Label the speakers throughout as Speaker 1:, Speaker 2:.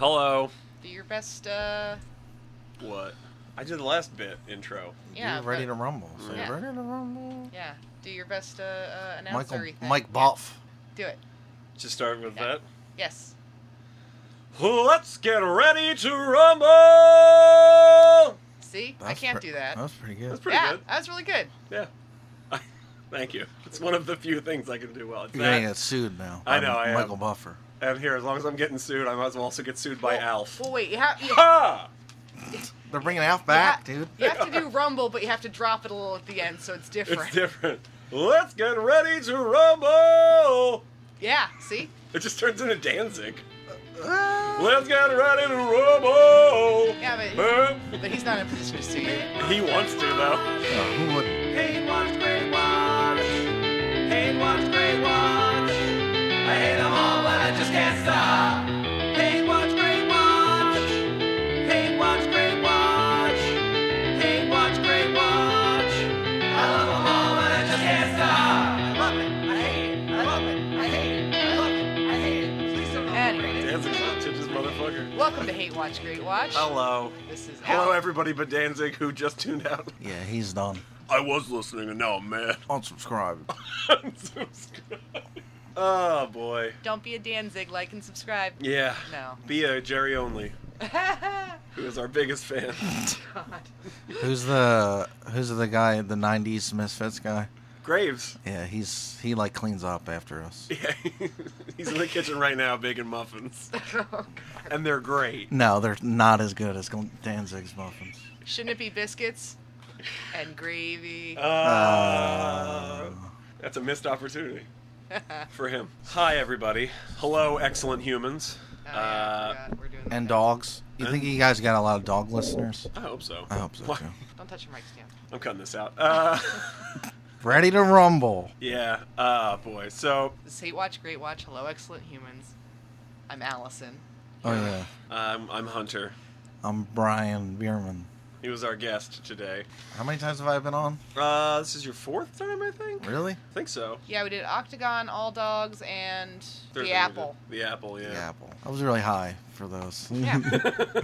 Speaker 1: Hello.
Speaker 2: Do your best. Uh,
Speaker 1: What? I did the last bit intro.
Speaker 2: Yeah,
Speaker 3: You're ready
Speaker 2: but-
Speaker 3: to rumble. So
Speaker 2: Yeah.
Speaker 3: ready to rumble.
Speaker 2: yeah. Do your best. Uh, uh, announcer
Speaker 3: Michael,
Speaker 2: thing.
Speaker 3: Mike
Speaker 2: Yeah,
Speaker 3: Boff.
Speaker 2: do it.
Speaker 1: Just start with
Speaker 2: Yeah.
Speaker 1: that.
Speaker 2: Yes.
Speaker 1: Let's get ready to rumble.
Speaker 2: See, I
Speaker 3: That's
Speaker 2: can't
Speaker 3: pre-
Speaker 2: do that.
Speaker 3: That was pretty good.
Speaker 1: That's pretty
Speaker 2: yeah,
Speaker 1: good.
Speaker 2: that was really good.
Speaker 1: Yeah. Thank you. It's one of the few things I can do well. It's
Speaker 3: You're gonna
Speaker 1: that,
Speaker 3: get sued now.
Speaker 1: I
Speaker 3: by
Speaker 1: know, I am.
Speaker 3: Michael Buffer.
Speaker 1: and here, as long as I'm getting sued, I might as well also get sued by
Speaker 2: well,
Speaker 1: Alf.
Speaker 2: Well, wait. You have, you,
Speaker 1: Ha!
Speaker 3: They're bringing Alf back,
Speaker 2: you have,
Speaker 3: dude.
Speaker 2: you have to do rumble, but you have to drop it a little at the end, so it's different.
Speaker 1: It's different. Let's get ready to rumble.
Speaker 2: Yeah. See.
Speaker 1: It just turns into Danzig.
Speaker 3: Ah.
Speaker 1: Let's get ready to rumble.
Speaker 2: Yeah, but-
Speaker 1: Boom.
Speaker 2: But he's not in a position to see it.
Speaker 1: He wants to though.
Speaker 3: Yeah, who wouldn't?
Speaker 1: Hate watch, great watch. Hate watch, great watch. I hate 'em all, but I just can't stop. Hate watch, great watch. Hate watch, great watch. Hate watch, great watch. I love 'em all, but I just can't stop. I love it. I hate it. I love it. I hate it. I love it. I hate it. Please don't
Speaker 2: Anyway.
Speaker 1: Danzig's not this motherfucker.
Speaker 2: Welcome to Hate Watch Great Watch.
Speaker 3: Oh,
Speaker 1: Hello.
Speaker 2: This is
Speaker 1: Hello,
Speaker 2: Al.
Speaker 1: everybody but Danzig who just tuned out.
Speaker 3: Yeah, he's done.
Speaker 1: I was listening and now I'm mad.
Speaker 3: Unsubscribe.
Speaker 1: oh boy.
Speaker 2: Don't be a Danzig. Like and subscribe.
Speaker 1: Yeah.
Speaker 2: No.
Speaker 1: Be a Jerry only,
Speaker 2: God.
Speaker 1: who is our biggest fan.
Speaker 3: who's the Who's the guy? The '90s Misfits guy.
Speaker 1: Graves.
Speaker 3: Yeah, he's he like cleans up after us.
Speaker 1: Yeah. He's in the kitchen right now baking muffins. And they're great.
Speaker 3: No, they're not as good as Gl- Danzig's muffins.
Speaker 2: Shouldn't it be biscuits and gravy?
Speaker 1: Uh, that's a missed opportunity for him. Hi everybody. Hello, excellent humans.
Speaker 2: Oh, yeah, I
Speaker 1: Uh,
Speaker 2: forgot. We're doing
Speaker 3: And
Speaker 2: that.
Speaker 3: dogs. You think you guys got a lot of dog listeners?
Speaker 1: I hope so.
Speaker 3: I hope so
Speaker 1: Why-
Speaker 3: too.
Speaker 2: Don't touch your mic stand.
Speaker 1: I'm cutting this out. Uh,
Speaker 3: Ready to rumble.
Speaker 1: yeah. Uh, boy. So
Speaker 2: This is Hate Watch, Great Watch. Hello, excellent humans. I'm Allison.
Speaker 3: Oh yeah,
Speaker 1: um, I'm Hunter.
Speaker 3: I'm Brian Bierman.
Speaker 1: He was our guest today.
Speaker 3: How many times have I been on?
Speaker 1: Uh, this is your fourth time, I think.
Speaker 3: Really?
Speaker 1: I think so.
Speaker 2: Yeah, we did Octagon, All Dogs, and
Speaker 1: Third
Speaker 2: The
Speaker 1: time we
Speaker 2: Apple.
Speaker 1: did- The apple,
Speaker 3: The
Speaker 1: yeah.
Speaker 3: apple. I was really high for those.
Speaker 2: Yeah.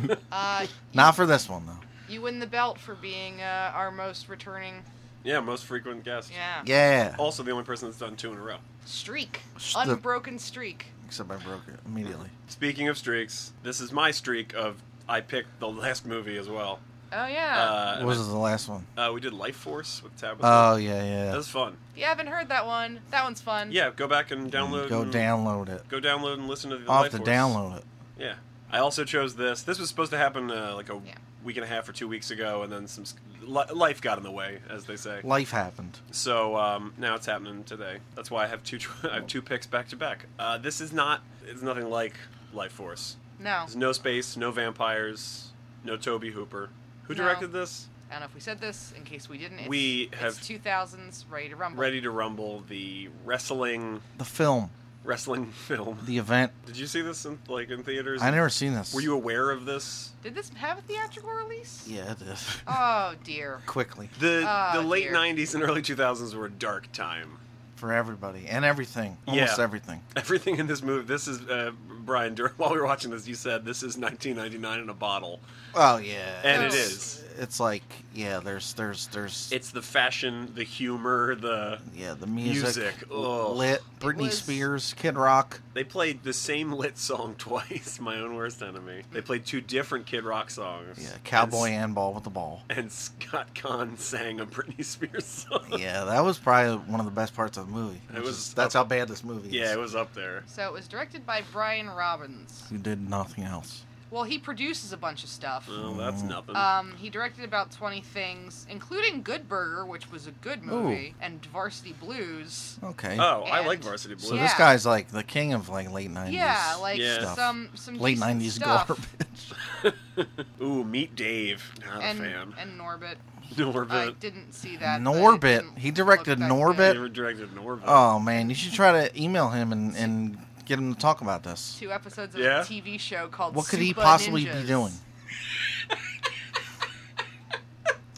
Speaker 2: uh,
Speaker 3: Not for this one though.
Speaker 2: you win the belt for being uh, our most returning.
Speaker 1: yeah, most frequent guest.
Speaker 2: Yeah.
Speaker 3: Yeah.
Speaker 1: Also, the only person that's done two in a row.
Speaker 2: Streak.
Speaker 3: Sh- the-
Speaker 2: Unbroken streak.
Speaker 3: Except I broke it immediately.
Speaker 1: Speaking of streaks, this is my streak of I picked the last movie as well.
Speaker 2: Oh, yeah.
Speaker 1: Uh,
Speaker 3: What was the last one?
Speaker 1: uh, we did Life Force with Tabitha.
Speaker 3: Oh yeah, yeah.
Speaker 1: that was fun.
Speaker 2: if you haven't heard that one, that one's fun.
Speaker 1: Yeah, go back and download.
Speaker 3: Mm-hmm. Go
Speaker 1: and-
Speaker 3: download it.
Speaker 1: Go download and listen to the
Speaker 3: I'll
Speaker 1: Life
Speaker 3: have to
Speaker 1: Force.
Speaker 3: download it.
Speaker 1: Yeah. I also chose this. This was supposed to happen uh, like a
Speaker 2: Yeah.
Speaker 1: week and a half or two weeks ago, and then some s- li- life got in the way, as they say.
Speaker 3: Life happened.
Speaker 1: So um, now it's happening today. That's why I have two. I have two picks back to back. Uh, This is not. It's nothing like Life Force.
Speaker 2: No.
Speaker 1: There's no space, no vampires, no Toby Hooper. Who
Speaker 2: No.
Speaker 1: directed this?
Speaker 2: I don't know if we said this in case we didn't. It's,
Speaker 1: We
Speaker 2: it's
Speaker 1: have-
Speaker 2: 2000s Ready to Rumble.
Speaker 1: Ready to Rumble, the wrestling
Speaker 3: The film,
Speaker 1: wrestling film.
Speaker 3: the event.
Speaker 1: Did you see this in like in theaters?
Speaker 3: I never seen this.
Speaker 1: Were you aware of this?
Speaker 2: Did this have a theatrical release?
Speaker 3: Yeah, it is.
Speaker 2: Oh, dear.
Speaker 3: Quickly
Speaker 1: The
Speaker 2: Ah,
Speaker 1: the late
Speaker 2: dear.
Speaker 1: '90s and early 2000s were a dark time.
Speaker 3: for everybody and everything. Almost
Speaker 1: Yeah.
Speaker 3: everything.
Speaker 1: Everything in this movie. This is uh, Brian. During, while we were watching this, you said this is 1999 in a bottle,
Speaker 3: Oh yeah.
Speaker 1: and it
Speaker 2: Yes.
Speaker 1: is.
Speaker 3: It's like yeah. There's there's there's
Speaker 1: It's the fashion, the humor, the
Speaker 3: yeah. The music,
Speaker 1: Music, ugh.
Speaker 3: lit. Britney
Speaker 2: was-
Speaker 3: Spears, Kid Rock.
Speaker 1: they played the same lit song twice, my own worst enemy. They played two different Kid Rock songs.
Speaker 3: Yeah, cowboy
Speaker 1: and,
Speaker 3: and, ball with the ball.
Speaker 1: and Scott Kahn sang a Britney Spears song. Yeah,
Speaker 3: Yeah, that was probably one of the best parts of the movie.
Speaker 1: It
Speaker 3: which
Speaker 1: was-
Speaker 3: is- that's how bad this movie is.
Speaker 1: it was up there.
Speaker 2: So it was directed by Brian Robbins.
Speaker 3: Who did nothing else?
Speaker 2: Well, he produces a bunch of stuff.
Speaker 1: Well,
Speaker 3: Mm.
Speaker 1: that's nothing.
Speaker 2: Um, he directed about 20 things, including Good Burger, which was a good movie, and Varsity Blues.
Speaker 3: Okay.
Speaker 1: oh, I
Speaker 2: and-
Speaker 1: like Varsity Blues.
Speaker 3: so this
Speaker 2: yeah.
Speaker 3: guy's like the king of like late nineties.
Speaker 2: Yeah, like
Speaker 1: Yeah.
Speaker 2: some some
Speaker 3: late
Speaker 2: decent
Speaker 3: nineties
Speaker 2: stuff.
Speaker 3: garbage.
Speaker 1: Ooh, meet Dave. Not
Speaker 2: and uh,
Speaker 1: a fan.
Speaker 2: and Norbit. I
Speaker 1: Norbit.
Speaker 2: didn't see that. but it
Speaker 3: Norbit.
Speaker 2: didn't
Speaker 3: He
Speaker 2: look
Speaker 3: directed
Speaker 2: that
Speaker 1: He
Speaker 2: good.
Speaker 3: Norbit.
Speaker 1: never directed Norbit.
Speaker 3: Oh man, you should try to email him and, and get him to talk about this.
Speaker 2: Two episodes of
Speaker 1: Yeah.
Speaker 2: a TV show called.
Speaker 3: What could he
Speaker 2: Supa
Speaker 3: possibly
Speaker 2: Ninjas.
Speaker 3: be doing?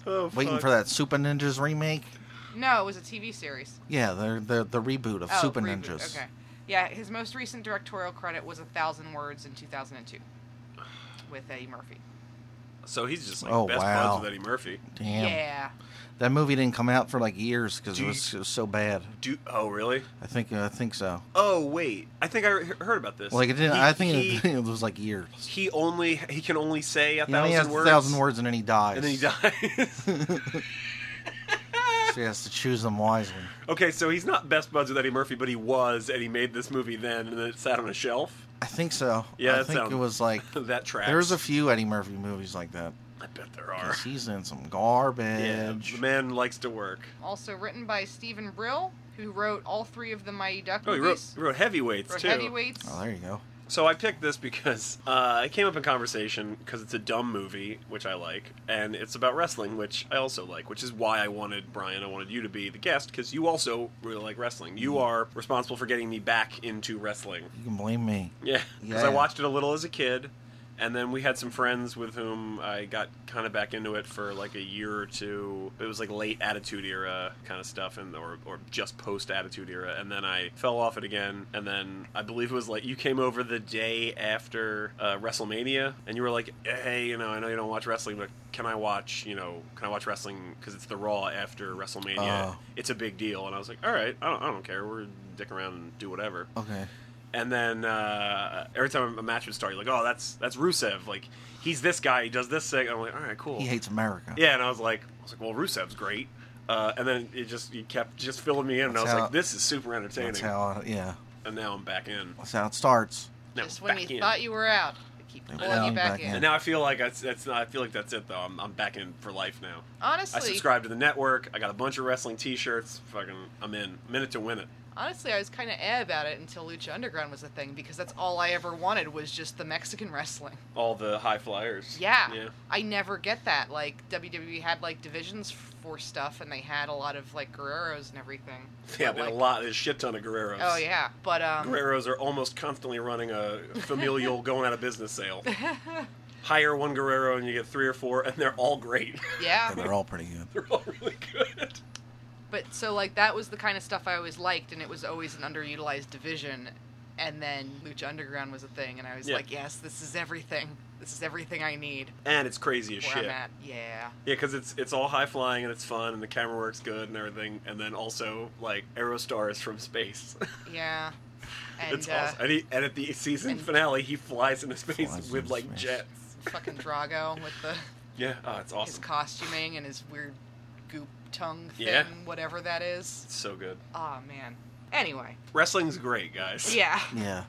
Speaker 1: Oh,
Speaker 3: Waiting
Speaker 1: fuck.
Speaker 3: for that Super Ninjas remake?
Speaker 2: No, it was a TV series.
Speaker 3: Yeah, they're, they're the reboot of
Speaker 2: oh,
Speaker 3: Super
Speaker 2: reboot.
Speaker 3: Ninjas.
Speaker 2: Okay. Yeah, his most recent directorial credit was A Thousand Words in 2002. with Eddie Murphy.
Speaker 1: So he's just like
Speaker 3: Oh,
Speaker 1: best
Speaker 3: wow.
Speaker 1: buds with Eddie Murphy.
Speaker 3: Damn.
Speaker 2: Yeah.
Speaker 3: That movie didn't come out for like years because it
Speaker 1: Dude.
Speaker 3: was, it was so bad.
Speaker 1: Do oh really?
Speaker 3: I think I think so.
Speaker 1: Oh wait, I think I he- heard about this.
Speaker 3: Like it didn't.
Speaker 1: He-
Speaker 3: I think
Speaker 1: he,
Speaker 3: it, was like years.
Speaker 1: he only he can only say a
Speaker 3: He only
Speaker 1: thousand
Speaker 3: has
Speaker 1: words.
Speaker 3: a thousand words and then he dies.
Speaker 1: and then he dies.
Speaker 3: So he has to choose them wisely.
Speaker 1: okay, so he's not best buds with Eddie Murphy, but he was, and he made this movie then, and then it sat on a shelf.
Speaker 3: I think so.
Speaker 1: Yeah,
Speaker 3: I
Speaker 1: that
Speaker 3: think
Speaker 1: sound-
Speaker 3: it was like
Speaker 1: that track.
Speaker 3: there's a few Eddie Murphy movies like that.
Speaker 1: I bet there are.
Speaker 3: 'cause he's in some
Speaker 1: Yeah,
Speaker 3: garbage.
Speaker 1: the man likes to work.
Speaker 2: Also written by Stephen Brill, who wrote all three of the Mighty Duck
Speaker 1: Oh, he wrote,
Speaker 2: movies.
Speaker 1: he wrote heavyweights
Speaker 2: wrote
Speaker 1: too.
Speaker 2: Heavyweights.
Speaker 3: Oh, there you go.
Speaker 1: So I picked this because uh, it came up in conversation because it's a dumb movie, which I like, and it's about wrestling, which I also like, which is why I wanted Brian, I wanted you to be the guest because you also really like wrestling. You are responsible for getting me back into wrestling.
Speaker 3: You can blame me.
Speaker 1: Yeah, because
Speaker 3: Yeah.
Speaker 1: I watched it a little as a kid, and then we had some friends with whom I got kind of back into it for like a year or two. It was like late Attitude Era kind of stuff, and or or just post Attitude Era, and then I fell off it again. And then I believe it was like you came over the day after uh, WrestleMania, and you were like, "Hey, you know, I know you don't watch wrestling, but can I watch, you know, can I watch wrestling because it's the Raw after WrestleMania?
Speaker 3: Oh.
Speaker 1: It's a big deal." And I was like, "All right, I don't, I don't care. We're dick around and do whatever."
Speaker 3: Okay.
Speaker 1: And then uh, every time a match would start, you're like, "Oh, that's that's Rusev. Like, he's this guy. He does this thing." I'm like, "All right, cool."
Speaker 3: He hates America.
Speaker 1: yeah, and I was like, "I was like, well, Rusev's great." Uh, and then it just you kept just filling me in, and I
Speaker 3: That's
Speaker 1: was
Speaker 3: how-
Speaker 1: like, "This is super entertaining."
Speaker 3: That's how. Yeah.
Speaker 1: and now I'm back in.
Speaker 3: That's how it starts.
Speaker 1: Now
Speaker 2: Just
Speaker 1: I'm
Speaker 2: when
Speaker 1: back
Speaker 2: you
Speaker 1: in.
Speaker 2: thought you were out, they keep
Speaker 3: They
Speaker 2: pulling
Speaker 3: pull
Speaker 2: you
Speaker 3: you
Speaker 2: back,
Speaker 3: back
Speaker 2: in.
Speaker 3: in.
Speaker 1: and now I feel like that's, that's not. I feel like that's it though. I'm, I'm back in for life now.
Speaker 2: Honestly,
Speaker 1: I subscribe to the network. I got a bunch of wrestling T-shirts. Fucking, I'm in. I'm in it to win it.
Speaker 2: honestly, I was kind of eh about it until Lucha Underground was a thing because that's all I ever wanted was just the Mexican wrestling.
Speaker 1: All the high flyers.
Speaker 2: Yeah.
Speaker 1: Yeah.
Speaker 2: I never get that. Like WWE had like divisions for stuff, and they had a lot of like Guerreros and everything.
Speaker 1: Yeah.
Speaker 2: But,
Speaker 1: but a
Speaker 2: like-
Speaker 1: lot. There's a shit ton of Guerreros.
Speaker 2: Oh yeah, but um,
Speaker 1: Guerreros are almost constantly running a familial going out of business sale. Hire one Guerrero and you get three or four, and they're all great.
Speaker 3: And
Speaker 2: yeah.
Speaker 3: they're all pretty good.
Speaker 1: they're all really good.
Speaker 2: But so like that was the kind of stuff I always liked, and it was always an underutilized division. And then Lucha Underground was a thing, and I was
Speaker 1: Yeah.
Speaker 2: like, yes, this is everything. This is everything I need.
Speaker 1: And it's crazy as
Speaker 2: Where
Speaker 1: shit.
Speaker 2: I'm
Speaker 1: Yeah,
Speaker 2: at, yeah.
Speaker 1: because it's it's all high flying and it's fun and the camera works good and everything. And then also like Aerostar is from space.
Speaker 2: Yeah. And
Speaker 1: it's
Speaker 2: uh,
Speaker 1: awesome. And, he, and at the season
Speaker 2: and-
Speaker 1: finale, he flies into space
Speaker 3: Flies
Speaker 1: with
Speaker 3: into
Speaker 1: like
Speaker 3: space.
Speaker 1: jets.
Speaker 2: fucking Drago with the
Speaker 1: Yeah, oh, it's
Speaker 2: his
Speaker 1: awesome.
Speaker 2: costuming and his weird goop tongue thing,
Speaker 1: Yeah.
Speaker 2: whatever that is.
Speaker 1: It's so good.
Speaker 2: Oh man. Anyway.
Speaker 1: Wrestling's great, guys.
Speaker 2: Yeah.
Speaker 3: Yeah.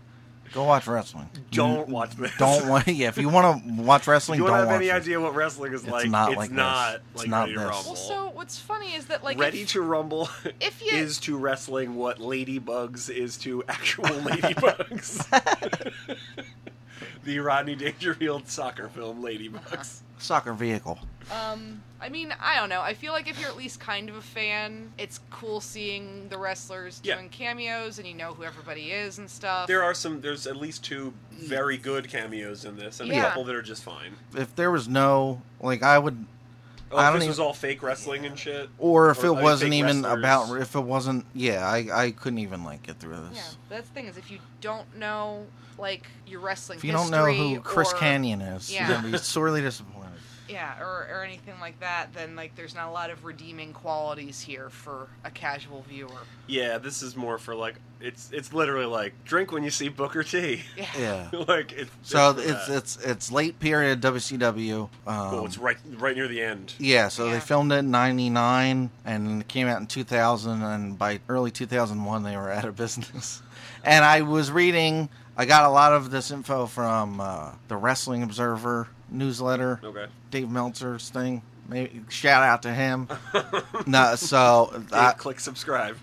Speaker 3: Go watch wrestling.
Speaker 1: Don't watch this.
Speaker 3: Don't wa- Yeah. If you want to watch
Speaker 1: If
Speaker 3: wrestling,
Speaker 1: you
Speaker 3: don't
Speaker 1: want to have any
Speaker 3: watch it.
Speaker 1: idea what wrestling is
Speaker 3: It's
Speaker 1: like,
Speaker 3: not
Speaker 1: it's
Speaker 3: like this.
Speaker 1: not
Speaker 3: It's
Speaker 1: like
Speaker 3: not
Speaker 1: Ready to
Speaker 3: this.
Speaker 1: Rumble.
Speaker 2: Well, so what's funny is that like
Speaker 1: Ready
Speaker 2: if,
Speaker 1: to Rumble
Speaker 2: if you
Speaker 1: is to wrestling what ladybugs is to actual ladybugs. the Rodney Dangerfield soccer film Ladybugs.
Speaker 2: Uh-huh.
Speaker 3: Soccer vehicle.
Speaker 2: um I mean, I don't know. I feel like if you're at least kind of a fan, it's cool seeing the wrestlers
Speaker 1: Yeah.
Speaker 2: doing cameos and you know who everybody is and stuff.
Speaker 1: There are some. There's at least two very good cameos in this, and a
Speaker 2: Yeah.
Speaker 1: couple that are just fine.
Speaker 3: If there was no like, I would
Speaker 1: Oh, if
Speaker 3: I don't
Speaker 1: this
Speaker 3: even-
Speaker 1: was all fake wrestling and shit.
Speaker 3: or if
Speaker 1: Or, I
Speaker 3: it
Speaker 1: mean,
Speaker 3: wasn't
Speaker 1: fake
Speaker 3: even
Speaker 1: wrestlers.
Speaker 3: about if it wasn't yeah i i couldn't even like get through
Speaker 2: yeah,
Speaker 3: this
Speaker 2: that's the thing is if you don't know like your wrestling
Speaker 3: if you don't
Speaker 2: history
Speaker 3: know who chris
Speaker 2: or,
Speaker 3: canyon is
Speaker 2: Yeah.
Speaker 3: you're gonna be sorely disappointed
Speaker 2: yeah or, or anything like that then like there's not a lot of redeeming qualities here for a casual viewer
Speaker 1: Yeah, this is more for like it's it's literally like drink when you see Booker T.
Speaker 2: yeah,
Speaker 3: yeah
Speaker 1: like it's
Speaker 3: so
Speaker 1: for
Speaker 3: it's
Speaker 1: that.
Speaker 3: it's it's late period wcw um,
Speaker 1: Well, it's right right near the end.
Speaker 3: yeah so
Speaker 2: Yeah.
Speaker 3: they filmed it in 99 and it came out in 2000 and by early 2001 they were out of business and i was reading i got a lot of this info from uh, the wrestling observer newsletter
Speaker 1: Okay.
Speaker 3: Dave Meltzer's thing. Maybe shout out to him. no, so
Speaker 1: Yeah,
Speaker 3: I,
Speaker 1: click subscribe.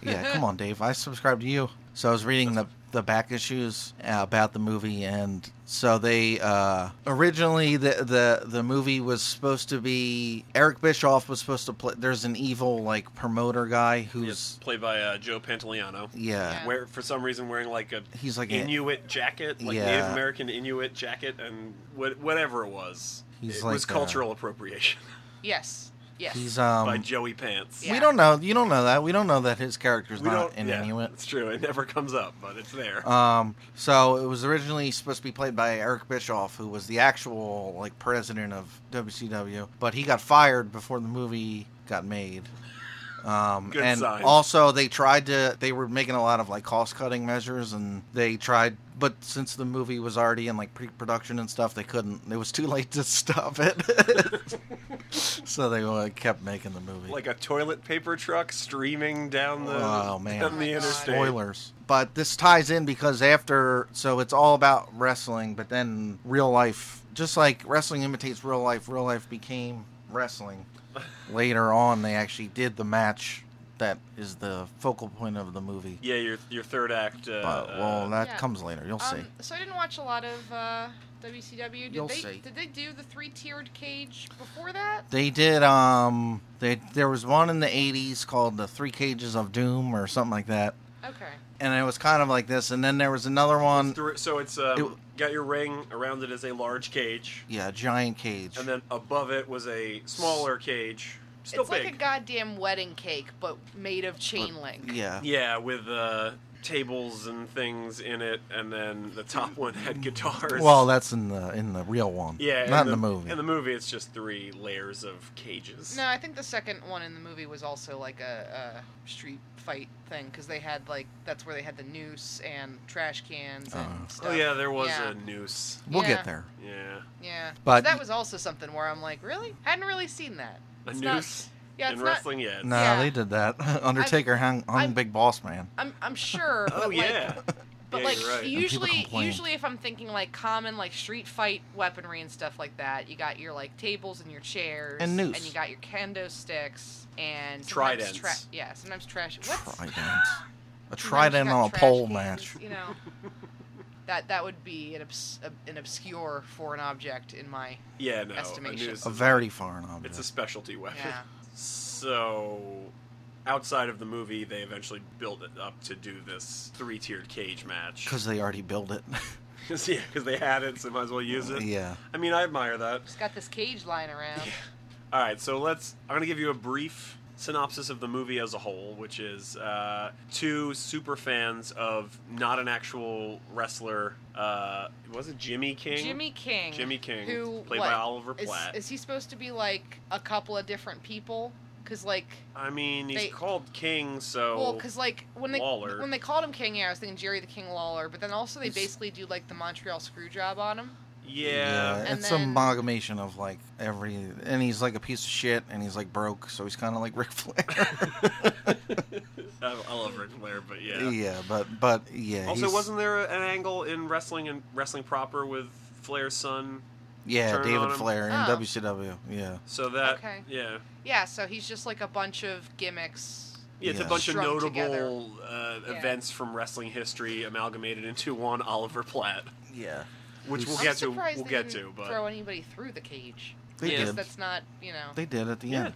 Speaker 3: yeah, come on, Dave. I subscribe to you. So I was reading the the back issues uh, about the movie, and so they uh, originally the the the movie was supposed to be Eric Bischoff was supposed to play. There's an evil like promoter guy
Speaker 1: It's
Speaker 3: who's
Speaker 1: played by uh, Joe Pantoliano.
Speaker 3: yeah,
Speaker 2: Yeah.
Speaker 1: Where for some reason wearing like a
Speaker 3: he's like a-
Speaker 1: Inuit jacket, like
Speaker 3: Yeah.
Speaker 1: Native American Inuit jacket, and what, whatever it was.
Speaker 3: He's
Speaker 1: it
Speaker 3: like,
Speaker 1: was
Speaker 3: uh,
Speaker 1: cultural appropriation.
Speaker 2: yes Yes.
Speaker 3: He's um.
Speaker 1: by Joey Pants.
Speaker 2: Yeah.
Speaker 3: We don't know. You don't know that. We don't know that his character's
Speaker 1: We
Speaker 3: not
Speaker 1: don't.
Speaker 3: in
Speaker 1: yeah,
Speaker 3: Inuit.
Speaker 1: it's true. It never comes up, but it's there.
Speaker 3: Um, so it was originally supposed to be played by Eric Bischoff, who was the actual like president of WCW, but he got fired before the movie got made. Um,
Speaker 1: Good
Speaker 3: and
Speaker 1: sign.
Speaker 3: also they tried to they were making a lot of like cost cutting measures and they tried but since the movie was already in like pre-production and stuff they couldn't it was too late to stop it so they like, kept making the movie
Speaker 1: like a toilet paper truck streaming down the
Speaker 3: Oh, man.
Speaker 1: down the interstate.
Speaker 3: spoilers. But this ties in because after, so it's all about wrestling, but then real life, just like wrestling imitates real life, real life became wrestling. Later on, they actually did the match that is the focal point of the movie.
Speaker 1: Yeah, your your third act. Uh,
Speaker 3: But, well,
Speaker 1: uh,
Speaker 3: that
Speaker 4: Yeah.
Speaker 3: comes later. You'll see.
Speaker 4: Um, so I didn't watch a lot of uh, WCW. Did
Speaker 3: You'll
Speaker 4: they
Speaker 3: see.
Speaker 4: did they do the three tiered cage before that?
Speaker 3: They did. Um, they there was one in the '80s called the Three Cages of Doom or something like that,
Speaker 4: Okay.
Speaker 3: and it was kind of like this. And then there was another one.
Speaker 1: through- so it's um,
Speaker 3: it-
Speaker 1: got your ring around it is a large cage,
Speaker 3: Yeah, a giant cage.
Speaker 1: and then above it was a smaller cage, still
Speaker 2: it's
Speaker 1: big.
Speaker 2: like a goddamn wedding cake, but made of chain link.
Speaker 3: yeah.
Speaker 1: yeah, with uh, tables and things in it, and then the top one had guitars.
Speaker 3: Well, that's in the in the real one.
Speaker 1: yeah,
Speaker 3: not in the, movie.
Speaker 1: In the movie, it's just three layers of cages.
Speaker 2: No, I think the second one in the movie was also like a, a street fight thing because they had like that's where they had the noose and trash cans and
Speaker 3: Uh-huh.
Speaker 2: stuff.
Speaker 1: Oh yeah, there was
Speaker 2: Yeah.
Speaker 1: a noose.
Speaker 3: we'll
Speaker 2: yeah.
Speaker 3: get there.
Speaker 1: Yeah,
Speaker 2: Yeah,
Speaker 3: But-
Speaker 2: but that was also something where I'm like, really, hadn't really seen that.
Speaker 1: a
Speaker 2: It's not-
Speaker 1: noose
Speaker 2: yeah,
Speaker 1: in
Speaker 2: it's not.
Speaker 1: wrestling. Yeah, it's-
Speaker 3: No,
Speaker 2: Yeah.
Speaker 3: they did that. Undertaker hung, hung
Speaker 2: I'm-
Speaker 3: Big Boss Man.
Speaker 2: I'm I'm sure.
Speaker 1: Oh
Speaker 2: but, like,
Speaker 1: yeah.
Speaker 2: But
Speaker 1: Yeah,
Speaker 2: like
Speaker 1: you're right.
Speaker 3: people
Speaker 2: usually,
Speaker 3: complain.
Speaker 2: usually if I'm thinking like common like street fight weaponry and stuff like that, you got your like tables and your chairs
Speaker 3: And noose.
Speaker 2: and you got your kendo sticks and sometimes
Speaker 1: Tridents.
Speaker 2: Tra- yeah, sometimes trash. What's
Speaker 3: Trident. A
Speaker 2: sometimes you
Speaker 3: trident
Speaker 2: got
Speaker 3: on a
Speaker 2: trash
Speaker 3: pole
Speaker 2: cans,
Speaker 3: match.
Speaker 2: You know, that that would be an, obs- ob- an obscure foreign object in my
Speaker 1: Yeah, no.
Speaker 2: Estimation.
Speaker 1: A noose
Speaker 3: A
Speaker 1: is-
Speaker 3: very foreign object.
Speaker 1: it's a specialty weapon.
Speaker 2: yeah.
Speaker 1: So, outside of the movie, they eventually built it up to do this three-tiered cage match.
Speaker 3: Because they already built it.
Speaker 1: Cause, yeah, 'cause they had it, so might as well use it.
Speaker 3: yeah.
Speaker 1: I mean, I admire that.
Speaker 2: Just got this cage lying around.
Speaker 1: All right, so let's. I'm gonna give you a brief synopsis of the movie as a whole, which is uh, two super fans of not an actual wrestler. Uh, was it Jimmy King?
Speaker 2: Jimmy King.
Speaker 1: Jimmy King,
Speaker 2: Who
Speaker 1: played
Speaker 2: what?
Speaker 1: by Oliver
Speaker 2: Is,
Speaker 1: Platt.
Speaker 2: is he supposed to be like a couple of different people? Because like,
Speaker 1: I mean, he's
Speaker 2: they-
Speaker 1: called King, so
Speaker 2: well, because like when they
Speaker 1: Lawler.
Speaker 2: when they called him King, yeah, I was thinking Jerry the King Lawler, but then also they
Speaker 3: It's-
Speaker 2: basically do like the Montreal screw job on him.
Speaker 1: yeah.
Speaker 2: And
Speaker 3: it's
Speaker 2: then-
Speaker 3: an amalgamation of like every, and he's like a piece of shit, and he's like broke, so he's kind of like Ric Flair.
Speaker 1: I, I love Ric Flair, but yeah.
Speaker 3: yeah. but but yeah.
Speaker 1: Also,
Speaker 3: he's-
Speaker 1: wasn't there an angle in wrestling and wrestling proper with Flair's son?
Speaker 3: yeah
Speaker 1: Turn on
Speaker 3: David
Speaker 1: him?
Speaker 3: Flair in
Speaker 2: Oh.
Speaker 3: WCW? Yeah,
Speaker 1: So that,
Speaker 2: Okay.
Speaker 1: yeah,
Speaker 2: Yeah, so he's just like a bunch of gimmicks.
Speaker 1: yeah, it's
Speaker 3: Yeah.
Speaker 1: a bunch of
Speaker 2: Strung
Speaker 1: notable uh,
Speaker 2: Yeah.
Speaker 1: events from wrestling history amalgamated into one Oliver Platt,
Speaker 3: yeah.
Speaker 1: which we'll
Speaker 3: I'm
Speaker 1: get to.
Speaker 2: surprised
Speaker 1: We'll
Speaker 2: they
Speaker 1: get
Speaker 2: didn't
Speaker 1: to, but
Speaker 2: throw anybody through the cage.
Speaker 3: They
Speaker 1: Yeah.
Speaker 2: Because
Speaker 3: did.
Speaker 2: that's not you know.
Speaker 3: They did at the
Speaker 1: Yeah.
Speaker 3: end.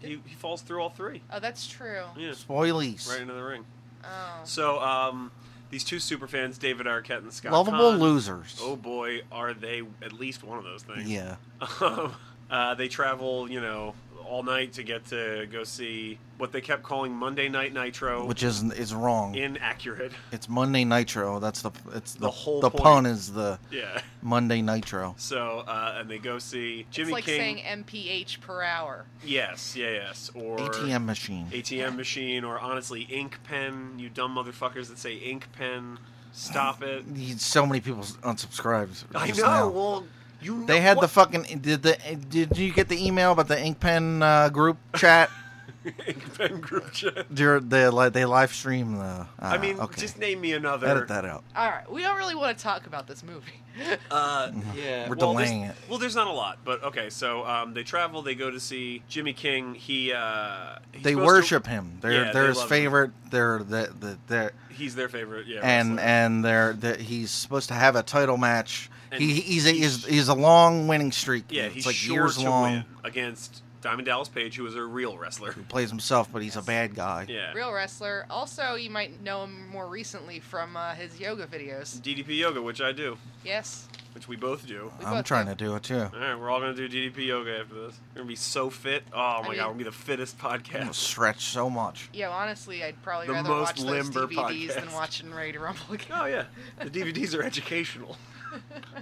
Speaker 1: he, he falls through all three.
Speaker 2: Oh, that's true.
Speaker 1: Yeah,
Speaker 3: Spoilies.
Speaker 1: right into the ring.
Speaker 2: Oh.
Speaker 1: So, um, these two superfans, David Arquette and Scott
Speaker 3: Lovable
Speaker 1: Kahn,
Speaker 3: losers.
Speaker 1: Oh boy, are they at least one of those things.
Speaker 3: yeah.
Speaker 1: Um, uh, they travel, you know, all night to get to go see what they kept calling Monday Night Nitro,
Speaker 3: Which is is wrong.
Speaker 1: inaccurate.
Speaker 3: it's Monday Nitro. That's the it's the,
Speaker 1: The whole
Speaker 3: the
Speaker 1: point.
Speaker 3: pun is the
Speaker 1: Yeah.
Speaker 3: Monday Nitro.
Speaker 1: So, uh, and they go see Jimmy
Speaker 2: it's like
Speaker 1: King.
Speaker 2: saying MPH per hour.
Speaker 1: yes, yeah, yes, or
Speaker 3: ATM machine.
Speaker 1: ATM machine, or honestly, ink pen. You dumb motherfuckers that say ink pen, stop it.
Speaker 3: so many people unsubscribed.
Speaker 1: I know.
Speaker 3: just now.
Speaker 1: Well, you. Know,
Speaker 3: They had the
Speaker 1: what?
Speaker 3: fucking did the did you get the email about the ink pen uh, group chat?
Speaker 1: ink pen group chat.
Speaker 3: They're, they li- they live stream the. Uh,
Speaker 1: I mean,
Speaker 3: okay.
Speaker 1: just name me another.
Speaker 3: edit that out.
Speaker 2: All right, we don't really want to talk about this movie.
Speaker 1: Uh, yeah,
Speaker 3: Mm-hmm. We're
Speaker 1: well, there's-
Speaker 3: delaying it.
Speaker 1: Well, there's not a lot, but okay. So um, they travel. They go to see Jimmy King. He uh, he's
Speaker 3: They
Speaker 1: supposed to-
Speaker 3: worship him. They're
Speaker 1: Yeah,
Speaker 3: they're
Speaker 1: they
Speaker 3: his
Speaker 1: love him.
Speaker 3: favorite. They're the the they're
Speaker 1: he's their favorite. Yeah,
Speaker 3: and
Speaker 1: wrestler.
Speaker 3: and they're that he's supposed to have a title match.
Speaker 1: And
Speaker 3: He he's a,
Speaker 1: he's-
Speaker 3: he's, he's a long winning streak.
Speaker 1: yeah,
Speaker 3: it's
Speaker 1: he's
Speaker 3: like
Speaker 1: sure
Speaker 3: years
Speaker 1: to
Speaker 3: long.
Speaker 1: win against Diamond Dallas Page, who is a real wrestler.
Speaker 3: He plays himself, but he's a bad guy.
Speaker 1: Yeah.
Speaker 2: Real wrestler. Also, you might know him more recently from uh, his yoga videos.
Speaker 1: DDP yoga, which I do,
Speaker 2: Yes.
Speaker 1: which we both do.
Speaker 2: We
Speaker 3: I'm
Speaker 2: both
Speaker 3: trying
Speaker 2: do.
Speaker 3: to do it too.
Speaker 1: All right, we're all gonna do DDP yoga after this. We're gonna be so fit. Oh my
Speaker 2: mean-
Speaker 1: god, we're gonna be the fittest
Speaker 3: I'm gonna
Speaker 1: podcast.
Speaker 3: stretch so much.
Speaker 2: Yeah, honestly, I'd probably
Speaker 1: The
Speaker 2: rather
Speaker 1: most
Speaker 2: watch those
Speaker 1: limber
Speaker 2: DVDs
Speaker 1: podcast.
Speaker 2: than watching Ready to Rumble again.
Speaker 1: Oh yeah, the DVDs are educational.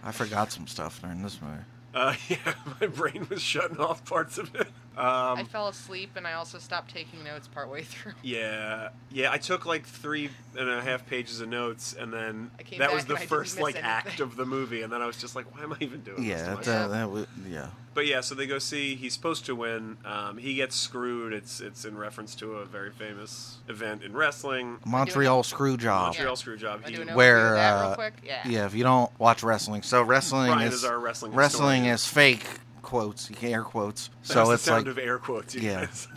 Speaker 3: I forgot some stuff during this movie.
Speaker 1: Uh, yeah, my brain was shutting off parts of it. Um,
Speaker 2: I fell asleep and I also stopped taking notes partway through.
Speaker 1: yeah, yeah, I took like three and a half pages of notes, and then
Speaker 2: I came
Speaker 1: that
Speaker 2: back
Speaker 1: was the
Speaker 2: and I didn't
Speaker 1: first
Speaker 2: miss
Speaker 1: like
Speaker 2: anything.
Speaker 1: act of the movie, and then I was just like, why am I even doing this? to
Speaker 3: Yeah,
Speaker 1: myself?
Speaker 3: that, that wa- yeah.
Speaker 1: But yeah, so they go see. He's supposed to win. Um, he gets screwed. It's it's in reference to a very famous event in wrestling,
Speaker 3: Montreal Screwjob.
Speaker 1: Montreal Screwjob.
Speaker 2: Oh. Am I
Speaker 1: He-
Speaker 2: doing an overview of
Speaker 3: Where,
Speaker 2: that real
Speaker 3: uh,
Speaker 2: quick? Yeah.
Speaker 3: Yeah, if you don't watch wrestling, so wrestling
Speaker 1: Brian
Speaker 3: is,
Speaker 1: is our wrestling
Speaker 3: wrestling
Speaker 1: historian.
Speaker 3: is fake quotes, air quotes.
Speaker 1: That
Speaker 3: so
Speaker 1: was
Speaker 3: it's
Speaker 1: the sound
Speaker 3: like
Speaker 1: of air quotes. You
Speaker 3: Yeah.
Speaker 1: guys.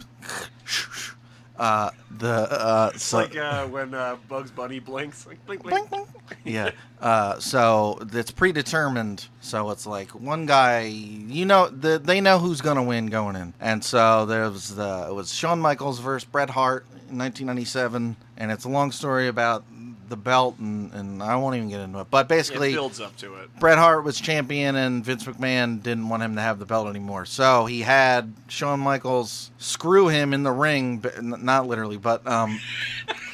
Speaker 3: uh, the uh,
Speaker 1: It's
Speaker 3: so
Speaker 1: like uh, when uh, Bugs Bunny blinks, like blink, blink.
Speaker 3: Blink, blink. yeah. Uh, so it's predetermined. So it's like one guy, you know, the, they know who's gonna win going in, and so there was the it was Shawn Michaels versus Bret Hart in 1997, and it's a long story about the belt, and, and I won't even get into it. But
Speaker 1: It
Speaker 3: basically,
Speaker 1: builds up to it.
Speaker 3: Bret Hart was champion, and Vince McMahon didn't want him to have the belt anymore. So he had Shawn Michaels screw him in the ring, but n- not literally, but um.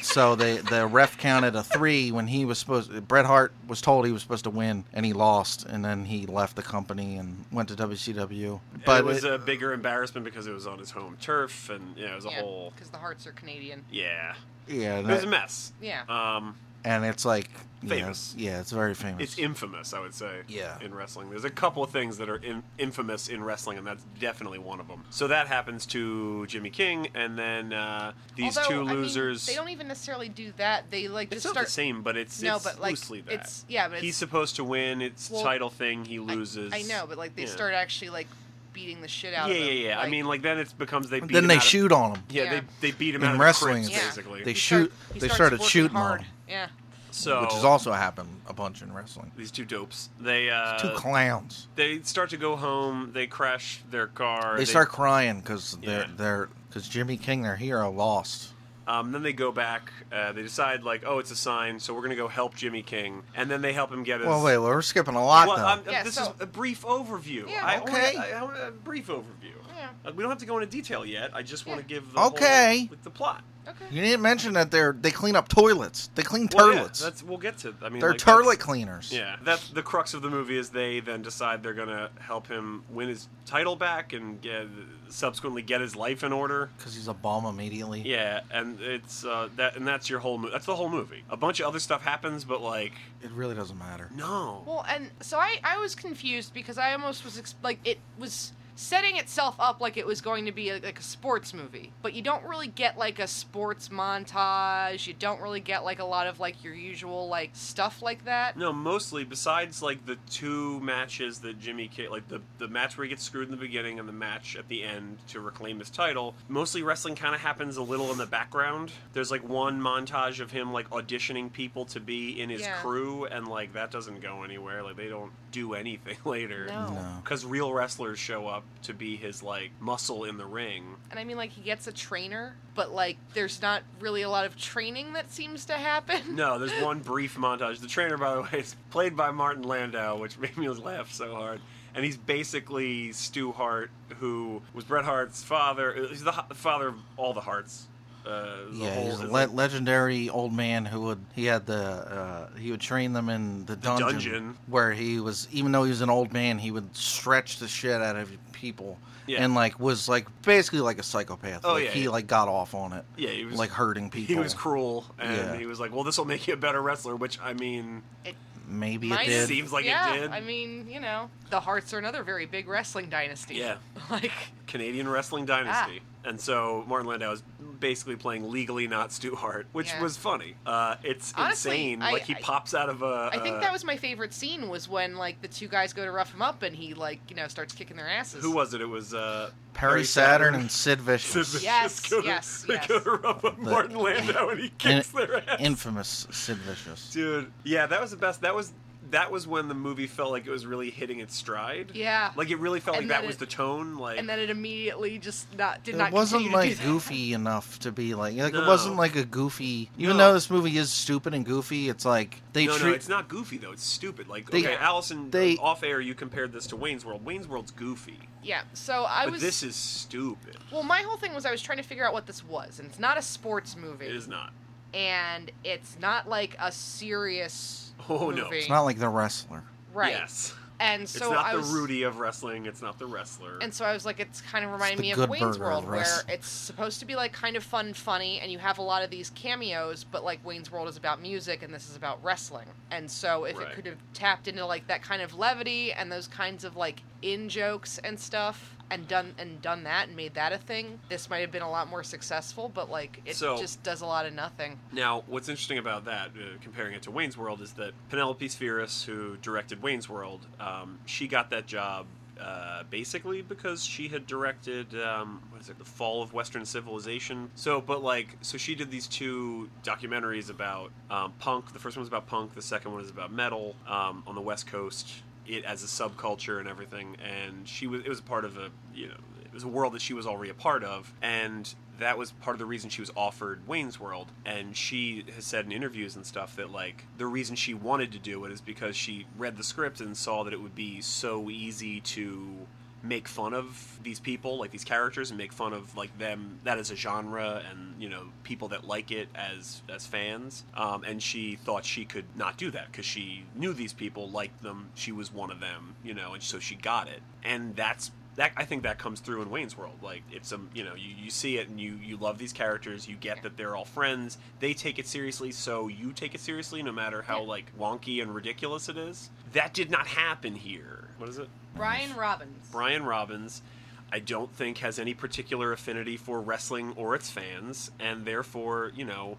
Speaker 3: so they the ref counted a three when he was supposed. Bret Hart was told he was supposed to win, and he lost, and then he left the company and went to WCW.
Speaker 1: But
Speaker 3: But
Speaker 1: it was uh,
Speaker 3: it-
Speaker 1: a bigger embarrassment because it was on his home turf, and you know, it was a whole
Speaker 2: Because the hearts are Canadian.
Speaker 1: yeah.
Speaker 3: yeah,
Speaker 1: It
Speaker 3: and,
Speaker 1: was a
Speaker 3: it-
Speaker 1: mess.
Speaker 2: Yeah.
Speaker 1: Um,
Speaker 3: and it's like you know,
Speaker 1: Famous.
Speaker 3: yeah, it's very famous.
Speaker 1: it's infamous, I would say.
Speaker 3: Yeah.
Speaker 1: In wrestling, there's a couple of things that are in, infamous in wrestling, and that's definitely one of them. So that happens to Jimmy King, and then uh, these
Speaker 2: Although,
Speaker 1: two
Speaker 2: I mean,
Speaker 1: losers.
Speaker 2: they don't even necessarily do that. They like
Speaker 1: it's
Speaker 2: just
Speaker 1: not
Speaker 2: start.
Speaker 1: the same, but it's,
Speaker 2: no,
Speaker 1: it's
Speaker 2: but like
Speaker 1: loosely that.
Speaker 2: it's yeah, but it's,
Speaker 1: He's supposed to win. It's
Speaker 2: Well,
Speaker 1: title thing. He
Speaker 2: I-
Speaker 1: loses.
Speaker 2: I, know, but like they
Speaker 1: Yeah.
Speaker 2: start actually like beating the shit
Speaker 1: Yeah,
Speaker 2: out
Speaker 1: yeah,
Speaker 2: of him.
Speaker 1: yeah.
Speaker 2: Like,
Speaker 1: I mean, like then it becomes they beat
Speaker 3: then
Speaker 1: him
Speaker 3: they
Speaker 1: out of-
Speaker 3: shoot on him.
Speaker 1: yeah,
Speaker 2: Yeah.
Speaker 1: they they beat him
Speaker 3: In
Speaker 1: out
Speaker 3: wrestling,
Speaker 1: of the
Speaker 2: yeah.
Speaker 1: crypt, basically.
Speaker 3: They
Speaker 2: he
Speaker 3: shoot.
Speaker 2: start- he
Speaker 3: they
Speaker 2: starts
Speaker 3: started
Speaker 2: working
Speaker 3: shooting
Speaker 2: hard.
Speaker 3: on him,
Speaker 2: Yeah.
Speaker 1: so
Speaker 3: which has also happened a bunch in wrestling.
Speaker 1: these two dopes. They uh,
Speaker 3: Two clowns.
Speaker 1: they start to go home. They crash their car.
Speaker 3: they start crying because they're
Speaker 1: Yeah.
Speaker 3: they're because Jimmy King, their hero, lost.
Speaker 1: Um, then they go back. Uh, they decide like, oh, it's a sign, so we're gonna go help Jimmy King, and then they help him get his.
Speaker 3: Well, wait, we're skipping a lot
Speaker 1: Well,
Speaker 3: though.
Speaker 1: I'm-
Speaker 2: Yeah,
Speaker 1: this
Speaker 2: so-
Speaker 1: is a brief overview.
Speaker 2: Yeah,
Speaker 1: I only-
Speaker 3: okay.
Speaker 1: I- I want a brief overview.
Speaker 2: Yeah.
Speaker 1: Uh, we don't have to go into detail yet. I just want to
Speaker 2: Yeah.
Speaker 1: give the whole,
Speaker 3: Okay.
Speaker 1: like, the plot.
Speaker 2: Okay.
Speaker 3: you didn't mention that they're they clean up toilets. They clean
Speaker 1: Well, yeah,
Speaker 3: toilets.
Speaker 1: that's we'll get to. I mean,
Speaker 3: they're
Speaker 1: like,
Speaker 3: toilet
Speaker 1: that's-
Speaker 3: cleaners.
Speaker 1: Yeah, that's the crux of the movie is they then decide they're gonna help him win his title back and get, subsequently get his life in order.
Speaker 3: because he's a bomb immediately.
Speaker 1: Yeah, and it's uh, that, and that's your whole. Mo- that's the whole movie. A bunch of other stuff happens, but like,
Speaker 3: It really doesn't matter.
Speaker 1: no.
Speaker 2: Well, and so I, I was confused because I almost was ex- like it was setting itself up like it was going to be a, like a sports movie, but you don't really get like a sports montage. You don't really get like a lot of like your usual like stuff like that.
Speaker 1: No, mostly besides like the two matches that Jimmy K like the the match where he gets screwed in the beginning and the match at the end to reclaim his title. Mostly wrestling kind of happens a little in the background. There's like one montage of him like auditioning people to be in his
Speaker 2: Yeah.
Speaker 1: crew, and like that doesn't go anywhere. Like they don't do anything later.
Speaker 2: No.
Speaker 3: No.
Speaker 1: Because real wrestlers show up to be his like muscle in the ring.
Speaker 2: And I mean like he gets a trainer, but like there's not really a lot of training that seems to happen.
Speaker 1: No, there's one brief montage. The trainer, by the way, is played by Martin Landau, which made me laugh so hard. And he's basically Stu Hart, who was Bret Hart's father. He's the h- father of all the Hearts. Uh, the
Speaker 3: Yeah,
Speaker 1: whole-
Speaker 3: he's a le- legendary old man who would he had the uh, he would train them in the dungeon,
Speaker 1: dungeon.
Speaker 3: where he was even though he was an old man he would stretch the shit out of people
Speaker 1: Yeah.
Speaker 3: and like was like basically like a psychopath.
Speaker 1: Oh,
Speaker 3: like,
Speaker 1: yeah,
Speaker 3: he
Speaker 1: yeah.
Speaker 3: like got off on it.
Speaker 1: yeah, he was
Speaker 3: like hurting people.
Speaker 1: He was cruel, and
Speaker 3: Yeah.
Speaker 1: he was like, "Well, this will make you a better wrestler." Which I mean,
Speaker 3: Maybe it
Speaker 2: Might
Speaker 3: did.
Speaker 2: have-
Speaker 1: Seems like it
Speaker 2: yeah,
Speaker 1: did.
Speaker 2: I mean, you know, the Hearts are another very big wrestling dynasty.
Speaker 1: Yeah.
Speaker 2: Like
Speaker 1: Canadian
Speaker 2: Ah.
Speaker 1: Wrestling Dynasty. And so Martin Landau is basically playing legally not Stu Hart, which
Speaker 2: Yeah.
Speaker 1: was funny. Uh, it's
Speaker 2: Honestly,
Speaker 1: insane.
Speaker 2: I-
Speaker 1: like he
Speaker 2: I-
Speaker 1: pops out of a.
Speaker 2: I think
Speaker 1: uh,
Speaker 2: that was my favorite scene was when like the two guys go to rough him up and he like you know starts kicking their asses.
Speaker 1: Who was it? It was uh,
Speaker 3: Perry Saturn and Sid Vicious.
Speaker 1: Sid
Speaker 2: Yes,
Speaker 1: Vicious go to-
Speaker 2: yes,
Speaker 1: They
Speaker 2: yes.
Speaker 1: go to rub up Martin Landau and he kicks their ass.
Speaker 3: Infamous Sid Vicious.
Speaker 1: Dude, yeah, that was the best. That was that was when the movie felt like it was really hitting its stride.
Speaker 2: Yeah.
Speaker 1: Like it really felt
Speaker 2: And
Speaker 1: like that
Speaker 2: then
Speaker 1: was
Speaker 2: it-
Speaker 1: the tone. Like
Speaker 2: and then it immediately just not did not
Speaker 3: It wasn't
Speaker 2: continue to do
Speaker 3: like
Speaker 2: that.
Speaker 3: goofy enough to be like, like
Speaker 1: No.
Speaker 3: it wasn't like a goofy. Even
Speaker 1: No.
Speaker 3: though this movie is stupid and goofy, it's like they
Speaker 1: no, no,
Speaker 3: treat
Speaker 1: it's not goofy though. It's stupid. Like
Speaker 3: They-
Speaker 1: okay, Allison, uh,
Speaker 3: they-
Speaker 1: off air, you compared this to Wayne's World. Wayne's World's goofy,
Speaker 2: Yeah. So I
Speaker 1: but
Speaker 2: was
Speaker 1: this is stupid.
Speaker 2: Well, my whole thing was I was trying to figure out what this was, and it's not a sports movie,
Speaker 1: It is not.
Speaker 2: and it's not like a serious.
Speaker 1: Oh, no.
Speaker 2: movie.
Speaker 3: it's not like the wrestler.
Speaker 2: right.
Speaker 1: Yes.
Speaker 2: And so
Speaker 1: it's not
Speaker 2: I
Speaker 1: the
Speaker 2: was,
Speaker 1: Rudy of wrestling. It's not the wrestler.
Speaker 2: And so I was like, it's kind of reminding
Speaker 3: the
Speaker 2: me
Speaker 3: good
Speaker 2: of Wayne's
Speaker 3: burger
Speaker 2: World,
Speaker 3: of
Speaker 2: where
Speaker 3: wrestling.
Speaker 2: it's supposed to be like kind of fun, funny, and you have a lot of these cameos, but like Wayne's World is about music and this is about wrestling. And so if
Speaker 1: Right.
Speaker 2: it could have tapped into like that kind of levity and those kinds of like in jokes and stuff and done and done that and made that a thing, this might have been a lot more successful, but like it
Speaker 1: So-
Speaker 2: just does a lot of nothing.
Speaker 1: Now, what's interesting about that, uh, comparing it to Wayne's World, is that Penelope Spheris, who directed Wayne's World, um, she got that job uh, basically because she had directed um, what is it, The Fall of Western Civilization. So, but like, so she did these two documentaries about um, punk. The first one was about punk. The second one is about metal um, on the West Coast. It as a subculture and everything, and she was. It was a part of a you know it was a world that she was already a part of and that was part of the reason she was offered Wayne's World and she has said in interviews and stuff that like the reason she wanted to do it is because she read the script and saw that it would be so easy to make fun of these people like these characters and make fun of like them that as a genre and you know people that like it as as fans um, and she thought she could not do that because she knew these people liked them she was one of them you know and so she got it and that's that I think that comes through in Wayne's World. Like it's a you know you, you see it and you you love these characters. You get that they're all friends. They take it seriously, so you take it seriously, no matter how
Speaker 2: Yeah.
Speaker 1: like wonky and ridiculous it is. That did not happen here. What is it?
Speaker 2: Brian Robbins.
Speaker 1: Brian Robbins, I don't think has any particular affinity for wrestling or its fans, and therefore you know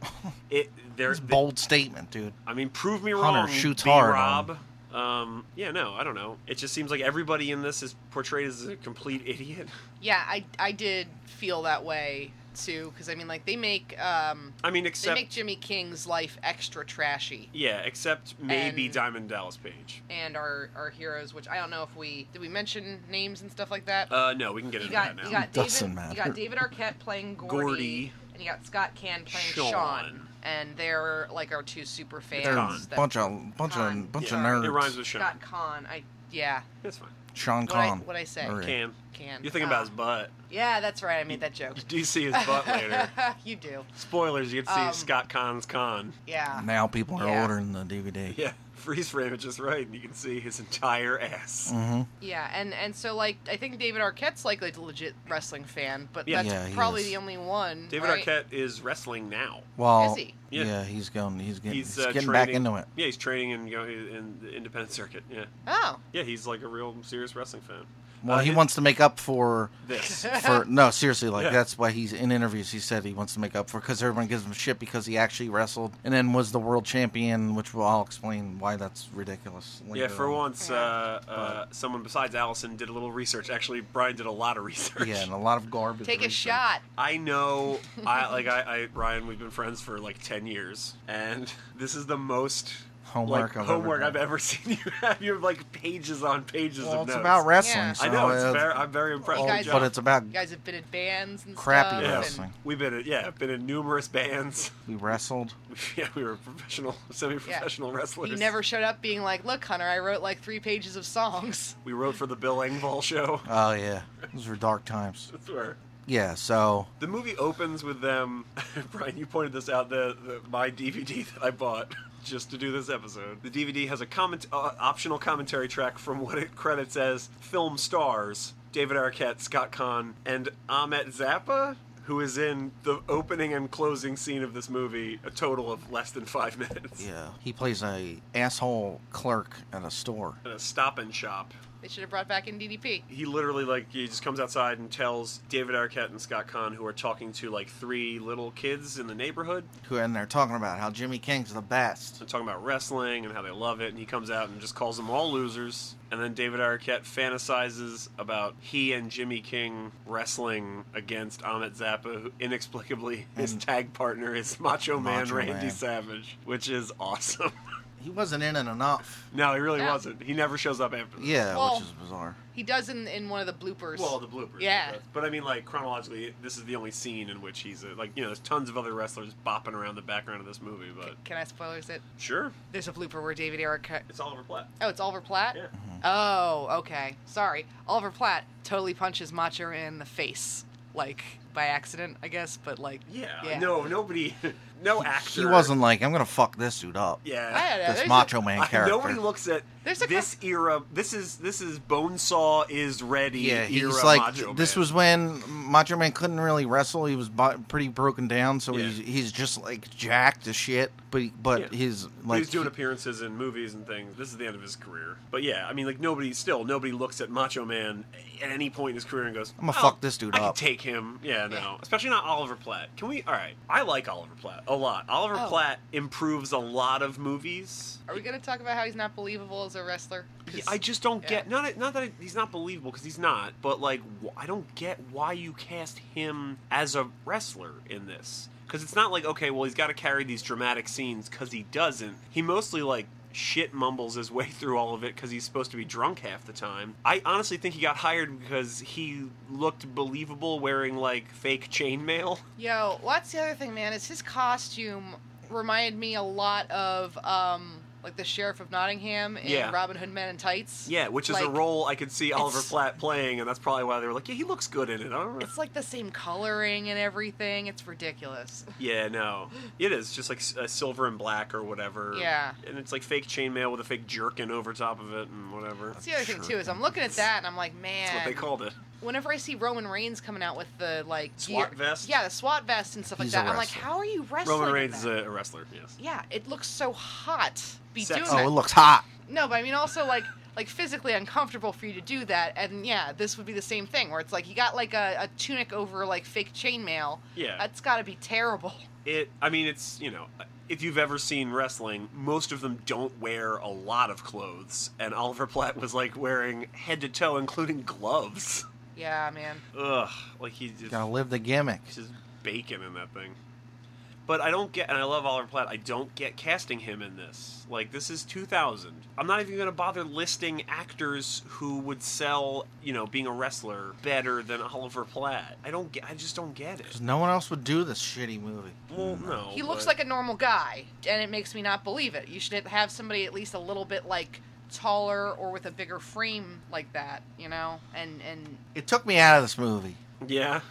Speaker 1: it
Speaker 3: It's
Speaker 1: there's
Speaker 3: a bold statement, dude.
Speaker 1: I mean, prove me
Speaker 3: Hunter
Speaker 1: wrong.
Speaker 3: shoots
Speaker 1: B.
Speaker 3: hard
Speaker 1: Rob. Um, yeah, no, I don't know. It just seems like everybody in this is portrayed as a complete idiot.
Speaker 2: Yeah, I I did feel that way too, because I mean, like they make um
Speaker 1: I mean,
Speaker 2: they
Speaker 1: except
Speaker 2: make Jimmy King's life extra trashy.
Speaker 1: yeah, except maybe
Speaker 2: And-
Speaker 1: Diamond Dallas Page.
Speaker 2: and our our heroes, which I don't know if we did we mention names and stuff like that.
Speaker 1: Uh, no, we can get
Speaker 2: you
Speaker 1: into that
Speaker 2: got
Speaker 1: now.
Speaker 2: you got
Speaker 3: Doesn't
Speaker 2: David
Speaker 3: matter.
Speaker 2: you got David Arquette playing Gordy,
Speaker 1: Gordy.
Speaker 2: and you got Scott Can playing
Speaker 1: Sean.
Speaker 2: Sean. and they're like our two super fans.
Speaker 3: They're
Speaker 1: Con.
Speaker 2: that-
Speaker 3: bunch of bunch
Speaker 2: Con.
Speaker 3: of bunch
Speaker 1: Yeah,
Speaker 3: of nerds.
Speaker 1: It rhymes with Sean.
Speaker 2: Scott Con, I yeah.
Speaker 1: That's fine.
Speaker 3: Sean
Speaker 2: What I-
Speaker 3: Conn.
Speaker 2: what I say.
Speaker 3: All right.
Speaker 1: Cam,
Speaker 2: Can
Speaker 1: you're thinking
Speaker 2: Ah.
Speaker 1: about his butt.
Speaker 2: Yeah, that's right. I made that joke.
Speaker 1: You do see his butt later.
Speaker 2: you do.
Speaker 1: Spoilers, you can see
Speaker 2: Um,
Speaker 1: Scott Kahn's con.
Speaker 2: Yeah.
Speaker 3: Now people are
Speaker 2: Yeah.
Speaker 3: ordering the DVD.
Speaker 1: Yeah, freeze frame it just right, and you can see his entire ass.
Speaker 3: hmm
Speaker 2: Yeah, and and so like I think David Arquette's like a legit wrestling fan, but
Speaker 1: Yeah.
Speaker 2: that's
Speaker 3: Yeah, he
Speaker 2: probably
Speaker 3: is.
Speaker 2: the only one.
Speaker 1: David
Speaker 2: right?
Speaker 1: Arquette is wrestling now.
Speaker 3: Well,
Speaker 2: Is he?
Speaker 1: Yeah.
Speaker 3: Yeah. he's going. He's getting.
Speaker 1: He's,
Speaker 3: He's,
Speaker 1: uh,
Speaker 3: getting
Speaker 1: training,
Speaker 3: back into it.
Speaker 1: Yeah, he's training in, you know, in the independent circuit. Yeah,
Speaker 2: Oh,
Speaker 1: yeah, he's like a real serious wrestling fan.
Speaker 3: Well,
Speaker 1: Uh,
Speaker 3: he
Speaker 1: his-
Speaker 3: wants to make up for
Speaker 1: this.
Speaker 3: for no seriously like
Speaker 1: Yeah.
Speaker 3: that's why he's in interviews he said he wants to make up for because everyone gives him shit because he actually wrestled and then was the world champion which we'll I'll explain why that's ridiculous
Speaker 1: Yeah,
Speaker 3: later
Speaker 1: for
Speaker 3: on.
Speaker 1: once, uh, uh, someone besides Allison did a little research. Actually, Brian did a lot of research.
Speaker 3: yeah and a lot of garbage
Speaker 2: take a
Speaker 3: reasons.
Speaker 2: shot.
Speaker 1: I know, I like, I, I Brian, we've been friends for like ten years, and this is the most
Speaker 3: Homework
Speaker 1: like,
Speaker 3: I've ever
Speaker 1: homework
Speaker 3: done.
Speaker 1: I've ever seen you have. You have like pages on pages of
Speaker 3: well it's
Speaker 1: notes.
Speaker 3: about wrestling
Speaker 2: Yeah.
Speaker 3: so
Speaker 1: I know it's
Speaker 3: it's-
Speaker 1: very, I'm very impressed.
Speaker 2: You
Speaker 1: Good
Speaker 2: guys-
Speaker 1: job.
Speaker 3: but it's about
Speaker 2: You guys have been in bands and
Speaker 3: Crappy
Speaker 2: stuff.
Speaker 1: yeah,
Speaker 3: wrestling.
Speaker 1: we've been in, yeah, been in numerous bands.
Speaker 3: we wrestled
Speaker 1: yeah, we were professional, semi-professional
Speaker 2: And
Speaker 1: wrestlers.
Speaker 2: you never showed up being like, "Look, Hunter, I wrote like three pages of songs."
Speaker 1: We wrote for the Bill Engvall show.
Speaker 3: oh yeah those were dark times
Speaker 1: That's where.
Speaker 3: yeah so
Speaker 1: The movie opens with them. Brian, you pointed this out. The, the my DVD that I bought just to do this episode. The DVD has a comment uh, optional commentary track from what it credits as film stars David Arquette, Scott Kahn, and Ahmet Zappa, who is in the opening and closing scene of this movie. A total of less than five minutes.
Speaker 3: yeah he plays a asshole clerk at a store
Speaker 1: At a stop and shop.
Speaker 2: They should have brought back in DDP.
Speaker 1: he literally like he just comes outside and tells David Arquette and Scott Kahn who are talking to like three little kids in the neighborhood
Speaker 3: who and they're talking about how Jimmy King's the best
Speaker 1: and talking about wrestling and how they love it and he comes out and just calls them all losers and then David Arquette fantasizes about he and Jimmy King wrestling against Ahmet Zappa who inexplicably his
Speaker 3: And-
Speaker 1: tag partner is Macho, Man
Speaker 3: Mm. Macho
Speaker 1: Randy
Speaker 3: Man.
Speaker 1: Savage which is awesome
Speaker 3: he wasn't in it enough.
Speaker 1: No, he really
Speaker 5: Yeah.
Speaker 1: wasn't. He never shows up after. This.
Speaker 3: Yeah,
Speaker 5: Well-
Speaker 3: which is bizarre.
Speaker 5: He does in in one of the bloopers.
Speaker 1: Well, the bloopers.
Speaker 5: Yeah.
Speaker 1: But I mean, like chronologically, this is the only scene in which he's uh, like, you know, there's tons of other wrestlers bopping around the background of this movie, but
Speaker 5: Can I spoilers it?
Speaker 1: sure,
Speaker 5: There's a blooper where David Eric.
Speaker 1: it's Oliver Platt.
Speaker 5: Oh, it's Oliver Platt.
Speaker 1: Yeah.
Speaker 5: Oh, okay. Sorry. Oliver Platt totally punches Macho in the face, like by accident, I guess. But like,
Speaker 1: Yeah.
Speaker 5: yeah.
Speaker 1: No, nobody, no actor.
Speaker 3: He wasn't like I'm gonna fuck this dude up.
Speaker 1: Yeah.
Speaker 5: I don't know.
Speaker 3: This
Speaker 5: there's
Speaker 3: Macho
Speaker 5: a-
Speaker 3: Man
Speaker 1: I-
Speaker 3: character.
Speaker 1: Nobody looks at
Speaker 5: There's a
Speaker 1: this era. This is this is Bonesaw is ready.
Speaker 3: Yeah, he's
Speaker 1: era
Speaker 3: like
Speaker 1: Macho
Speaker 3: this
Speaker 1: Man.
Speaker 3: was when Macho Man couldn't really wrestle. He was bo- pretty broken down, so
Speaker 1: Yeah.
Speaker 3: he's he's just like jacked as shit. But he-
Speaker 1: Yeah.
Speaker 3: but his like
Speaker 1: he was doing
Speaker 3: he-
Speaker 1: appearances in movies and things. This is the end of his career. But yeah, I mean, like nobody still nobody looks at Macho Man at any point in his career and goes,
Speaker 3: I'ma
Speaker 1: "Oh,
Speaker 3: fuck this dude
Speaker 1: I can
Speaker 3: up."
Speaker 1: take him. Yeah, no, especially not Oliver Platt. Can we? All right, I like Oliver Platt a lot. Oliver
Speaker 5: Oh.
Speaker 1: Platt improves a lot of movies.
Speaker 2: Are we gonna talk about how he's not believable as a wrestler? 'Cause
Speaker 1: I just don't
Speaker 2: yeah.
Speaker 1: get not not that he's not believable because he's not, but like wh- I don't get why you cast him as a wrestler in this because it's not like okay, well he's got to carry these dramatic scenes because he doesn't. He mostly like shit mumbles his way through all of it because he's supposed to be drunk half the time. I honestly think he got hired because he looked believable wearing like fake chainmail.
Speaker 2: Yo, well, that's the other thing, man. Is his costume reminded me a lot of um like the sheriff of Nottingham in
Speaker 1: Yeah.
Speaker 2: Robin Hood Men in Tights.
Speaker 1: Yeah, which is a
Speaker 2: Like,
Speaker 1: role I could see Oliver
Speaker 2: it's-
Speaker 1: Platt playing, and that's probably why they were like, yeah, he looks good in it. I don't know.
Speaker 2: It's like the same coloring and everything. It's ridiculous.
Speaker 1: Yeah, no, it is just like s- uh, silver and black or whatever.
Speaker 2: Yeah.
Speaker 1: and it's like fake chainmail with a fake jerkin over top of it and whatever.
Speaker 2: That's the other thing too is I'm looking at that and I'm like, man.
Speaker 1: That's what they called it.
Speaker 2: whenever I see Roman Reigns coming out with the like
Speaker 1: SWAT vest?
Speaker 2: yeah, the SWAT vest and stuff
Speaker 3: He's a
Speaker 2: like that, I'm like,
Speaker 3: wrestler.
Speaker 2: how are you wrestling?
Speaker 1: Roman
Speaker 2: in
Speaker 1: Reigns is
Speaker 2: that?
Speaker 1: a wrestler. Yes.
Speaker 2: yeah, it looks so hot. Be
Speaker 1: Sexy.
Speaker 2: doing
Speaker 3: oh,
Speaker 2: that.
Speaker 3: it looks hot.
Speaker 2: no, but I mean also like like physically uncomfortable for you to do that, and yeah, this would be the same thing where it's like you got like a, a tunic over like fake chainmail.
Speaker 1: Yeah.
Speaker 2: that's got to be terrible.
Speaker 1: It. I mean, it's you know, if you've ever seen wrestling, most of them don't wear a lot of clothes, and Oliver Platt was like wearing head to toe, including gloves.
Speaker 2: Yeah, man.
Speaker 1: Ugh, like he just
Speaker 3: Gotta live the gimmick.
Speaker 1: He's just bacon in that thing. But I don't get, and I love Oliver Platt. I don't get casting him in this. Like this is 2000. I'm not even going to bother listing actors who would sell, you know, being a wrestler better than Oliver Platt. I don't get. I just don't get it.
Speaker 3: 'Cause no one else would do this shitty movie. Mm.
Speaker 1: Well, no.
Speaker 2: He looks
Speaker 1: but-
Speaker 2: like a normal guy, and it makes me not believe it. You should have somebody at least a little bit like taller or with a bigger frame like that, you know, and and
Speaker 3: It took me out of this movie.
Speaker 1: Yeah.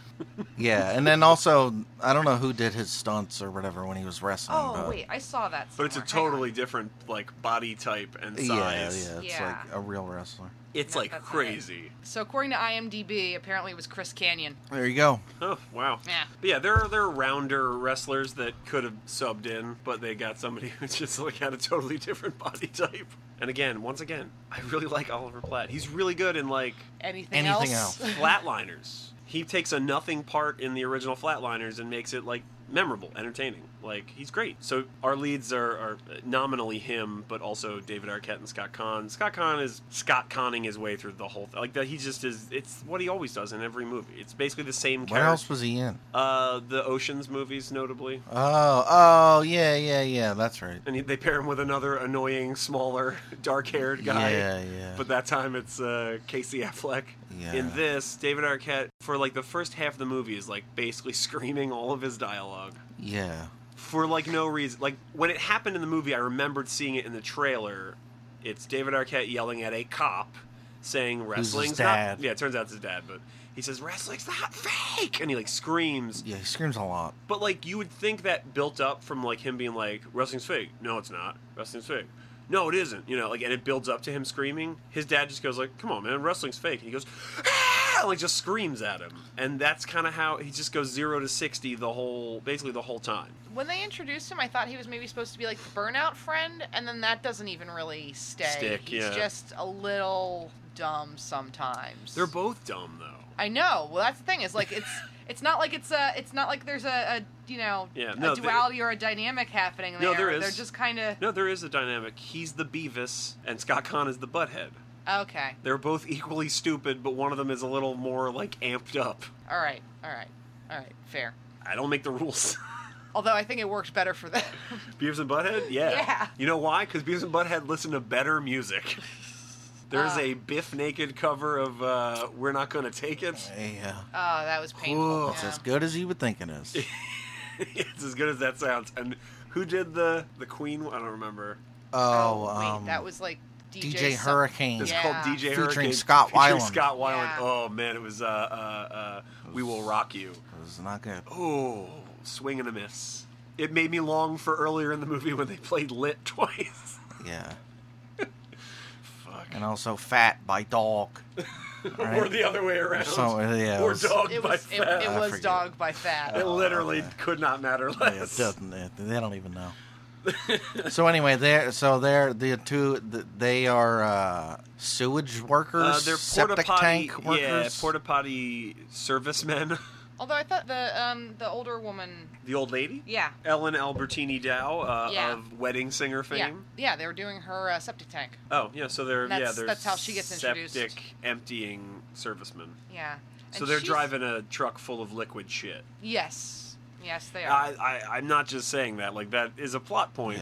Speaker 3: Yeah, and then also I don't know who did his stunts or whatever when he was wrestling.
Speaker 2: Oh
Speaker 3: but
Speaker 2: wait, I saw that.
Speaker 1: But it's a
Speaker 2: somewhere. Hang
Speaker 1: totally different like body type and
Speaker 3: yeah, yeah,
Speaker 1: size.
Speaker 3: it's
Speaker 2: Yeah.
Speaker 3: like a real wrestler.
Speaker 1: It's
Speaker 2: No,
Speaker 1: like
Speaker 2: that's not it.
Speaker 1: crazy.
Speaker 2: on. So according to IMDb, apparently it was Chris Canyon.
Speaker 3: There you go.
Speaker 1: Oh wow.
Speaker 2: Yeah.
Speaker 1: But yeah, there are there are rounder wrestlers that could have subbed in, but they got somebody who's just like had a totally different body type. And again, once again, I really like Oliver Platt. He's really good in like
Speaker 2: Anything,
Speaker 3: Anything
Speaker 2: else?
Speaker 1: flatliners. He takes a nothing part in the original Flatliners and makes it like memorable, entertaining. Like he's great. So our leads are, are nominally him, but also David Arquette and Scott Conn. Scott Conn is Scott Conning his way through the whole thing. Like that, he just is. It's what he always does in every movie. It's basically the same
Speaker 3: What
Speaker 1: character.
Speaker 3: else was he in?
Speaker 1: Uh, the Ocean's movies, notably.
Speaker 3: Oh, oh, yeah, yeah, yeah. That's right.
Speaker 1: And he- they pair him with another annoying, smaller, dark-haired guy.
Speaker 3: Yeah, yeah.
Speaker 1: But that time it's uh, Casey Affleck.
Speaker 3: Yeah.
Speaker 1: In this, David Arquette, for like the first half of the movie, is like basically screaming all of his dialogue
Speaker 3: yeah.
Speaker 1: for like no reason. Like when it happened in the movie, I remembered seeing it in the trailer. It's David Arquette yelling at a cop, saying
Speaker 3: his
Speaker 1: wrestling's
Speaker 3: dad.
Speaker 1: not. Yeah, it turns out it's his dad, but he says wrestling's not fake, and he like screams.
Speaker 3: Yeah, he screams a lot.
Speaker 1: But like you would think that built up from like him being like wrestling's fake. No, it's not. Wrestling's fake. No, it isn't. You know, like and it builds up to him screaming. His dad just goes like, "Come on, man, wrestling's fake." And he goes, "Ah!" like just screams at him, and that's kind of how he just goes zero to sixty the whole, basically the whole time.
Speaker 2: When they introduced him, I thought he was maybe supposed to be like the burnout friend, and then that doesn't even really stay.
Speaker 1: Stick,
Speaker 2: He's
Speaker 1: yeah.
Speaker 2: just a little dumb sometimes.
Speaker 1: They're both dumb though.
Speaker 2: I know. Well, that's the thing. Is like it's it's not like it's a it's not like there's a, a you know
Speaker 1: Yeah,
Speaker 2: a
Speaker 1: no, they-
Speaker 2: duality or a dynamic happening there.
Speaker 1: No, there is.
Speaker 2: They're just kind of
Speaker 1: No, there is a dynamic. He's the Beavis, and Scott Conn is the Butthead.
Speaker 2: okay.
Speaker 1: They're both equally stupid, but one of them is a little more like amped up.
Speaker 2: All right, all right, all right. Fair.
Speaker 1: I don't make the rules.
Speaker 2: Although I think it worked better for them.
Speaker 1: Beavis and Butthead? Yeah.
Speaker 2: Yeah.
Speaker 1: You know why? Because Beavis and Butthead listen to better music. There's
Speaker 2: Ah.
Speaker 1: a Biff Naked cover of uh, We're Not Gonna Take It.
Speaker 3: Yeah.
Speaker 2: oh, that was
Speaker 3: Ooh,
Speaker 2: painful.
Speaker 3: It's
Speaker 2: yeah.
Speaker 3: as good as you would think it
Speaker 1: Oh,
Speaker 3: is.
Speaker 1: it's as good as that sounds. And who did the the Queen? one? I don't remember.
Speaker 3: Oh,
Speaker 2: wait,
Speaker 3: um,
Speaker 2: that was like DJ,
Speaker 3: DJ
Speaker 2: some-
Speaker 3: Hurricane.
Speaker 1: It's
Speaker 2: Yeah.
Speaker 1: called DJ
Speaker 3: Featuring
Speaker 1: Hurricane.
Speaker 3: Scott
Speaker 1: featuring
Speaker 3: Weiland.
Speaker 1: Scott Weiland.
Speaker 2: Yeah.
Speaker 1: Oh man, it was uh, uh, uh, We Will Rock You.
Speaker 3: It was not good.
Speaker 1: Oh, swing and a miss. It made me long for earlier in the movie when they played Lit twice.
Speaker 3: Yeah.
Speaker 1: Fuck.
Speaker 3: And also Fat by Dog.
Speaker 1: Or
Speaker 3: Right?
Speaker 1: the other way around.
Speaker 3: So, yeah, it
Speaker 1: or
Speaker 3: was-
Speaker 1: Dog
Speaker 2: It
Speaker 1: by
Speaker 2: was it,
Speaker 1: Fat.
Speaker 2: it
Speaker 3: I
Speaker 2: was
Speaker 3: forget.
Speaker 2: dog by
Speaker 3: Uh,
Speaker 2: fat.
Speaker 1: It literally could not matter
Speaker 3: Oh, Yeah, it
Speaker 1: less.
Speaker 3: doesn't, it- they don't even know. so anyway, they're so they're the two. th- They are uh, sewage workers,
Speaker 1: Uh, they're porta
Speaker 3: septic
Speaker 1: potty,
Speaker 3: tank
Speaker 1: yeah,
Speaker 3: workers.
Speaker 1: porta potty servicemen.
Speaker 2: Although I thought the um the older woman,
Speaker 1: the old lady,
Speaker 2: yeah,
Speaker 1: Ellen Albertini Dow uh,
Speaker 2: Yeah.
Speaker 1: of Wedding Singer fame.
Speaker 2: yeah, yeah, they were doing her uh, septic tank.
Speaker 1: Oh yeah, so they're yeah
Speaker 2: That's-
Speaker 1: they're
Speaker 2: that's how she gets introduced.
Speaker 1: septic emptying servicemen.
Speaker 2: Yeah. And
Speaker 1: So they're
Speaker 2: she's-
Speaker 1: driving a truck full of liquid shit.
Speaker 2: Yes, yes, they are.
Speaker 1: I, I I'm not just saying that. Like that is a plot point.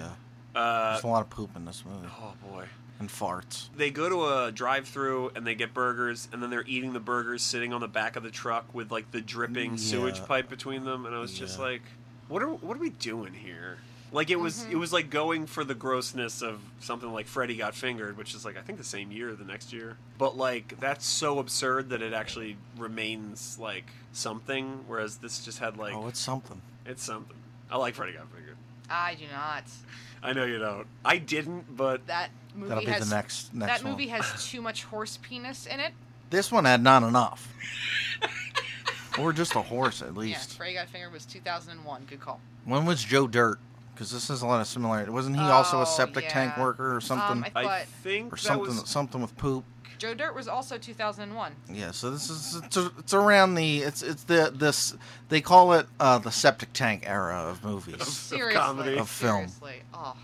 Speaker 3: Yeah.
Speaker 1: Uh,
Speaker 3: There's a lot of poop in this movie
Speaker 1: oh boy.
Speaker 3: and farts.
Speaker 1: They go to a drive-through and they get burgers, and then they're eating the burgers sitting on the back of the truck with like the dripping sewage
Speaker 3: Yeah.
Speaker 1: pipe between them. And I was just
Speaker 3: Yeah.
Speaker 1: like, what are what are we doing here? Like it was it was like going for the grossness of something like Freddy Got Fingered, which is like I think the same year, or the next year. But like that's so absurd that it actually remains like something, whereas this just had like
Speaker 3: oh, it's something.
Speaker 1: it's something. I like Freddy Got Fingered.
Speaker 2: I do not.
Speaker 1: I know you don't. I didn't, but
Speaker 2: That movie
Speaker 3: That'll be
Speaker 2: has
Speaker 3: the next next
Speaker 2: that
Speaker 3: one.
Speaker 2: movie has too much horse penis in it.
Speaker 3: This one had not enough, or just a horse at
Speaker 2: Yeah,
Speaker 3: least.
Speaker 2: Freddy Got Fingered was 2001. Good call.
Speaker 3: When was Joe Dirt? Because this is a lot of similarity. Wasn't he also
Speaker 2: Oh,
Speaker 3: a septic tank
Speaker 2: yeah.
Speaker 3: worker or something,
Speaker 2: Um, I-
Speaker 1: I
Speaker 2: But-
Speaker 1: think
Speaker 3: or
Speaker 1: that
Speaker 3: something
Speaker 1: was
Speaker 3: something with poop?
Speaker 2: Joe Dirt was also 2001.
Speaker 3: Yeah, so this is it's, it's around the it's it's the this they call it uh, the septic tank era of movies.
Speaker 2: Seriously,
Speaker 1: comedy.
Speaker 3: Of film.
Speaker 2: Seriously. Oh,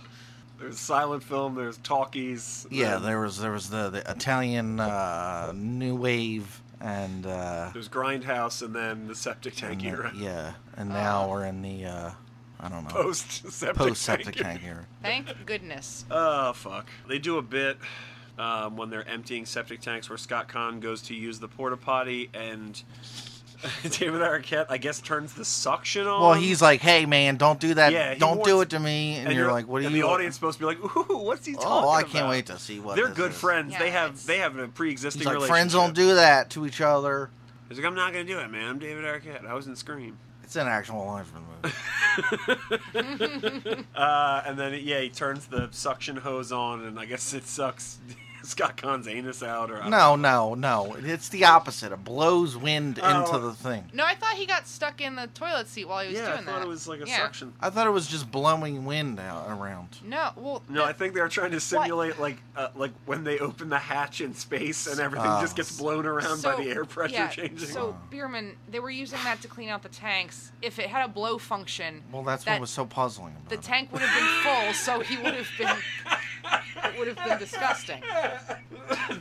Speaker 1: there's silent film, there's talkies.
Speaker 3: yeah,
Speaker 1: there's-
Speaker 3: there was there was the, the Italian uh, new wave and uh,
Speaker 1: There's Grindhouse and then the septic tank
Speaker 3: and the-
Speaker 1: era.
Speaker 3: yeah, and now we're in the uh, I don't know
Speaker 2: oh,
Speaker 1: Post septic
Speaker 3: post septic
Speaker 1: tank.
Speaker 3: tank era.
Speaker 2: thank goodness.
Speaker 1: Oh fuck! They do a bit um, when they're emptying septic tanks, where Scott Kahn goes to use the porta potty, and David Arquette, I guess, turns the suction on.
Speaker 3: Well, he's like, hey man, don't do that,
Speaker 1: Um, Yeah, he
Speaker 3: don't do it
Speaker 1: wants-
Speaker 3: to me, and, you're, like, what do
Speaker 1: and
Speaker 3: you?
Speaker 1: the audience supposed to be like, "Ooh, what's he talking about?"
Speaker 3: Oh, I can't wait to see what
Speaker 1: They're
Speaker 3: this
Speaker 1: good
Speaker 3: is.
Speaker 1: friends.
Speaker 2: Yeah,
Speaker 1: they have
Speaker 2: it's-
Speaker 1: they have a pre-existing
Speaker 3: He's like,
Speaker 1: relationship.
Speaker 3: friends don't do that to each other.
Speaker 1: He's like, I'm not gonna do it, man. I'm David Arquette. I was in Scream.
Speaker 3: It's an actual line from the movie.
Speaker 1: Uh, and then yeah, he turns the suction hose on, and I guess it sucks Scott Kahn's anus out. Or I don't
Speaker 3: No, no, no. It's the opposite. It blows wind
Speaker 1: Oh.
Speaker 3: into the thing.
Speaker 2: No, I thought he got stuck in the toilet seat while he was
Speaker 1: yeah,
Speaker 2: doing
Speaker 1: I thought
Speaker 2: that.
Speaker 1: it was like a
Speaker 2: Yeah.
Speaker 1: suction.
Speaker 3: I thought it was just blowing wind out around.
Speaker 2: No, well,
Speaker 1: No, I think they were trying to simulate like uh, like when they open the hatch in space and everything
Speaker 3: Oh.
Speaker 1: just gets blown around Um, by the air pressure
Speaker 2: yeah,
Speaker 1: changing.
Speaker 2: So Bierman, they were using that to clean out the tanks. If it had a blow function,
Speaker 3: Well, that's
Speaker 2: that
Speaker 3: what was so puzzling about
Speaker 2: the
Speaker 3: it.
Speaker 2: tank would have been full, so he would have been. It would have been disgusting.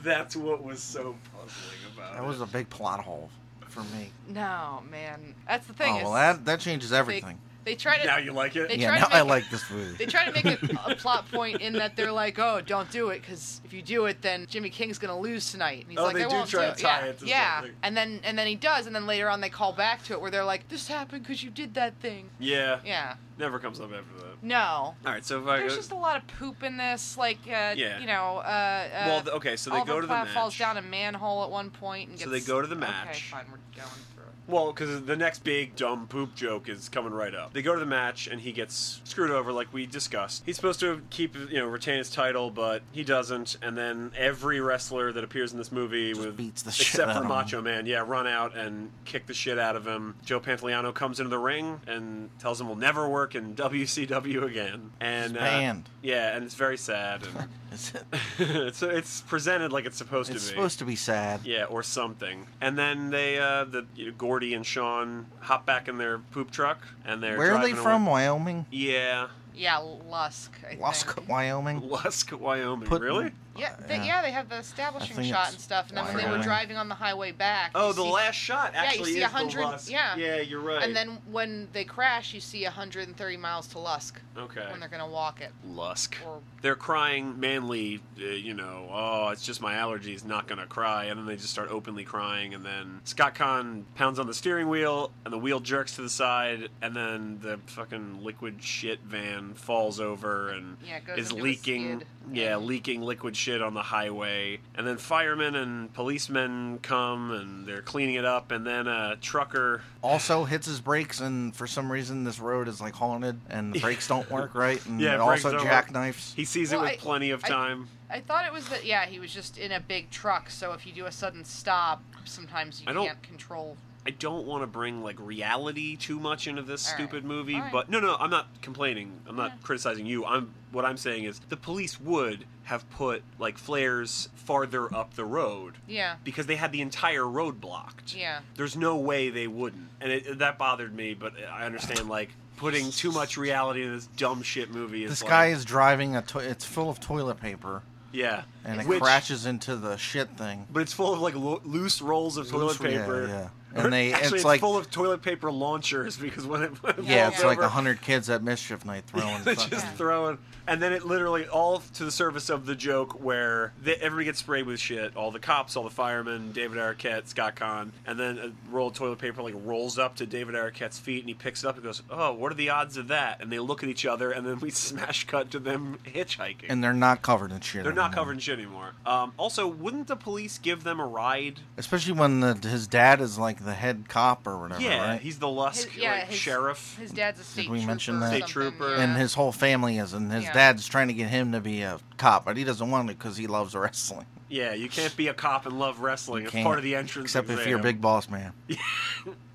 Speaker 1: That's what was so puzzling about
Speaker 3: That
Speaker 1: it.
Speaker 3: was a big plot hole for me.
Speaker 2: No, man, that's the thing.
Speaker 3: Oh,
Speaker 2: is
Speaker 3: well, that, that changes
Speaker 2: they,
Speaker 3: everything.
Speaker 2: they try to
Speaker 1: now you like it?
Speaker 2: they
Speaker 3: yeah,
Speaker 2: tried
Speaker 3: now
Speaker 2: to
Speaker 3: I
Speaker 2: make-
Speaker 3: like this
Speaker 2: They
Speaker 3: movie.
Speaker 2: try to make a, a plot point in that they're like, "Oh, don't do it, because if you do it, then Jimmy King's gonna lose tonight." And he's
Speaker 1: Oh,
Speaker 2: like,
Speaker 1: they
Speaker 2: "I
Speaker 1: do
Speaker 2: won't
Speaker 1: try
Speaker 2: do
Speaker 1: to tie
Speaker 2: yeah,
Speaker 1: it to
Speaker 2: yeah.
Speaker 1: something.
Speaker 2: And then and then he does, and then later on they call back to it where they're like, "This happened because you did that thing."
Speaker 1: yeah,
Speaker 2: Yeah.
Speaker 1: never comes up after that.
Speaker 2: No.
Speaker 1: All right, so if I
Speaker 2: There's
Speaker 1: go-
Speaker 2: just a lot of poop in this, like uh,
Speaker 1: uh, Yeah.
Speaker 2: you know. Uh, uh,
Speaker 1: well, th- okay, so they go to the
Speaker 2: Alvin
Speaker 1: match.
Speaker 2: Platt falls down a manhole at one point and
Speaker 1: So
Speaker 2: gets.
Speaker 1: they go to the
Speaker 2: Okay,
Speaker 1: match.
Speaker 2: fine, we're going through it.
Speaker 1: Well, because the next big dumb poop joke is coming right up. They go to the match and he gets screwed over, like we discussed. He's supposed to keep, you know, retain his title, but he doesn't. And then every wrestler that appears in this movie, with
Speaker 3: beats the shit
Speaker 1: except
Speaker 3: out
Speaker 1: for
Speaker 3: of
Speaker 1: Macho Man, yeah, run out and kick the shit out of him. Joe Pantoliano comes into the ring and tells him we'll never work in WCW again. And
Speaker 3: He's
Speaker 1: uh,
Speaker 3: banned.
Speaker 1: yeah, and it's very sad. And
Speaker 3: It's,
Speaker 1: it's it's presented like it's supposed
Speaker 3: it's
Speaker 1: to be.
Speaker 3: supposed to be sad.
Speaker 1: Yeah, or something. And then they, uh, the you know, Gordy and Sean hop back in their poop truck, and they're
Speaker 3: Where are they
Speaker 1: driving
Speaker 3: from?
Speaker 1: away-
Speaker 3: Wyoming?
Speaker 1: Yeah,
Speaker 2: Yeah, Lusk. I think.
Speaker 3: Lusk, Wyoming?
Speaker 1: Lusk, Wyoming.
Speaker 3: Put-
Speaker 1: really?
Speaker 4: Yeah, they,
Speaker 3: Yeah.
Speaker 4: yeah, they have the
Speaker 3: I
Speaker 4: establishing
Speaker 3: think
Speaker 4: shot
Speaker 3: it's
Speaker 4: and stuff, and then when they were
Speaker 3: wiring.
Speaker 4: driving on the highway back.
Speaker 6: Oh,
Speaker 4: you
Speaker 6: the
Speaker 4: see-
Speaker 6: last shot
Speaker 4: you
Speaker 6: actually
Speaker 4: see
Speaker 6: is
Speaker 4: 100
Speaker 6: the Lusk.
Speaker 4: yeah.
Speaker 6: yeah, you're right.
Speaker 4: And then when they crash, you see 130 miles to Lusk
Speaker 1: Okay.
Speaker 4: when they're gonna walk it.
Speaker 1: Lusk.
Speaker 4: Or
Speaker 1: They're crying manly, uh, you know, oh, it's just my allergies, not gonna cry. And then they just start openly crying. And then Scott Kahn pounds on the steering wheel, and the wheel jerks to the side. And then the fucking liquid shit van falls over and
Speaker 4: Yeah, it goes
Speaker 1: is
Speaker 4: into a
Speaker 1: leaking.
Speaker 4: skid.
Speaker 1: Yeah, leaking liquid shit on the highway. And then firemen and policemen come and they're cleaning it up. And then a trucker
Speaker 3: Also hits his brakes, and for some reason this road is like haunted, and the brakes don't work right, and
Speaker 1: Yeah,
Speaker 3: it
Speaker 1: brakes
Speaker 3: also
Speaker 1: don't work.
Speaker 3: jackknifes.
Speaker 1: he sees it
Speaker 4: Well,
Speaker 1: with
Speaker 4: I-
Speaker 1: plenty of
Speaker 4: I-
Speaker 1: time.
Speaker 4: I thought it was that. Yeah, he was just in a big truck, so if you do a sudden stop, sometimes you
Speaker 1: I don't-
Speaker 4: can't control.
Speaker 1: I don't want to bring like reality too much into this
Speaker 4: All right.
Speaker 1: stupid movie,
Speaker 4: All right.
Speaker 1: but no, no, I'm not complaining. I'm not criticizing you. I'm what I'm saying is the police would have put like flares farther up the road
Speaker 4: Yeah,
Speaker 1: because they had the entire road blocked.
Speaker 4: yeah.
Speaker 1: There's no way they wouldn't, and it, that bothered me. But I understand like putting too much reality in this dumb shit movie is
Speaker 3: This
Speaker 1: like,
Speaker 3: guy is driving a. To- it's full of toilet paper,
Speaker 1: yeah,
Speaker 3: and it
Speaker 1: Which-
Speaker 3: crashes into the shit thing.
Speaker 1: But it's full of like lo- loose rolls of toilet
Speaker 3: Loose- yeah,
Speaker 1: paper.
Speaker 3: yeah. And they-
Speaker 1: actually
Speaker 3: it's
Speaker 1: it's
Speaker 3: like-
Speaker 1: full of toilet paper launchers because when it, when it
Speaker 3: Yeah,
Speaker 1: rolls
Speaker 3: it's like
Speaker 1: over,
Speaker 3: a hundred kids at mischief night throwing.
Speaker 1: they
Speaker 3: fucking-
Speaker 1: just throwing, and then it literally all to the surface of the joke where they, everybody gets sprayed with shit. All the cops, all the firemen, David Arquette, Scott Kahn, and then a roll of toilet paper like rolls up to David Arquette's feet, and he picks it up and goes, "Oh, what are the odds of that?" And they look at each other, and then we smash cut to them hitchhiking.
Speaker 3: and they're not covered in shit.
Speaker 1: they're not
Speaker 3: anymore.
Speaker 1: covered in shit anymore. Um, also, wouldn't the police give them a ride?
Speaker 3: especially when the, his dad is like the head cop or whatever.
Speaker 1: Yeah,
Speaker 3: right?
Speaker 1: he's the Lusk
Speaker 4: His- yeah,
Speaker 1: like,
Speaker 4: his-
Speaker 1: sheriff.
Speaker 4: His dad's a state
Speaker 3: we
Speaker 4: trooper.
Speaker 3: mention
Speaker 4: or
Speaker 3: that?
Speaker 1: State
Speaker 4: something,
Speaker 1: trooper.
Speaker 4: yeah.
Speaker 3: and his whole family is, and his
Speaker 4: Yeah.
Speaker 3: dad's trying to get him to be a cop, but he doesn't want it because he loves wrestling.
Speaker 1: yeah, you can't be a cop and love wrestling. It's
Speaker 3: Can't-
Speaker 1: part of the entrance.
Speaker 3: Except if
Speaker 1: exam.
Speaker 3: you're Big Boss Man.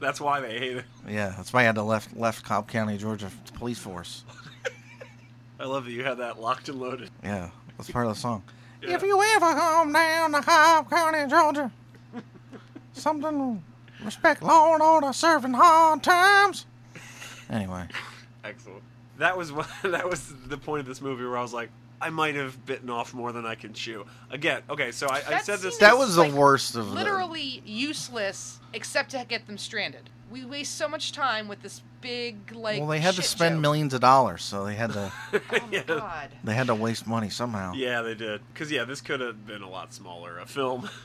Speaker 1: That's why they hate it.
Speaker 3: Yeah, that's why I had to left left Cobb County, Georgia police force.
Speaker 1: I love that you had that locked and loaded.
Speaker 3: Yeah, that's part of the song.
Speaker 1: Yeah.
Speaker 3: If you ever come down to Cobb County, Georgia, something respect law and order, serving hard times. Anyway,
Speaker 1: Excellent. That was one, that was the point of this movie where I was like, I might have bitten off more than I can chew. Again, okay, so I, I
Speaker 4: That
Speaker 1: said this.
Speaker 4: seems-
Speaker 3: that was the
Speaker 4: Like,
Speaker 3: worst of the.
Speaker 4: literally useless except to get them stranded. We waste so much time with this big like.
Speaker 3: Well, they had to
Speaker 4: shit
Speaker 3: spend
Speaker 4: show.
Speaker 3: millions of dollars, so they had to
Speaker 4: Oh my god.
Speaker 3: they had to waste money somehow.
Speaker 1: Yeah, they did. Because yeah, this could have been a lot smaller. A film.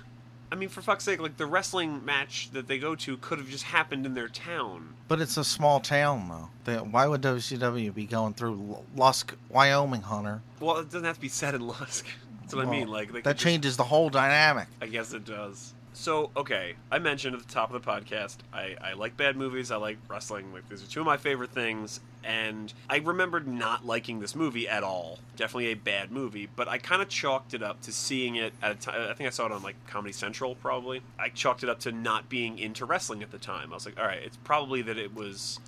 Speaker 1: I mean, for fuck's sake, like the wrestling match that they go to could have just happened in their town.
Speaker 3: But it's a small town, though. They- why would WCW be going through Lu- Lusk, Wyoming, Hunter?
Speaker 1: Well, it doesn't have to be set in Lusk. That's what I
Speaker 3: Well,
Speaker 1: mean. Like they could
Speaker 3: that
Speaker 1: just-
Speaker 3: changes the whole dynamic.
Speaker 1: I guess it does. So, okay, I mentioned at the top of the podcast, I, I like bad movies, I like wrestling. Like, these are two of my favorite things. And I remembered not liking this movie at all. Definitely a bad movie, but I kind of chalked it up to seeing it at a time. I think I saw it on, like, Comedy Central, probably. I chalked it up to not being into wrestling at the time. I was like, all right, it's probably that it was.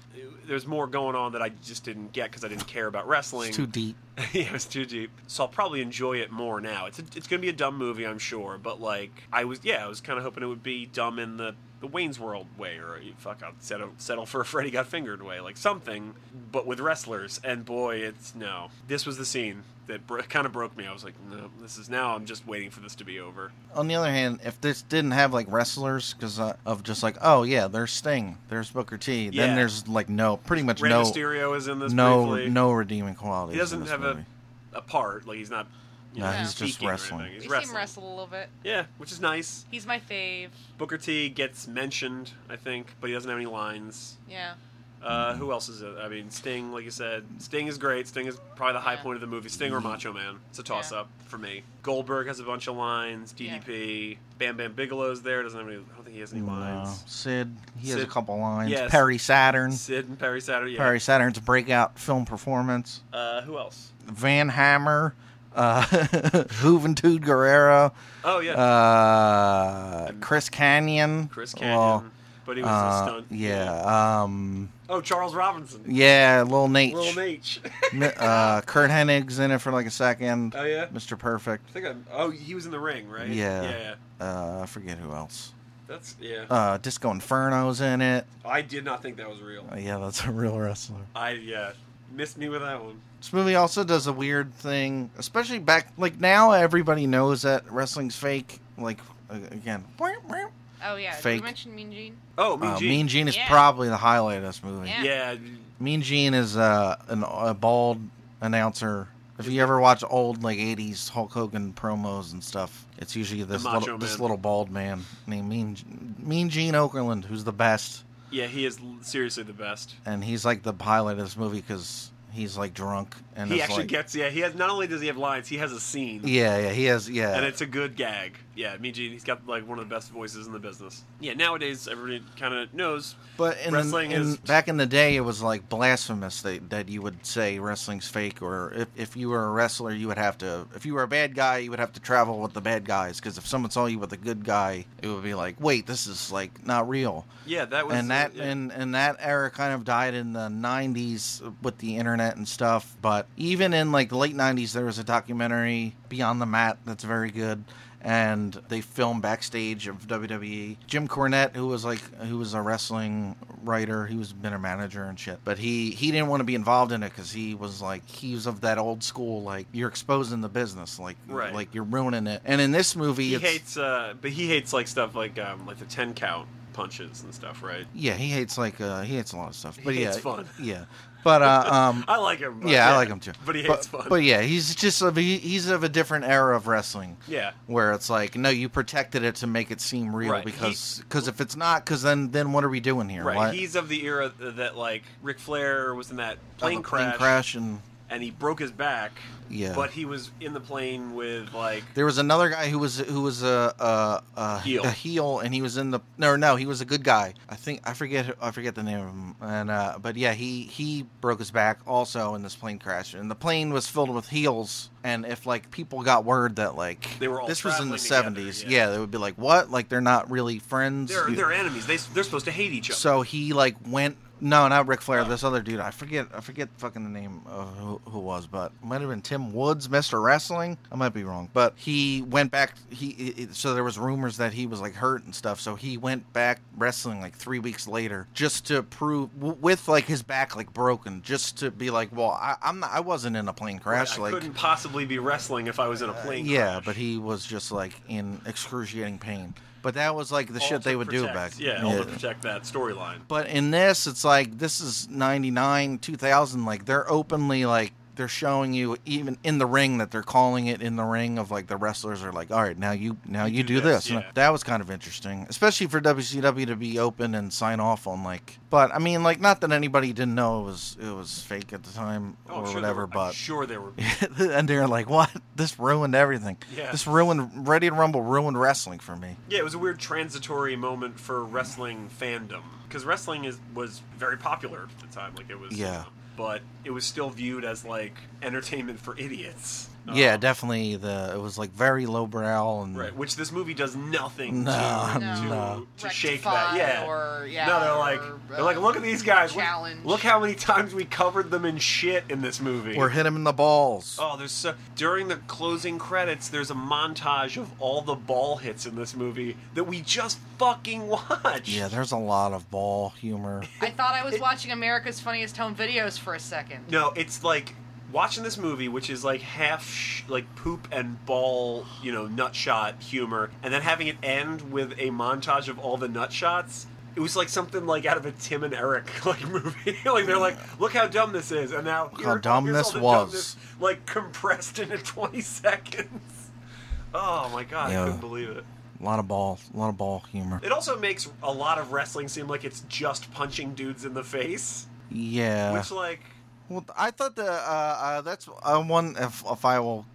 Speaker 1: There's more going on that I just didn't get because I didn't care about wrestling.
Speaker 3: It's too deep.
Speaker 1: yeah, it was too deep. So I'll probably enjoy it more now. It's a, it's gonna be a dumb movie, I'm sure. But like, I was yeah, I was kind of hoping it would be dumb in the the Wayne's World way, or fuck, I'll settle settle for a Freddy Got Fingered way, like something, but with wrestlers. And boy, it's no. This was the scene that bro- kind of broke me. I was like, no, this is now. I'm just waiting for this to be over.
Speaker 3: On the other hand, if this didn't have like wrestlers, because uh, of just like, oh yeah, there's Sting, there's Booker T,
Speaker 1: Yeah.
Speaker 3: then there's like no, pretty much
Speaker 1: Rey
Speaker 3: no,
Speaker 1: Mysterio is in this.
Speaker 3: no,
Speaker 1: briefly.
Speaker 3: no redeeming quality.
Speaker 1: he doesn't
Speaker 3: this
Speaker 1: have
Speaker 3: movie.
Speaker 1: a a part. Like he's not. You
Speaker 3: No,
Speaker 1: know,
Speaker 4: he's
Speaker 3: just
Speaker 1: speaking or
Speaker 3: wrestling.
Speaker 1: anything.
Speaker 4: We
Speaker 1: He's
Speaker 4: see
Speaker 1: wrestling.
Speaker 4: him wrestle a little bit.
Speaker 1: Yeah, which is nice.
Speaker 4: He's my fave.
Speaker 1: Booker T gets mentioned, I think, but he doesn't have any lines.
Speaker 4: Yeah.
Speaker 1: Uh,
Speaker 3: Mm-hmm.
Speaker 1: who else is it? I mean, Sting, like you said, Sting is great. Sting is probably the high
Speaker 4: Yeah.
Speaker 1: point of the movie. Sting
Speaker 3: Mm-hmm.
Speaker 1: or Macho Man? It's a toss up for me. Goldberg has a bunch of lines. DDP, Bam Bam Bigelow's there. Doesn't have any. I don't think he has any
Speaker 3: No.
Speaker 1: lines.
Speaker 3: Sid, he has a
Speaker 1: Sid-
Speaker 3: couple lines.
Speaker 1: yes.
Speaker 3: Perry Saturn,
Speaker 1: Sid and Perry Saturday. Yeah.
Speaker 3: Perry Saturn's breakout film performance.
Speaker 1: Uh, who else?
Speaker 3: Van Hammer, uh, Juventud Guerrero,
Speaker 1: Oh yeah,
Speaker 3: uh, Chris Canyon.
Speaker 1: Chris Canyon.
Speaker 3: Well,
Speaker 1: but he was
Speaker 3: uh,
Speaker 1: a stunt.
Speaker 3: yeah, um,
Speaker 1: Oh, Charles Robinson.
Speaker 3: yeah, Lil Nate.
Speaker 1: Little Nate.
Speaker 3: Mi- uh, Kurt Hennig's in it for like a second.
Speaker 1: oh yeah.
Speaker 3: Mr. Perfect.
Speaker 1: I think I'm. Oh, he was in the ring, right?
Speaker 3: Yeah.
Speaker 1: Yeah.
Speaker 3: Uh, I forget who else.
Speaker 1: That's yeah.
Speaker 3: Uh, Disco Inferno's in it.
Speaker 1: I did not think that was real.
Speaker 3: Uh, yeah, that's a real wrestler.
Speaker 1: I yeah. Missed me with that one.
Speaker 3: This movie also does a weird thing, especially back like now everybody knows that wrestling's fake. Like a- again,
Speaker 4: Oh yeah, did
Speaker 3: Fake.
Speaker 4: you mention Mean Gene?
Speaker 1: Oh, Mean
Speaker 3: uh,
Speaker 1: Gene.
Speaker 3: Mean Gene is
Speaker 4: Yeah.
Speaker 3: probably the highlight of this movie.
Speaker 4: Yeah.
Speaker 1: Yeah,
Speaker 3: Mean Gene is uh, an, a bald announcer. If you ever watch old like '80s Hulk Hogan promos and stuff, it's usually this
Speaker 1: Macho
Speaker 3: little this
Speaker 1: Man.
Speaker 3: little bald man named Mean Mean Gene Okerlund, who's the best,
Speaker 1: yeah, he is l- seriously the best.
Speaker 3: and he's like the highlight of this movie because he's like drunk and
Speaker 1: he
Speaker 3: it's
Speaker 1: actually
Speaker 3: like,
Speaker 1: gets yeah. He has not only does he have lines, he has a scene.
Speaker 3: yeah, yeah, he has yeah.
Speaker 1: And it's a good gag. Yeah, Mean Gene, he's got like one of the best voices in the business. Yeah, nowadays everybody kind of knows.
Speaker 3: But in,
Speaker 1: Wrestling
Speaker 3: in-
Speaker 1: is-
Speaker 3: back in the day, it was like blasphemous that, that you would say wrestling's fake, or if, if you were a wrestler, you would have to. If you were a bad guy, you would have to travel with the bad guys because if someone saw you with a good guy, it would be like, wait, this is like not real.
Speaker 1: Yeah, that was uh,
Speaker 3: And that
Speaker 1: yeah.
Speaker 3: and, and that era kind of died in the '90s with the internet and stuff. But even in like the late '90s, there was a documentary Beyond the Mat that's very good, and they filmed backstage of WWE. Jim Cornette, who was like who was a wrestling writer, he was been a manager and shit, but he he didn't want to be involved in it because he was like he was of that old school like you're exposing the business like
Speaker 1: Right.
Speaker 3: like you're ruining it. And in this movie,
Speaker 1: he
Speaker 3: it's,
Speaker 1: hates. Uh, but he hates like stuff like um, like the ten count punches and stuff, right?
Speaker 3: yeah he hates like uh, he hates a lot of stuff, but
Speaker 1: He
Speaker 3: yeah
Speaker 1: hates fun.
Speaker 3: yeah. But uh, um,
Speaker 1: I like him. but-
Speaker 3: yeah, I like him too.
Speaker 1: But he
Speaker 3: but,
Speaker 1: hates fun.
Speaker 3: But yeah, he's just of he, he's of a different era of wrestling
Speaker 1: yeah,
Speaker 3: where it's like, no, you protected it to make it seem real
Speaker 1: Right,
Speaker 3: because cause if it's not, because then then what are we doing here?
Speaker 1: right.
Speaker 3: Why-
Speaker 1: He's of the era that like Ric Flair was in that
Speaker 3: have a
Speaker 1: plane crash,
Speaker 3: and
Speaker 1: and he broke his back.
Speaker 3: Yeah.
Speaker 1: But he was in the plane with like
Speaker 3: there was another guy who was who was a a, a,
Speaker 1: Heel.
Speaker 3: a heel and he was in the no no he was a good guy I think I forget who- I forget the name of him and uh, but yeah he he broke his back also in this plane crash and the plane was filled with heels and if like people got word that like
Speaker 1: They were all
Speaker 3: this was in the
Speaker 1: traveling together,
Speaker 3: seventies
Speaker 1: yeah.
Speaker 3: yeah. they would be like what like they're not really friends
Speaker 1: they're
Speaker 3: You-
Speaker 1: they're enemies. They they're supposed to hate each other.
Speaker 3: so he like went. No, not Ric Flair. This other dude, I forget. I forget fucking the name of who, who it was, but it might have been Tim Woods, Mister Wrestling. I might be wrong, but he went back. He it- it- so there was rumors that he was like hurt and stuff. So he went back wrestling like three weeks later just to prove w- with like his back like broken, just to be like, well, I, I'm not, I wasn't in a plane crash.
Speaker 1: I
Speaker 3: like Uh,
Speaker 1: couldn't possibly be wrestling if I was in a plane.
Speaker 3: yeah,
Speaker 1: crash.
Speaker 3: but he was just like in excruciating pain. But that was like the shit they would do back.
Speaker 1: Yeah, all to protect that storyline.
Speaker 3: But in this, it's like this is '99, 2000. Like they're openly like they're showing you even in the ring that they're calling it in the ring of like the wrestlers are like, all right, now you now you, do, this.
Speaker 1: yeah.
Speaker 3: And That was kind of interesting, especially for WCW to be open and sign off on like. But I mean, like not that anybody didn't know it was it was fake at the time
Speaker 1: Oh, I'm
Speaker 3: or
Speaker 1: sure There
Speaker 3: whatever,
Speaker 1: were, I'm
Speaker 3: but.
Speaker 1: sure there were.
Speaker 3: and they're like, "What? This ruined everything.
Speaker 1: Yeah.
Speaker 3: This ruined Ready to Rumble ruined wrestling for me."
Speaker 1: Yeah, it was a weird transitory moment for wrestling fandom because wrestling is was very popular at the time. Like it was. you
Speaker 3: Yeah.
Speaker 1: know, but it was still viewed as like entertainment for idiots.
Speaker 3: yeah,
Speaker 1: Um,
Speaker 3: definitely. The it was like very lowbrow and
Speaker 1: Right, which this movie does nothing
Speaker 3: No,
Speaker 1: to, to,
Speaker 3: no.
Speaker 1: to shake that.
Speaker 4: Rectify
Speaker 1: Yeah.
Speaker 4: or- yeah,
Speaker 1: no, they're like
Speaker 4: or,
Speaker 1: they're like,
Speaker 4: uh,
Speaker 1: look at these guys. Look-
Speaker 4: challenge.
Speaker 1: Look, how many times we covered them in shit in this movie.
Speaker 3: or hit him in the balls.
Speaker 1: Oh, there's so during the closing credits, there's a montage of all the ball hits in this movie that we just fucking watched.
Speaker 3: Yeah, there's a lot of ball humor.
Speaker 4: I thought I was watching America's Funniest Home Videos for a second.
Speaker 1: No, it's like watching this movie, which is like half sh- like poop and ball, you know, nut shot humor, and then having it end with a montage of all the nut shots. It was like something like out of a Tim and Eric like movie. like they're like, look how dumb this is, and now
Speaker 3: how
Speaker 1: here-
Speaker 3: dumb
Speaker 1: here's
Speaker 3: this
Speaker 1: all the
Speaker 3: was.
Speaker 1: dumbness, like compressed into 20 seconds. Oh my god,
Speaker 3: Yeah.
Speaker 1: I couldn't believe it.
Speaker 3: A lot of ball, a lot of ball humor.
Speaker 1: It also makes a lot of wrestling seem like it's just punching dudes in the face,
Speaker 3: Yeah.
Speaker 1: which like
Speaker 3: well, I thought the uh, uh, that's uh, one. If if I will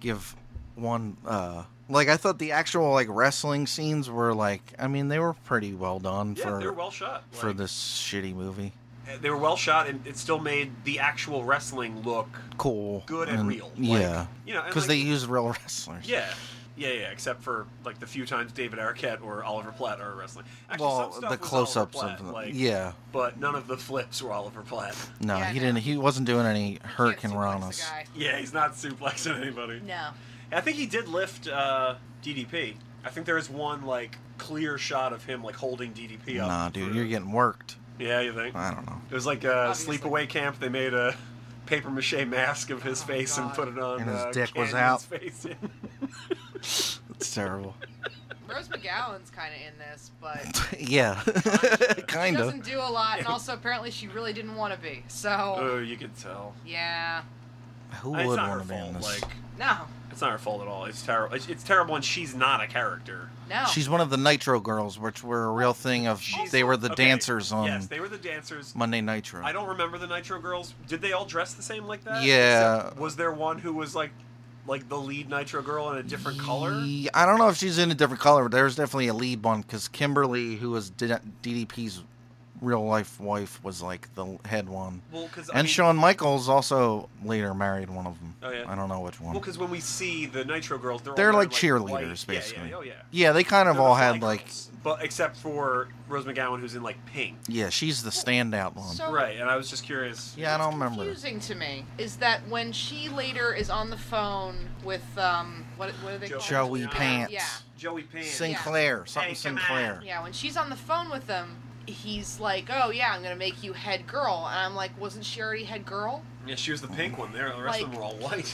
Speaker 3: give one, uh, like I thought the actual like wrestling scenes were like. I mean, they were pretty well done
Speaker 1: yeah,
Speaker 3: for
Speaker 1: they're well shot.
Speaker 3: for
Speaker 1: Like,
Speaker 3: this shitty movie.
Speaker 1: they were well shot, and it still made the actual wrestling look
Speaker 3: Cool,
Speaker 1: good and, real. Like,
Speaker 3: Yeah,
Speaker 1: you know, and,
Speaker 3: because
Speaker 1: like,
Speaker 3: they used real wrestlers.
Speaker 1: yeah, yeah, yeah. Except for like the few times David Arquette or Oliver Platt are wrestling. Actually, some
Speaker 3: well,
Speaker 1: stuff
Speaker 3: the
Speaker 1: was
Speaker 3: close-ups
Speaker 1: Oliver Platt,
Speaker 3: of them.
Speaker 1: like,
Speaker 3: yeah.
Speaker 1: but none of the flips were Oliver Platt.
Speaker 3: No,
Speaker 4: Yeah,
Speaker 3: he
Speaker 4: no.
Speaker 3: didn't. He wasn't doing any
Speaker 4: Can't
Speaker 3: Hurricane
Speaker 4: suplex a
Speaker 3: Rana's.
Speaker 4: guy.
Speaker 1: Yeah, he's not suplexing anybody.
Speaker 4: No.
Speaker 1: I think he did lift uh, DDP. I think there is one like clear shot of him like holding DDP up.
Speaker 3: Nah,
Speaker 1: for-
Speaker 3: dude, you're getting worked.
Speaker 1: Yeah, you think?
Speaker 3: I don't know.
Speaker 1: It was like a
Speaker 4: Obviously.
Speaker 1: sleepaway camp. They made a paper mache mask of his face and
Speaker 4: Oh, God.
Speaker 1: put it on.
Speaker 3: And his
Speaker 1: uh,
Speaker 3: dick was
Speaker 1: Canyon's
Speaker 3: out.
Speaker 1: Face.
Speaker 3: It's terrible.
Speaker 4: Rose McGowan's kind of in this, but
Speaker 3: yeah, kind
Speaker 4: she
Speaker 3: of.
Speaker 4: doesn't do a lot, and also apparently she really didn't want to be. So
Speaker 1: oh, you could tell.
Speaker 4: yeah,
Speaker 3: Who
Speaker 1: it's
Speaker 3: would
Speaker 1: not her
Speaker 3: want to be
Speaker 1: fault.
Speaker 3: in this?
Speaker 1: Like,
Speaker 4: no,
Speaker 1: it's not her fault at all. It's terrible. It's, it's terrible, and she's not a character.
Speaker 4: no.
Speaker 3: She's one of the Nitro girls, which were a real thing. Of
Speaker 1: She's-
Speaker 3: they were the
Speaker 1: okay,
Speaker 3: dancers on
Speaker 1: Yes, they were the dancers.
Speaker 3: Monday Nitro.
Speaker 1: I don't remember the Nitro girls. Did they all dress the same like that?
Speaker 3: Yeah.
Speaker 1: Except- was there one who was like, like the lead Nitro girl in a different color?
Speaker 3: Ye- I don't know if she's in a different color, but there's definitely a lead one because Kimberly, who was D- DDP's real life wife, was like the head one.
Speaker 1: Well, because
Speaker 3: And Shawn Michaels also later married one of them.
Speaker 1: Oh, yeah.
Speaker 3: I don't know which one.
Speaker 1: Well, because when we see the Nitro girls, they're all
Speaker 3: They're
Speaker 1: wearing,
Speaker 3: like
Speaker 1: white-
Speaker 3: cheerleaders,
Speaker 1: yeah,
Speaker 3: basically.
Speaker 1: Yeah, oh yeah.
Speaker 3: yeah, they kind of
Speaker 1: They're the
Speaker 3: all
Speaker 1: fly
Speaker 3: had like
Speaker 1: girls. but except for Rose McGowan, who's in like pink.
Speaker 3: yeah, she's the standout one.
Speaker 4: So
Speaker 1: Right, and I was just curious.
Speaker 3: yeah, I don't remember.
Speaker 4: confusing to me is that when she later is on the phone with um, what what are they
Speaker 1: Joey.
Speaker 4: called?
Speaker 3: Joey
Speaker 1: Yeah.
Speaker 3: Pants,
Speaker 4: Yeah.
Speaker 1: Joey Pants.
Speaker 3: Sinclair, something
Speaker 1: Hey, come on.
Speaker 3: Sinclair.
Speaker 4: Yeah, when she's on the phone with him, he's like, "Oh yeah, I'm gonna make you head girl," and I'm like, "Wasn't she already head girl?"
Speaker 1: Yeah, she was the pink one there. The rest of
Speaker 4: Like-
Speaker 1: them were all white.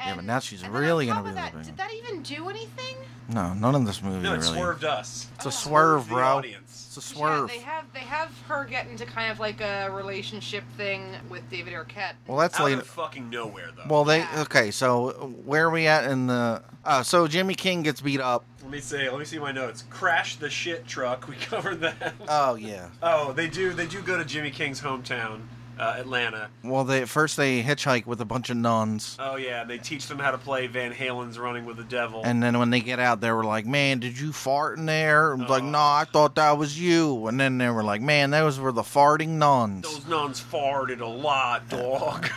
Speaker 4: And,
Speaker 3: Yeah, but now she's
Speaker 4: and then on
Speaker 3: really gonna
Speaker 4: top of
Speaker 3: be the
Speaker 4: that,
Speaker 3: big
Speaker 4: Did
Speaker 3: one.
Speaker 4: that even do anything?
Speaker 3: No, none of this movie
Speaker 1: No, it
Speaker 3: really.
Speaker 1: swerved us.
Speaker 3: It's a
Speaker 4: Oh.
Speaker 3: swerve,
Speaker 1: The
Speaker 3: bro.
Speaker 1: audience.
Speaker 3: It's a swerve.
Speaker 4: Yeah, they have they have her get into kind of like a relationship thing with David Arquette.
Speaker 3: well, that's
Speaker 1: Out
Speaker 3: later.
Speaker 1: of fucking nowhere, though.
Speaker 3: Well, they
Speaker 4: Yeah.
Speaker 3: okay. So where are we at in the? Uh, so Jimmy King gets beat up.
Speaker 1: let me see. Let me see my notes. Crash the shit truck. We covered that.
Speaker 3: Oh yeah.
Speaker 1: oh, they do. They do go to Jimmy King's hometown, uh, Atlanta.
Speaker 3: Well, they first they hitchhike with a bunch of nuns,
Speaker 1: Oh yeah, they teach them how to play Van Halen's "Running with the Devil."
Speaker 3: and then when they get out, they were like, "Man, did you fart in there?" And was like,
Speaker 1: Oh.
Speaker 3: "No, I thought that was you." And then they were like, "Man, those were the farting nuns."
Speaker 1: Those nuns farted a lot, dog.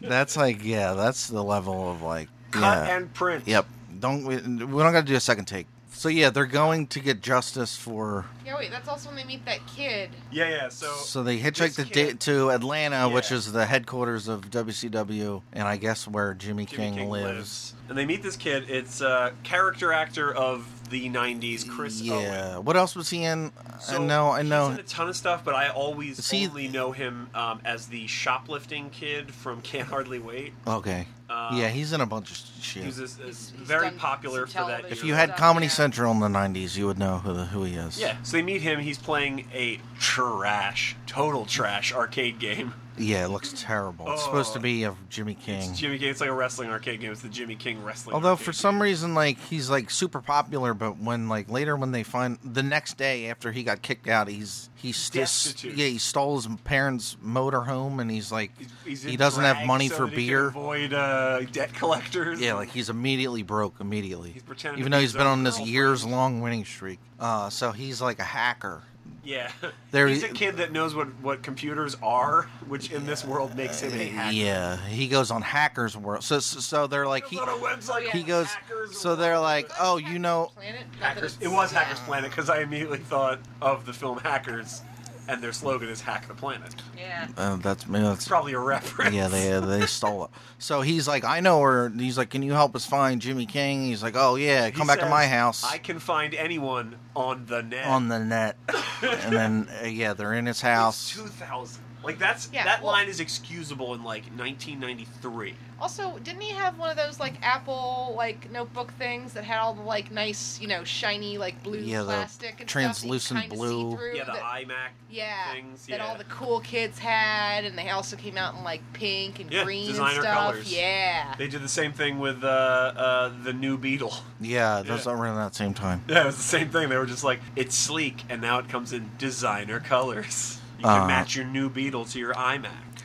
Speaker 3: That's like, yeah, that's the level of like,
Speaker 1: Cut
Speaker 3: yeah,
Speaker 1: and print.
Speaker 3: yep. Don't we? We don't got to do a second take. So yeah, they're going to get justice for.
Speaker 4: Yeah, wait, that's also when they meet that kid.
Speaker 1: Yeah, yeah. So,
Speaker 3: So, they
Speaker 1: this
Speaker 3: hitchhiked to,
Speaker 1: kid-
Speaker 3: da- to Atlanta, which
Speaker 1: Yeah.
Speaker 3: is the headquarters of WCW, and I guess where Jimmy,
Speaker 1: Jimmy
Speaker 3: King, lives.
Speaker 1: and they meet this kid. It's a character actor of the '90s, Chris Owen.
Speaker 3: yeah. What else was he in?
Speaker 1: So
Speaker 3: I know, I know.
Speaker 1: He's in a ton of stuff, but I always
Speaker 3: Is he-
Speaker 1: only know him um, as the shoplifting kid from Can't Hardly Wait.
Speaker 3: okay.
Speaker 1: Um,
Speaker 3: yeah, he's in a bunch of shit.
Speaker 1: He was a- a-
Speaker 4: He's- he's
Speaker 1: very
Speaker 4: done some
Speaker 1: popular for that.
Speaker 4: television
Speaker 3: if
Speaker 1: era.
Speaker 3: you had
Speaker 4: stuff,
Speaker 3: Comedy
Speaker 4: yeah.
Speaker 3: Central in the '90s, you would know who the, who he is.
Speaker 1: yeah, so they meet him. He's playing a trash, total trash arcade game.
Speaker 3: Yeah, it looks terrible. It's
Speaker 1: Oh.
Speaker 3: supposed to be of Jimmy King.
Speaker 1: It's Jimmy King. It's like a wrestling arcade game. It's the Jimmy King wrestling.
Speaker 3: Although
Speaker 1: arcade
Speaker 3: for
Speaker 1: game.
Speaker 3: some reason, like he's like super popular, but when like later when they find the next day after he got kicked out, he's he's st-
Speaker 1: Destitute.
Speaker 3: yeah he stole his parents' motor home and he's like
Speaker 1: He's- he's in
Speaker 3: he doesn't have
Speaker 1: drag
Speaker 3: money
Speaker 1: so
Speaker 3: for
Speaker 1: that he can
Speaker 3: beer.
Speaker 1: avoid uh, debt collectors.
Speaker 3: Yeah, like he's immediately broke immediately.
Speaker 1: He's pretending
Speaker 3: even
Speaker 1: to
Speaker 3: though
Speaker 1: be
Speaker 3: he's
Speaker 1: his
Speaker 3: been
Speaker 1: own
Speaker 3: on this
Speaker 1: girlfriend.
Speaker 3: years long winning streak. Uh, so he's like a hacker.
Speaker 1: yeah.
Speaker 3: There-
Speaker 1: he's a kid that knows what, what computers are, which in this world makes him a hacker.
Speaker 3: Yeah, he goes on hackers world. So so, so they're like he
Speaker 1: There's not a website
Speaker 4: he
Speaker 1: called
Speaker 3: he goes
Speaker 1: Hackers
Speaker 3: so
Speaker 1: World.
Speaker 3: they're like, "Oh, you know,
Speaker 4: Planet? Not that
Speaker 1: Hackers. It
Speaker 4: it's-
Speaker 1: was
Speaker 4: yeah.
Speaker 1: Hackers Planet because I immediately thought of the film Hackers, and their slogan is "Hack the Planet."
Speaker 4: Yeah.
Speaker 3: uh, that's maybe that's
Speaker 1: It's probably a reference.
Speaker 3: yeah, they they stole it. So he's like, I know her. And He's like, can you help us find Jimmy King? He's like, oh yeah,
Speaker 1: He
Speaker 3: come back to
Speaker 1: says,
Speaker 3: my house
Speaker 1: I can find anyone on the net.
Speaker 3: on the net. and then uh, yeah, they're in his house.
Speaker 1: two thousand. Like that's
Speaker 4: Yeah,
Speaker 1: that
Speaker 4: well-
Speaker 1: line is excusable in like 1993.
Speaker 4: Also, didn't he have one of those like Apple like notebook things that had all the like nice, you know, shiny like blue
Speaker 3: Yeah, the
Speaker 4: plastic and
Speaker 3: translucent
Speaker 4: stuff that you kinda
Speaker 3: blue.
Speaker 4: See through
Speaker 1: Yeah, the
Speaker 4: that,
Speaker 1: iMac.
Speaker 4: yeah,
Speaker 1: things,
Speaker 4: that all
Speaker 1: yeah.
Speaker 4: the cool kids had, and they also came out in like pink and
Speaker 1: Yeah,
Speaker 4: green and
Speaker 1: designer
Speaker 4: stuff.
Speaker 1: colors.
Speaker 4: Yeah.
Speaker 1: They did the same thing with uh, uh, the new Beetle.
Speaker 3: Yeah, those
Speaker 1: Yeah.
Speaker 3: are around that same time.
Speaker 1: Yeah, it was the same thing. They were just like, it's sleek, and now it comes in designer colors. You can
Speaker 3: Uh.
Speaker 1: match your new Beetle to your iMac.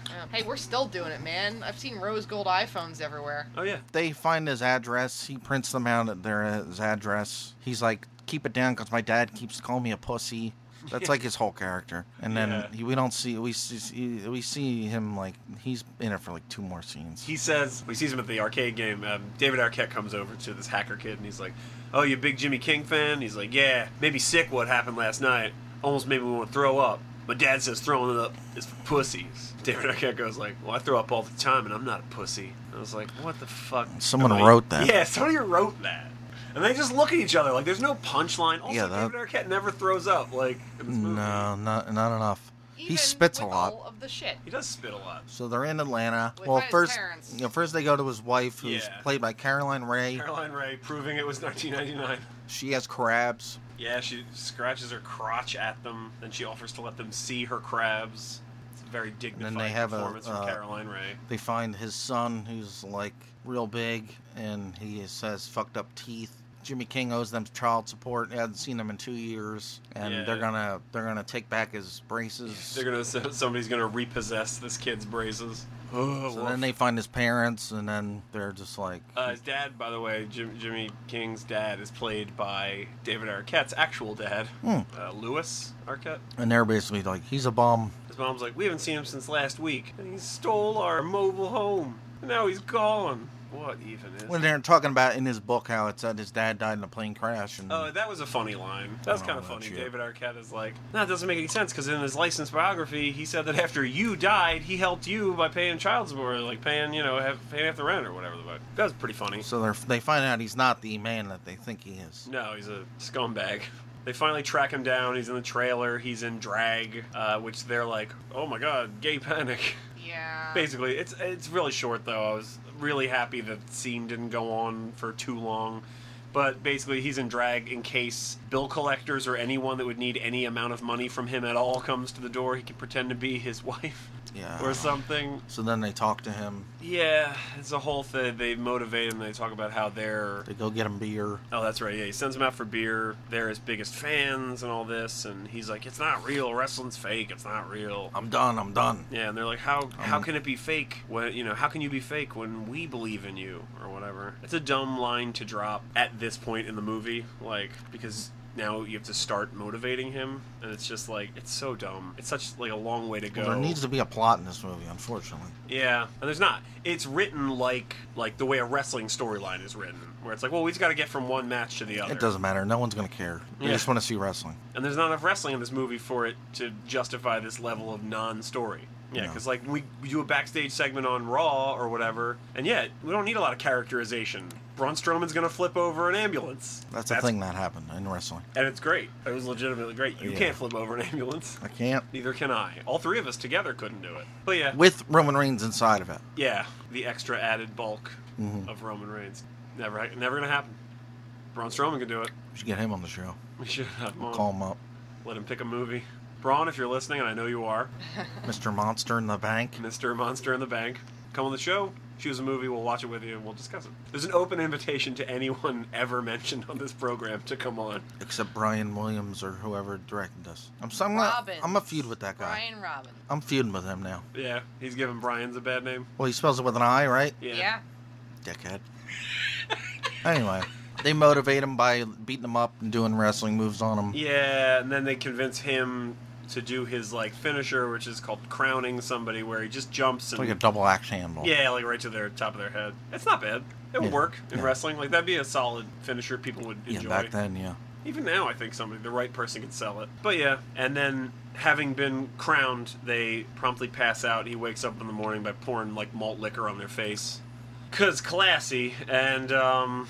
Speaker 4: Yeah. Um, Hey, we're still doing it, man. I've seen rose gold iPhones everywhere.
Speaker 1: Oh yeah.
Speaker 3: They find his address. He prints them out at their uh, his address. He's like, keep it down because my dad keeps calling me a pussy. That's like his whole character. And then
Speaker 1: Yeah.
Speaker 3: he, we don't see we see we see him like he's in it for like two more scenes.
Speaker 1: He says he sees him at the arcade game. Um, David Arquette comes over to this hacker kid, and he's like, "Oh, you a big Jimmy King fan?" He's like, "Yeah, maybe sick what happened last night. Almost made me want to throw up." My dad says throwing it up is for pussies. David Arquette goes like, "Well, I throw up all the time, and I'm not a pussy." I was like, "What the fuck?"
Speaker 3: Someone
Speaker 1: Am I-
Speaker 3: wrote that.
Speaker 1: Yeah, somebody wrote that. and they just look at each other like there's no punchline. Also,
Speaker 3: Yeah, that-
Speaker 1: David Arquette never throws up like in this movie.
Speaker 3: No, not not enough.
Speaker 4: Even
Speaker 3: he spits a
Speaker 4: with
Speaker 3: lot.
Speaker 4: All of the shit.
Speaker 1: he does spit a lot.
Speaker 3: So they're in Atlanta.
Speaker 4: With
Speaker 3: well,
Speaker 4: his
Speaker 3: first,
Speaker 4: parents.
Speaker 3: you know, first they go to his wife, who's
Speaker 1: Yeah.
Speaker 3: played by Caroline Ray.
Speaker 1: Caroline Ray proving it was 1999.
Speaker 3: She has crabs.
Speaker 1: Yeah, she scratches her crotch at them, then she offers to let them see her crabs. It's a very dignified
Speaker 3: they have a,
Speaker 1: performance
Speaker 3: uh,
Speaker 1: from Caroline Ray.
Speaker 3: They find his son, who's like real big, and he has fucked up teeth. Jimmy King owes them child support. He hasn't seen him in two years, and
Speaker 1: Yeah.
Speaker 3: they're gonna they're gonna take back his braces.
Speaker 1: They're gonna so- somebody's gonna repossess this kid's braces. Oh,
Speaker 3: so then they find his parents, and then they're just like,
Speaker 1: uh, his dad, by the way, Jim, Jimmy King's dad is played by David Arquette's actual dad,
Speaker 3: Hmm.
Speaker 1: uh, Louis Arquette.
Speaker 3: and they're basically like, he's a bum.
Speaker 1: His mom's like, we haven't seen him since last week, and he stole our mobile home, and now he's gone. What even is?
Speaker 3: When they're talking about in his book how it said his dad died in a plane crash, and
Speaker 1: Oh, that was a funny line. That was
Speaker 3: Oh,
Speaker 1: kind of
Speaker 3: that
Speaker 1: funny.
Speaker 3: shit.
Speaker 1: David Arquette is like, no, it doesn't make any sense because in his licensed biography, he said that after you died, he helped you by paying child support, like paying, you know, have, paying half the rent or whatever. The fuck. That was pretty funny.
Speaker 3: so they they find out he's not the man that they think he is.
Speaker 1: No, he's a scumbag. They finally track him down. He's in the trailer. He's in drag, uh, which they're like, oh my god, gay panic.
Speaker 2: Um,
Speaker 4: Yeah.
Speaker 1: Basically, it's it's really short though. I was really happy that the scene didn't go on for too long. But basically, he's in drag in case bill collectors or anyone that would need any amount of money from him at all comes to the door. He can pretend to be his wife
Speaker 3: Yeah.
Speaker 1: or something.
Speaker 3: So then they talk to him.
Speaker 1: Yeah, it's a whole thing. They motivate him. They talk about how they're
Speaker 3: They go get him beer.
Speaker 1: Oh, that's right. Yeah, he sends him out for beer. They're his biggest fans and all this, and he's like, "It's not real. Wrestling's fake. It's not real."
Speaker 3: I'm done. I'm done.
Speaker 1: Yeah, and they're like, "How how
Speaker 3: Um,
Speaker 1: can it be fake? When you know, how can you be fake when we believe in you or whatever?" It's a dumb line to drop at this point in the movie, like because now you have to start motivating him, and it's just like it's so dumb. It's such like a long way to go.
Speaker 3: Well, there needs to be a plot in this movie, unfortunately.
Speaker 1: Yeah, and there's not. It's written like like the way a wrestling storyline is written, where it's like, well, we just got to get from one match to the other.
Speaker 3: It doesn't matter. No one's gonna care. They
Speaker 1: Yeah.
Speaker 3: just want to see wrestling.
Speaker 1: and there's not enough wrestling in this movie for it to justify this level of non-story. Yeah,
Speaker 3: No.
Speaker 1: because like we, we do a backstage segment on Raw or whatever, and yet we don't need a lot of characterization. Braun Strowman's gonna flip over an ambulance.
Speaker 3: That's a thing that happened in wrestling.
Speaker 1: and it's great. It was legitimately great. You
Speaker 3: Yeah.
Speaker 1: can't flip over an ambulance.
Speaker 3: I can't.
Speaker 1: Neither can I. All three of us together couldn't do it. But yeah,
Speaker 3: With Roman Reigns inside of it.
Speaker 1: yeah, the extra added bulk
Speaker 3: Mm-hmm.
Speaker 1: of Roman Reigns never ha- never gonna happen. Braun Strowman can do it.
Speaker 3: We should get him on the show.
Speaker 1: We should have him on.
Speaker 3: Call him up.
Speaker 1: Let him pick a movie. Braun, if you're listening, and I know you are,
Speaker 3: Mr. Monster in the Bank.
Speaker 1: Mr. Monster in the Bank. Come on the show, choose a movie, we'll watch it with you, and we'll discuss it. There's an open invitation to anyone ever mentioned on this program to come on.
Speaker 3: Except Brian Williams or whoever directed us. I'm so I'm, not,
Speaker 4: Robbins.
Speaker 3: I'm a feud with that guy.
Speaker 4: Brian Robbins.
Speaker 3: I'm feuding with him now.
Speaker 1: Yeah, he's giving Brian's a bad name.
Speaker 3: Well, he spells it with an I, right?
Speaker 1: Yeah.
Speaker 4: yeah.
Speaker 3: Dickhead. anyway, they motivate him by beating him up and doing wrestling moves on him.
Speaker 1: Yeah, and then they convince him to do his like finisher, which is called crowning somebody, where he just jumps
Speaker 3: It's
Speaker 1: and
Speaker 3: like a double axe handle.
Speaker 1: yeah, like right to their top of their head. It's not bad. It would
Speaker 3: Yeah,
Speaker 1: work in
Speaker 3: yeah.
Speaker 1: wrestling. Like that'd be a solid finisher people would
Speaker 3: Yeah,
Speaker 1: enjoy.
Speaker 3: back then, yeah.
Speaker 1: Even now, I think somebody, the right person, could sell it. But yeah, and then having been crowned, they promptly pass out. He wakes up in the morning by pouring like malt liquor on their face. Cause classy, and um,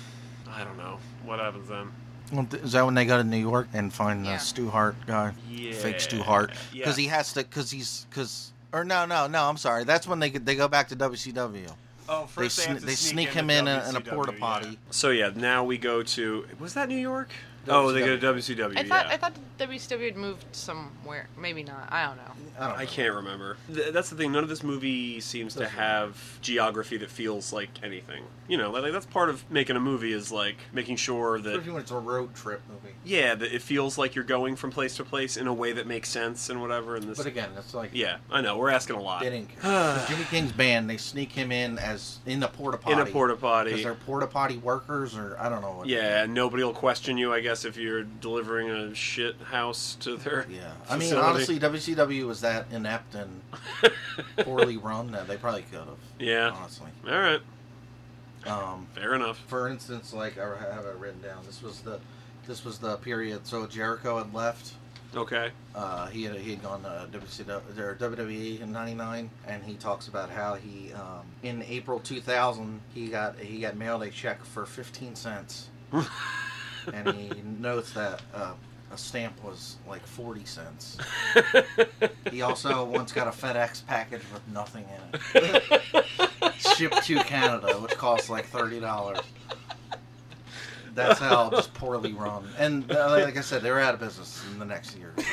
Speaker 1: I don't know what happens then.
Speaker 3: Well, th- Is that when they go to New York and find
Speaker 4: Yeah.
Speaker 3: the Stu Hart guy?
Speaker 1: Yeah.
Speaker 3: Fake Stu Hart.
Speaker 1: Yeah.
Speaker 3: Because he has to, because he's, because, or no, no, no, I'm sorry. That's when they go- they go back to WCW.
Speaker 1: Oh,
Speaker 3: They
Speaker 1: first they, have
Speaker 3: sne-
Speaker 1: to
Speaker 3: they
Speaker 1: sneak,
Speaker 3: sneak him
Speaker 1: to
Speaker 3: in a- in a
Speaker 1: WCW,
Speaker 3: porta
Speaker 1: yeah.
Speaker 3: potty.
Speaker 1: So yeah, now we go to was that New York? Oh, they go to WCW.
Speaker 2: I thought
Speaker 1: yeah.
Speaker 2: I thought WCW had moved somewhere. Maybe not. I don't know.
Speaker 3: I don't know.
Speaker 1: I can't remember. Th- that's the thing. None of this movie seems to have geography that feels like anything. You know, like that's part of making a movie is like making sure that
Speaker 3: it's a road trip movie.
Speaker 1: yeah, that it feels like you're going from place to place in a way that makes sense and whatever. And this,
Speaker 3: again, that's like
Speaker 1: yeah, I know we're asking a lot.
Speaker 3: They didn't care. 'Cause Jimmy King's band, they sneak him in as in the porta potty.
Speaker 1: In a porta
Speaker 3: Because
Speaker 1: potty.
Speaker 3: they're porta potty workers, or I don't know what.
Speaker 1: Yeah, and nobody will question you, I guess, if you're delivering a shit house to their.
Speaker 3: Yeah. I mean,
Speaker 1: facility.
Speaker 3: honestly, WCW was that inept and poorly run that they probably could have.
Speaker 1: Yeah.
Speaker 3: Honestly.
Speaker 1: All right,
Speaker 3: Um,
Speaker 1: fair enough.
Speaker 3: for instance, like I have it written down. This was the, this was the period. So Jericho had left.
Speaker 1: Okay.
Speaker 3: Uh, he had he had gone to WCW or WWE E in '99, and he talks about how he um, in April 2000 he got he got mailed a check for 15 cents and he notes that uh, a stamp was like 40 cents. he also once got a FedEx package with nothing in it, shipped to Canada, which costs like $30. That's how just poorly run. And uh, like I said, they were out of business in the next year. so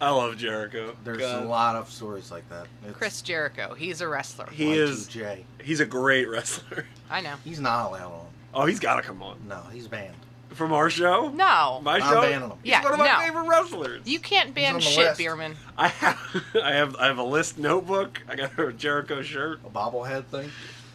Speaker 1: I love Jericho.
Speaker 3: There's
Speaker 1: God.
Speaker 3: a lot of stories like that. It's
Speaker 2: Chris Jericho, he's a wrestler.
Speaker 1: He is.
Speaker 3: Y2J.
Speaker 1: He's a great wrestler.
Speaker 2: I know.
Speaker 3: He's not allowed on.
Speaker 1: Oh, he's got to come on
Speaker 3: No, he's banned.
Speaker 1: from our show.
Speaker 2: No,
Speaker 1: my
Speaker 3: I'm
Speaker 1: show.
Speaker 3: banning him.
Speaker 1: He's
Speaker 2: Yeah,
Speaker 1: one of my
Speaker 2: no.
Speaker 1: favorite wrestlers.
Speaker 2: you can't ban
Speaker 3: on the
Speaker 2: shit,
Speaker 3: list.
Speaker 2: Bierman.
Speaker 1: I have, I have, I have a list notebook. I got a Jericho shirt.
Speaker 3: A bobblehead thing.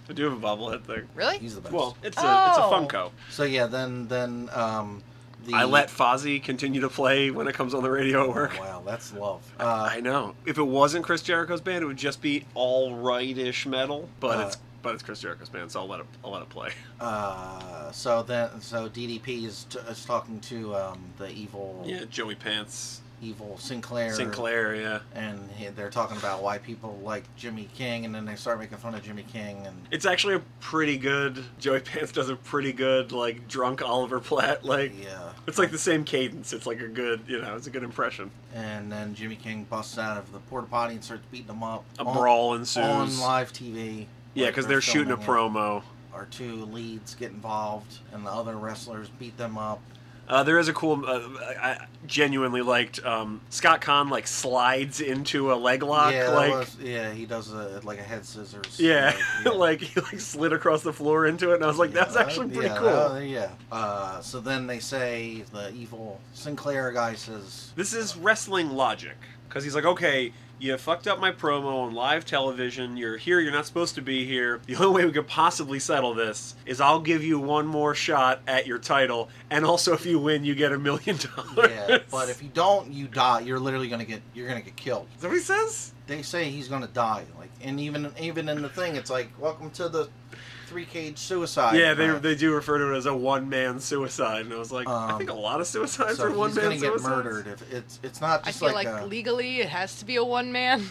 Speaker 1: I do have a bobblehead thing.
Speaker 2: Really?
Speaker 3: He's the best.
Speaker 1: Well, it's a,
Speaker 2: Oh.
Speaker 1: it's a Funko.
Speaker 3: So yeah, then then um, the
Speaker 1: I let Fozzy continue to play when it comes on the radio at
Speaker 3: Oh,
Speaker 1: work.
Speaker 3: wow, that's love. Uh,
Speaker 1: I know. If it wasn't Chris Jericho's band, it would just be all right-ish metal. But
Speaker 3: Uh,
Speaker 1: it's but it's Chris Jericho's band, so I'll let it I'll let it play.
Speaker 3: uh, so then so DDP is, t- is talking to um, the evil
Speaker 1: Yeah, Joey Pants,
Speaker 3: evil Sinclair.
Speaker 1: Sinclair. Yeah,
Speaker 3: And he, they're talking about why people like Jimmy King, and then they start making fun of Jimmy King, and
Speaker 1: it's actually a pretty good. Joey Pants does a pretty good like drunk Oliver Platt. Like
Speaker 3: yeah,
Speaker 1: it's like the same cadence. It's like a good you know it's a good impression.
Speaker 3: and then Jimmy King busts out of the porta potty and starts beating them up.
Speaker 1: A
Speaker 3: on-
Speaker 1: brawl ensues.
Speaker 3: on live TV.
Speaker 1: Yeah,
Speaker 3: Like,
Speaker 1: because they're shooting a
Speaker 3: filming it.
Speaker 1: promo.
Speaker 3: Our two leads get involved, and the other wrestlers beat them up.
Speaker 1: Uh, there is a cool. Uh, I I genuinely liked um, Scott Kahn like slides into a leg lock.
Speaker 3: yeah, that
Speaker 1: like
Speaker 3: was- yeah, he does a like a head scissors.
Speaker 1: yeah,
Speaker 3: yeah.
Speaker 1: like he like slid across the floor into it, and I was like, that's
Speaker 3: Yeah,
Speaker 1: actually pretty
Speaker 3: yeah,
Speaker 1: cool.
Speaker 3: that- yeah. Uh, so then they say the evil Sinclair guy says,
Speaker 1: This is wrestling logic because he's like, okay, you fucked up my promo on live television. You're here. You're not supposed to be here. The only way we could possibly settle this is I'll give you one more shot at your title, and also if you win, you get a million dollars.
Speaker 3: "Yeah, but if you don't, you die. You're literally gonna get you're gonna get killed."
Speaker 1: Is that what he says?
Speaker 3: They say he's gonna die. Like, and even even in the thing, it's like, "Welcome to the three cage suicide."
Speaker 1: yeah, they,
Speaker 3: match."
Speaker 1: they do refer to it as a one man suicide, and I was like, I
Speaker 3: Um,
Speaker 1: think a lot of suicides
Speaker 3: so
Speaker 1: are one
Speaker 3: he's gonna
Speaker 1: man
Speaker 3: get
Speaker 1: suicides.
Speaker 3: murdered. If it's it's not
Speaker 2: I
Speaker 3: just
Speaker 2: feel like,
Speaker 3: like, uh, a,
Speaker 2: legally it has to be a one man.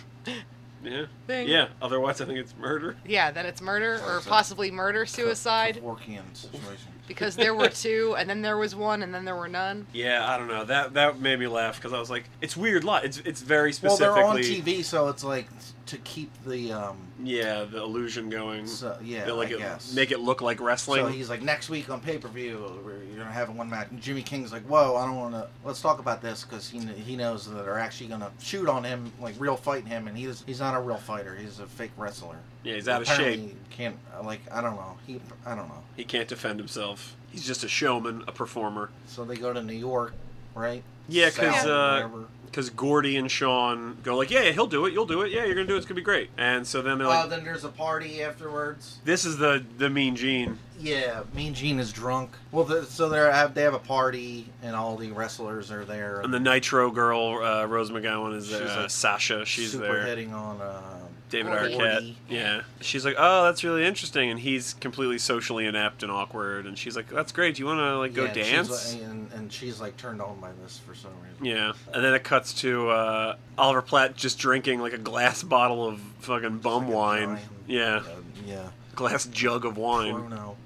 Speaker 1: Yeah,
Speaker 2: Thing.
Speaker 1: yeah. Otherwise, I think it's murder.
Speaker 2: yeah, then it's murder
Speaker 3: Or
Speaker 2: or
Speaker 3: is it-
Speaker 2: possibly murder suicide
Speaker 3: Kevorkian situation.
Speaker 2: because there were two and then there was one and then there were none.
Speaker 1: Yeah, I don't know. That that made me laugh because I was like, it's weird. Lot. It's it's very
Speaker 3: Well,
Speaker 1: specifically.
Speaker 3: they're on TV, so it's like to keep the um.
Speaker 1: Yeah, the illusion going.
Speaker 3: So, yeah,
Speaker 1: They like
Speaker 3: I
Speaker 1: it,
Speaker 3: guess.
Speaker 1: make it look like wrestling.
Speaker 3: So he's like, next week on pay per view, you're gonna have one match. And Jimmy King's like, whoa, I don't want to. Let's talk about this because he kn- he knows that they're actually gonna shoot on him, like real fight him, and he's he's not a real fighter. He's a fake wrestler.
Speaker 1: yeah, he's out of
Speaker 3: Apparently
Speaker 1: shape.
Speaker 3: he Can't like I don't know. He I don't know.
Speaker 1: He can't defend himself. He's just a showman, a performer.
Speaker 3: So they go to New York, right?
Speaker 1: Yeah, 'cause,
Speaker 3: South,
Speaker 1: uh,
Speaker 3: wherever.
Speaker 1: Because Gordy and Sean go like, yeah, yeah, he'll do it. You'll do it. Yeah, you're gonna do it. It's gonna be great. And so then they're
Speaker 3: oh,
Speaker 1: like,
Speaker 3: then there's a party afterwards.
Speaker 1: this is the the Mean Gene.
Speaker 3: Yeah, Mean Gene is drunk. Well, the, so they have they have a party, and all the wrestlers are there.
Speaker 1: And the Nitro girl, uh, Rose McGowan, is there.
Speaker 3: She's
Speaker 1: Uh,
Speaker 3: like
Speaker 1: Sasha, she's
Speaker 3: super
Speaker 1: there.
Speaker 3: hitting on uh,
Speaker 1: David
Speaker 2: Gordy.
Speaker 1: Arquette.
Speaker 3: Gordy.
Speaker 1: Yeah. She's like, oh, that's really interesting. And he's completely socially inept and awkward. And she's like, that's great. Do you want to like go
Speaker 3: yeah, and she's
Speaker 1: dance?
Speaker 3: like- and, and she's like turned on by this for some reason.
Speaker 1: Yeah, and then it cuts to uh, Oliver Platt just drinking like a glass bottle of fucking bum
Speaker 3: Like a
Speaker 1: wine.
Speaker 3: giant,
Speaker 1: Yeah,
Speaker 3: uh, yeah.
Speaker 1: glass jug of wine.
Speaker 3: Bruno.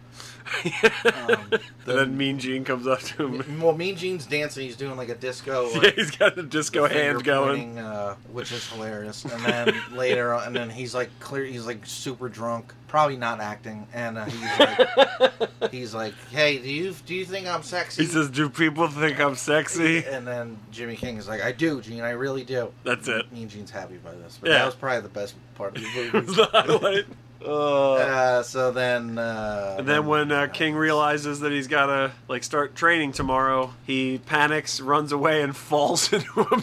Speaker 1: and
Speaker 3: Um,
Speaker 1: then Mean Gene comes up to him.
Speaker 3: M- well, Mean Gene's dancing. He's doing like a disco.
Speaker 1: yeah,
Speaker 3: Like,
Speaker 1: he's got the disco
Speaker 3: finger
Speaker 1: hand going.
Speaker 3: pointing, uh, which is hilarious. And then later, on, and then he's like clear. He's like super drunk, probably not acting. And uh, he's like, he's like, hey, do you do you think I'm sexy?
Speaker 1: He says, "Do people think I'm sexy?"
Speaker 3: And then Jimmy King is like, I do, Gene, I really do.
Speaker 1: That's it.
Speaker 3: Mean Gene's happy by this. But
Speaker 1: Yeah.
Speaker 3: that was probably the best part of the
Speaker 1: it was
Speaker 3: movie.
Speaker 1: the highlight. Uh,
Speaker 3: uh, so then. Uh,
Speaker 1: and then when uh, King realizes that he's gotta like start training tomorrow, he panics, runs away, and falls into a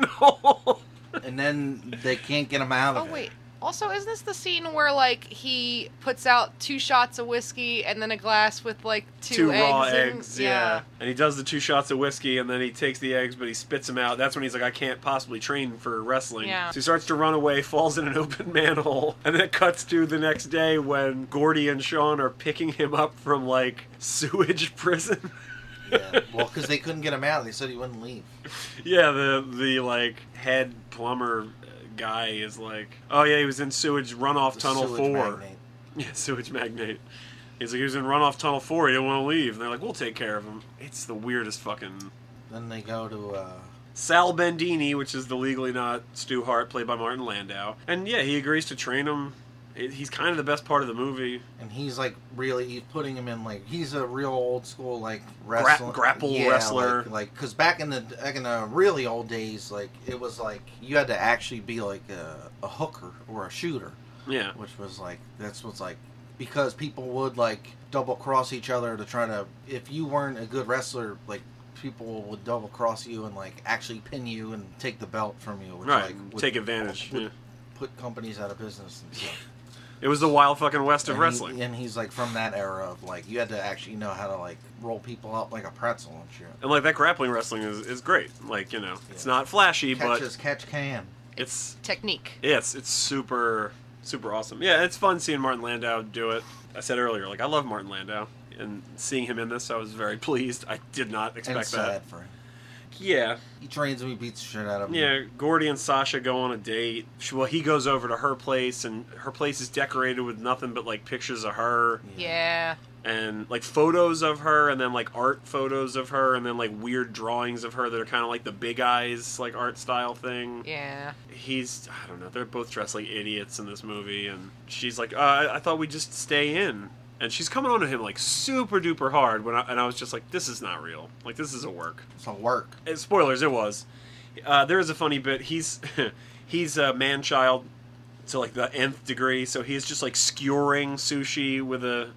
Speaker 1: manhole.
Speaker 3: And then they can't get him out
Speaker 2: Oh
Speaker 3: of it.
Speaker 2: wait. Also, is this the scene where like he puts out two shots of whiskey and then a glass with like two,
Speaker 1: two
Speaker 2: eggs
Speaker 1: raw
Speaker 2: in?
Speaker 1: eggs, yeah. And he does the two shots of whiskey, and then he takes the eggs, but he spits them out. That's when he's like, I can't possibly train for wrestling.
Speaker 2: Yeah.
Speaker 1: So he starts to run away, falls in an open manhole, and then it cuts to the next day when Gordy and Sean are picking him up from like sewage prison.
Speaker 3: Yeah. Well, because they couldn't get him out. They said he wouldn't leave.
Speaker 1: yeah, the the like head plumber uh, guy is like, oh yeah, he was in sewage runoff
Speaker 3: The
Speaker 1: tunnel
Speaker 3: sewage
Speaker 1: four.
Speaker 3: magnate.
Speaker 1: Yeah, sewage magnate. He's like, he was in runoff tunnel four. He didn't want to leave. And they're like, we'll take care of him. It's the weirdest fucking.
Speaker 3: Then they go to uh,
Speaker 1: Sal Bendini, which is the legally not Stu Hart, played by Martin Landau. And yeah, he agrees to train him. It- He's kind of the best part of the movie.
Speaker 3: and he's like really he's putting him in like he's a real old school like
Speaker 1: Gra-
Speaker 3: wrestler
Speaker 1: grapple
Speaker 3: Yeah,
Speaker 1: wrestler.
Speaker 3: like because back in the back in the really old days like it was like you had to actually be like a, a hooker or a shooter
Speaker 1: Yeah.
Speaker 3: which was like that's what's like because people would like double cross each other to try to if you weren't a good wrestler like people would double cross you and like actually pin you and take the belt from you which
Speaker 1: Right,
Speaker 3: like would-
Speaker 1: take advantage,
Speaker 3: would
Speaker 1: yeah.
Speaker 3: put companies out of business and stuff
Speaker 1: It was the wild fucking west of
Speaker 3: and he-
Speaker 1: wrestling.
Speaker 3: and he's like from that era of like you had to actually know how to like roll people up like a pretzel and shit
Speaker 1: And like that grappling wrestling is, is great. Like, you know, it's
Speaker 3: Yeah.
Speaker 1: not flashy,
Speaker 3: catch
Speaker 1: but
Speaker 3: as catch can
Speaker 1: it's
Speaker 4: Technique.
Speaker 1: Yeah, it's it's super super awesome. Yeah, it's fun seeing Martin Landau do it. I said earlier, like I love Martin Landau, and seeing him in this, I was very pleased. I did not
Speaker 3: and
Speaker 1: expect
Speaker 3: it's
Speaker 1: that.
Speaker 3: sad for him
Speaker 1: Yeah,
Speaker 3: he trains him he beats the shit out of him
Speaker 1: yeah. Gordy and Sasha go on a date. She, well, he goes over to her place, and her place is decorated with nothing but like pictures of her
Speaker 4: Yeah.
Speaker 1: and like photos of her, and then like art photos of her, and then like weird drawings of her that are kind of like the big eyes like art style thing.
Speaker 4: Yeah.
Speaker 1: he's I don't know. They're both dressed like idiots in this movie, and she's like, uh, I, I thought we'd just stay in. And she's coming on to him like super duper hard when I, and I was just like, this is not real. Like this is a work.
Speaker 3: it's a work
Speaker 1: And spoilers, it was. Uh, there is a funny bit. He's he's a man child to like the nth degree, so he's just like skewering sushi with a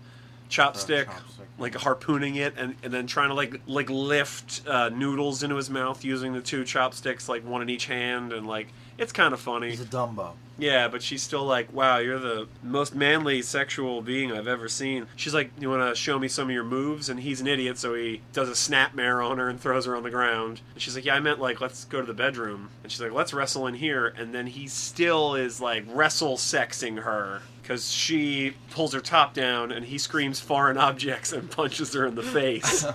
Speaker 1: chopstick,
Speaker 3: chopstick.
Speaker 1: like harpooning it, and, and then trying to like like lift uh, noodles into his mouth using the two chopsticks, like one in each hand, and like it's kind of funny.
Speaker 3: he's a dumbo
Speaker 1: Yeah, but she's still like, wow, you're the most manly sexual being I've ever seen. She's like, you want to show me some of your moves? And he's an idiot, so he does a snapmare on her and throws her on the ground. And she's like, yeah, I meant like, let's go to the bedroom. And she's like, let's wrestle in here. And then he still is like wrestle sexing her. Because she pulls her top down and he screams foreign objects and punches her in the face.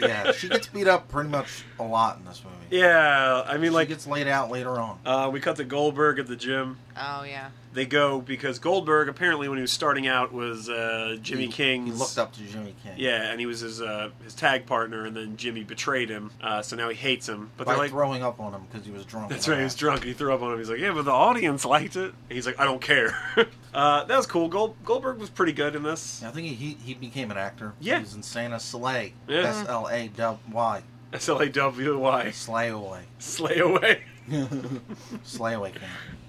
Speaker 3: yeah she gets beat up pretty much a lot in this movie
Speaker 1: yeah, I mean,
Speaker 3: she
Speaker 1: like,
Speaker 3: gets laid out later on
Speaker 1: uh, we cut to Goldberg at the gym.
Speaker 4: Oh yeah.
Speaker 1: they go because Goldberg apparently when he was starting out was uh, Jimmy
Speaker 3: He-
Speaker 1: King's.
Speaker 3: he looked up to Jimmy King
Speaker 1: Yeah, and he was his uh, his tag partner, and then Jimmy betrayed him, uh, so now he hates him. But
Speaker 3: by
Speaker 1: they're like,
Speaker 3: throwing up on him because he was drunk
Speaker 1: that's right, he was drunk, and he threw up on him. He's like, yeah, but the audience liked it. And he's like, I don't care. uh, that was cool. Gold- Goldberg was pretty good in this.
Speaker 3: I think he, he, he became an actor.
Speaker 1: Yeah.
Speaker 3: He was in Santa Slay.
Speaker 1: Yeah.
Speaker 3: S L A W Y.
Speaker 1: S L A W Y,
Speaker 3: Slay away.
Speaker 1: Slay Away.
Speaker 3: Slay away, King.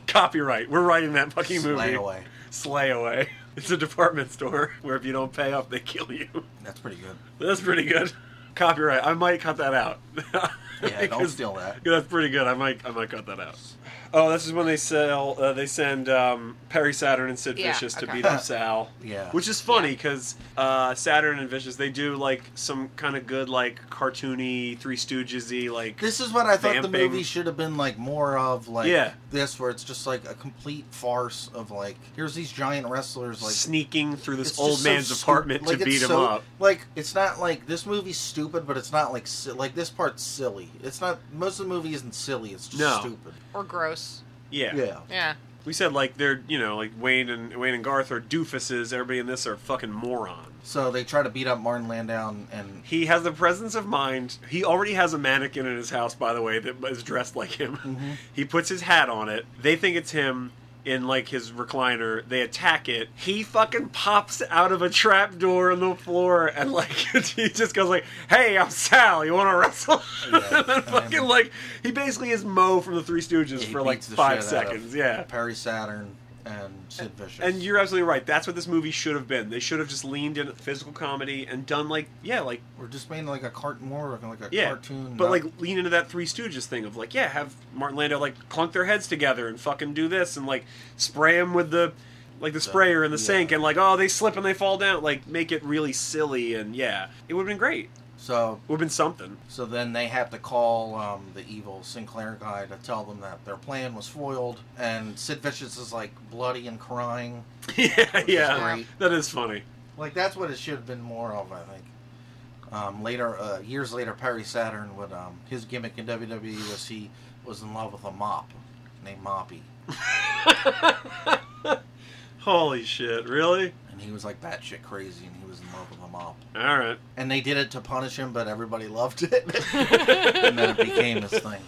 Speaker 1: Copyright. We're writing that fucking movie.
Speaker 3: Slay away.
Speaker 1: Slay Away. It's a department store where if you don't pay up, they kill you.
Speaker 3: That's pretty good.
Speaker 1: That's pretty good. Copyright. I might cut that out.
Speaker 3: Yeah, don't
Speaker 1: 'Cause-
Speaker 3: steal that.
Speaker 1: That's pretty good. I might I might cut that out. Oh, this is when they sell. Uh, they send um, Perry Saturn and Sid
Speaker 4: Yeah,
Speaker 1: Vicious to
Speaker 4: okay.
Speaker 1: beat up Sal.
Speaker 3: Yeah.
Speaker 1: which is funny because uh, Saturn and Vicious they do like some kind of good like cartoony Three Stoogesy like.
Speaker 3: This is what I thought the
Speaker 1: Vamping.
Speaker 3: movie should have been like more of, like
Speaker 1: Yeah.
Speaker 3: this, where it's just like a complete farce of like, here's these giant wrestlers, like
Speaker 1: sneaking through
Speaker 3: it's
Speaker 1: this
Speaker 3: just
Speaker 1: old
Speaker 3: so
Speaker 1: man's
Speaker 3: stu-
Speaker 1: apartment
Speaker 3: like,
Speaker 1: to
Speaker 3: it's
Speaker 1: beat him
Speaker 3: so-
Speaker 1: up.
Speaker 3: Like it's not like this movie's stupid, but it's not like si- like this part's silly. It's not most of the movie isn't silly. It's just
Speaker 1: No.
Speaker 3: stupid.
Speaker 4: Or gross.
Speaker 3: Yeah,
Speaker 4: Yeah.
Speaker 1: we said like they're you know like Wayne and Wayne and Garth are doofuses. Everybody in this are fucking morons.
Speaker 3: So they try to beat up Martin Landau and
Speaker 1: He has the presence of mind. He already has a mannequin in his house, by the way, that is dressed like him.
Speaker 3: Mm-hmm.
Speaker 1: He puts his hat on it. They think it's him in like his recliner. They attack it. He fucking pops out of a trap door in the floor and like he just goes like, "Hey, I'm Sal. You want to wrestle?" and then fucking like he basically is Mo from the Three Stooges
Speaker 3: he
Speaker 1: for like
Speaker 3: beats the
Speaker 1: five
Speaker 3: shit out of
Speaker 1: seconds. Yeah.
Speaker 3: Perry Saturn and Sid Vicious.
Speaker 1: And you're absolutely right. That's what this movie should have been. They should have just leaned in at physical comedy and done like, yeah, like
Speaker 3: we're just made like a cartoon, more like a
Speaker 1: yeah,
Speaker 3: cartoon.
Speaker 1: But
Speaker 3: not-
Speaker 1: like lean into that Three Stooges thing of like, yeah, have Martin Landau like clunk their heads together and fucking do this and like spray them with the like the sprayer in the
Speaker 3: yeah.
Speaker 1: sink and like oh they slip and they fall down like make it really silly and yeah it would have been great
Speaker 3: so.
Speaker 1: would have been something
Speaker 3: So then they have to call um, the evil Sinclair guy to tell them that their plan was foiled, and Sid Vicious is like bloody and crying.
Speaker 1: yeah yeah
Speaker 3: great.
Speaker 1: that is funny
Speaker 3: Like that's what it should have been more of, I think. Um, later, uh, years later, Perry Saturn would um, his gimmick in WWE was he was in love with a mop named Moppy,
Speaker 1: holy shit really
Speaker 3: and he was like batshit crazy, and he was in love with a mop.
Speaker 1: All right.
Speaker 3: And they did it to punish him, but everybody loved it, and then it became his thing.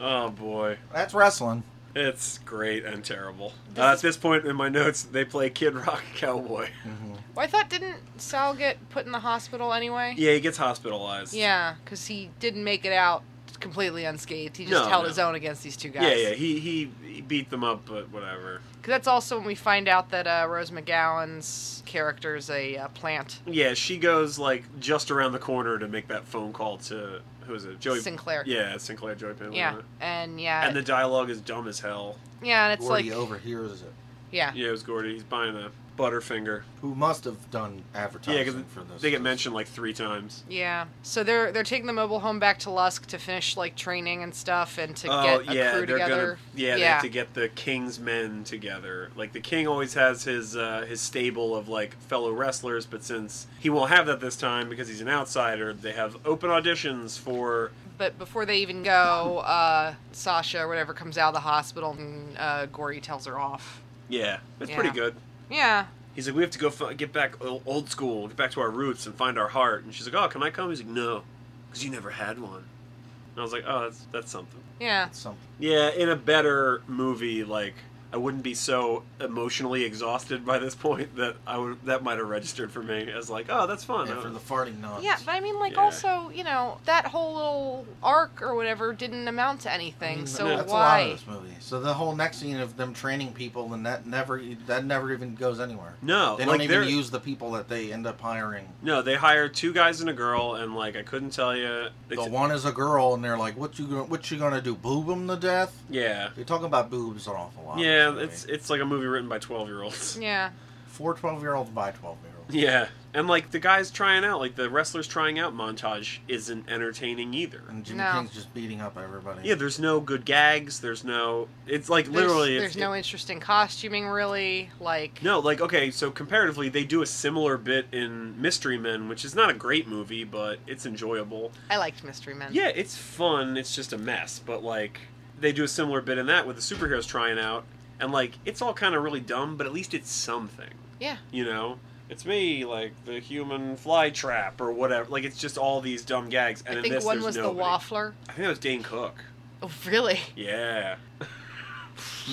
Speaker 1: Oh boy,
Speaker 3: That's wrestling.
Speaker 1: it's great and terrible. Uh, at this point in my notes, they play Kid Rock Cowboy.
Speaker 3: Mm-hmm.
Speaker 2: Well, I thought didn't Sal get put in the hospital anyway?
Speaker 1: Yeah, he gets hospitalized.
Speaker 2: Yeah, because he didn't make it out completely unscathed. He just
Speaker 1: No,
Speaker 2: held
Speaker 1: no.
Speaker 2: his own against these two guys.
Speaker 1: Yeah, yeah. He he, he beat them up, but whatever.
Speaker 2: 'Cause that's also when we find out that uh, Rose McGowan's character's a uh, plant.
Speaker 1: Yeah, she goes like just around the corner to make that phone call to who is it? Joey
Speaker 2: Sinclair.
Speaker 1: Yeah, Sinclair Joey Penn.
Speaker 2: Yeah,
Speaker 1: wasn't
Speaker 2: and
Speaker 1: it?
Speaker 2: yeah,
Speaker 1: And the dialogue is dumb as hell.
Speaker 2: yeah, and it's
Speaker 3: Gordy
Speaker 2: like
Speaker 3: overhears it.
Speaker 2: yeah,
Speaker 1: Yeah, it was Gordy. He's buying a Butterfinger.
Speaker 3: Who must have done
Speaker 1: Yeah,
Speaker 3: advertising
Speaker 1: because
Speaker 3: for this?
Speaker 1: they get
Speaker 3: stuff.
Speaker 1: mentioned like three times.
Speaker 2: yeah. So they're they're taking the mobile home back to Lusk to finish like training and stuff, and to
Speaker 1: oh
Speaker 2: get a
Speaker 1: yeah,
Speaker 2: crew
Speaker 1: they're
Speaker 2: together.
Speaker 1: gonna yeah, they have to get the king's men together. Like the king always has his uh, his stable of like fellow wrestlers, but since he won't have that this time because he's an outsider, they have open auditions for
Speaker 2: But before they even go, uh, Sasha or whatever comes out of the hospital, and uh, Gory tells her off.
Speaker 1: yeah. That's
Speaker 2: Yeah.
Speaker 1: pretty good.
Speaker 2: Yeah,
Speaker 1: He's like, we have to go f- get back o- old school, get back to our roots, and find our heart. And she's like, oh, can I come? He's like, no, because you never had one. And I was like, oh, that's that's something.
Speaker 2: yeah.
Speaker 3: Some-
Speaker 1: Yeah, in a better movie, like I wouldn't be so emotionally exhausted by this point that I would that might have registered for me as like, oh, that's fun.
Speaker 3: and
Speaker 1: I-
Speaker 3: for the farting nuns.
Speaker 2: Yeah, but I mean, like,
Speaker 1: Yeah.
Speaker 2: also, you know, that whole little arc or whatever didn't amount to anything. so
Speaker 1: yeah.
Speaker 3: Mm, that's
Speaker 2: why?
Speaker 3: a lot of this movie. So the whole next scene of them training people, and that never that never even goes anywhere.
Speaker 1: no,
Speaker 3: They
Speaker 1: like
Speaker 3: don't
Speaker 1: they're-
Speaker 3: even use the people that they end up hiring.
Speaker 1: No, they hire two guys and a girl, and like I couldn't tell you.
Speaker 3: The one is a girl, and they're like, "What you gonna, what you gonna do? Boob them to death?"
Speaker 1: yeah,
Speaker 3: They're talking about boobs an awful lot.
Speaker 1: yeah, it's it's like a movie written by twelve year olds.
Speaker 2: Yeah,
Speaker 3: four twelve year olds by twelve year olds.
Speaker 1: Yeah, and like the guys trying out, like the wrestlers trying out montage isn't entertaining either.
Speaker 3: And Jimmy
Speaker 2: No.
Speaker 3: King's just beating up everybody.
Speaker 1: Yeah, there's no good gags. There's no. It's like
Speaker 2: There's-
Speaker 1: literally.
Speaker 2: There's,
Speaker 1: it's,
Speaker 2: no interesting costuming, really. Like,
Speaker 1: No, like okay, so comparatively, they do a similar bit in Mystery Men, which is not a great movie, but it's enjoyable.
Speaker 2: I liked Mystery Men.
Speaker 1: Yeah, it's fun. It's just a mess, but like they do a similar bit in that with the superheroes trying out, and like it's all kind of really dumb, but at least it's something.
Speaker 2: Yeah.
Speaker 1: You know, it's me, like the human fly trap or whatever. Like it's just all these dumb gags. And
Speaker 2: I
Speaker 1: in
Speaker 2: think
Speaker 1: this,
Speaker 2: one
Speaker 1: there's
Speaker 2: was
Speaker 1: nobody.
Speaker 2: the waffler.
Speaker 1: I think that was Dane Cook.
Speaker 2: Oh, really?
Speaker 1: Yeah.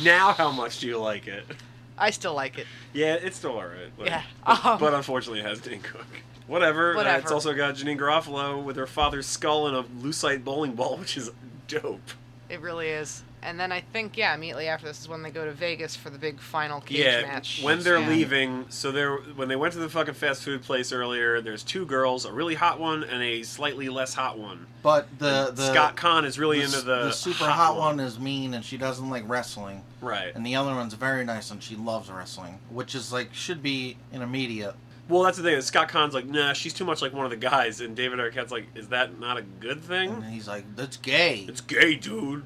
Speaker 1: now, how much do you like it?
Speaker 2: I still like it.
Speaker 1: Yeah, it's still alright. like,
Speaker 2: Yeah.
Speaker 1: But,
Speaker 2: Um.
Speaker 1: but unfortunately, it has Dane Cook. Whatever. uh,
Speaker 2: Whatever.
Speaker 1: it's also got Janine Garofalo with her father's skull and a lucite bowling ball, which is dope.
Speaker 2: It really is. And then I think, yeah, immediately after this is when they go to Vegas for the big final cage
Speaker 1: yeah.
Speaker 2: match.
Speaker 1: When they're
Speaker 2: Yeah.
Speaker 1: leaving, so they're when they went to the fucking fast food place earlier. There's two girls, a really hot one and a slightly less hot one.
Speaker 3: But the, the
Speaker 1: Scott Kahn is really
Speaker 3: the,
Speaker 1: into the,
Speaker 3: the super hot one is mean, and she doesn't like wrestling.
Speaker 1: Right.
Speaker 3: And the other one's very nice, and she loves wrestling, which is like should be an immediate.
Speaker 1: Well, that's the thing. is Scott Kahn's like, nah, she's too much like one of the guys, and David Arquette's like, is that not a good
Speaker 3: And
Speaker 1: thing?
Speaker 3: he's like, "That's gay."
Speaker 1: Mm-hmm. It's gay, dude.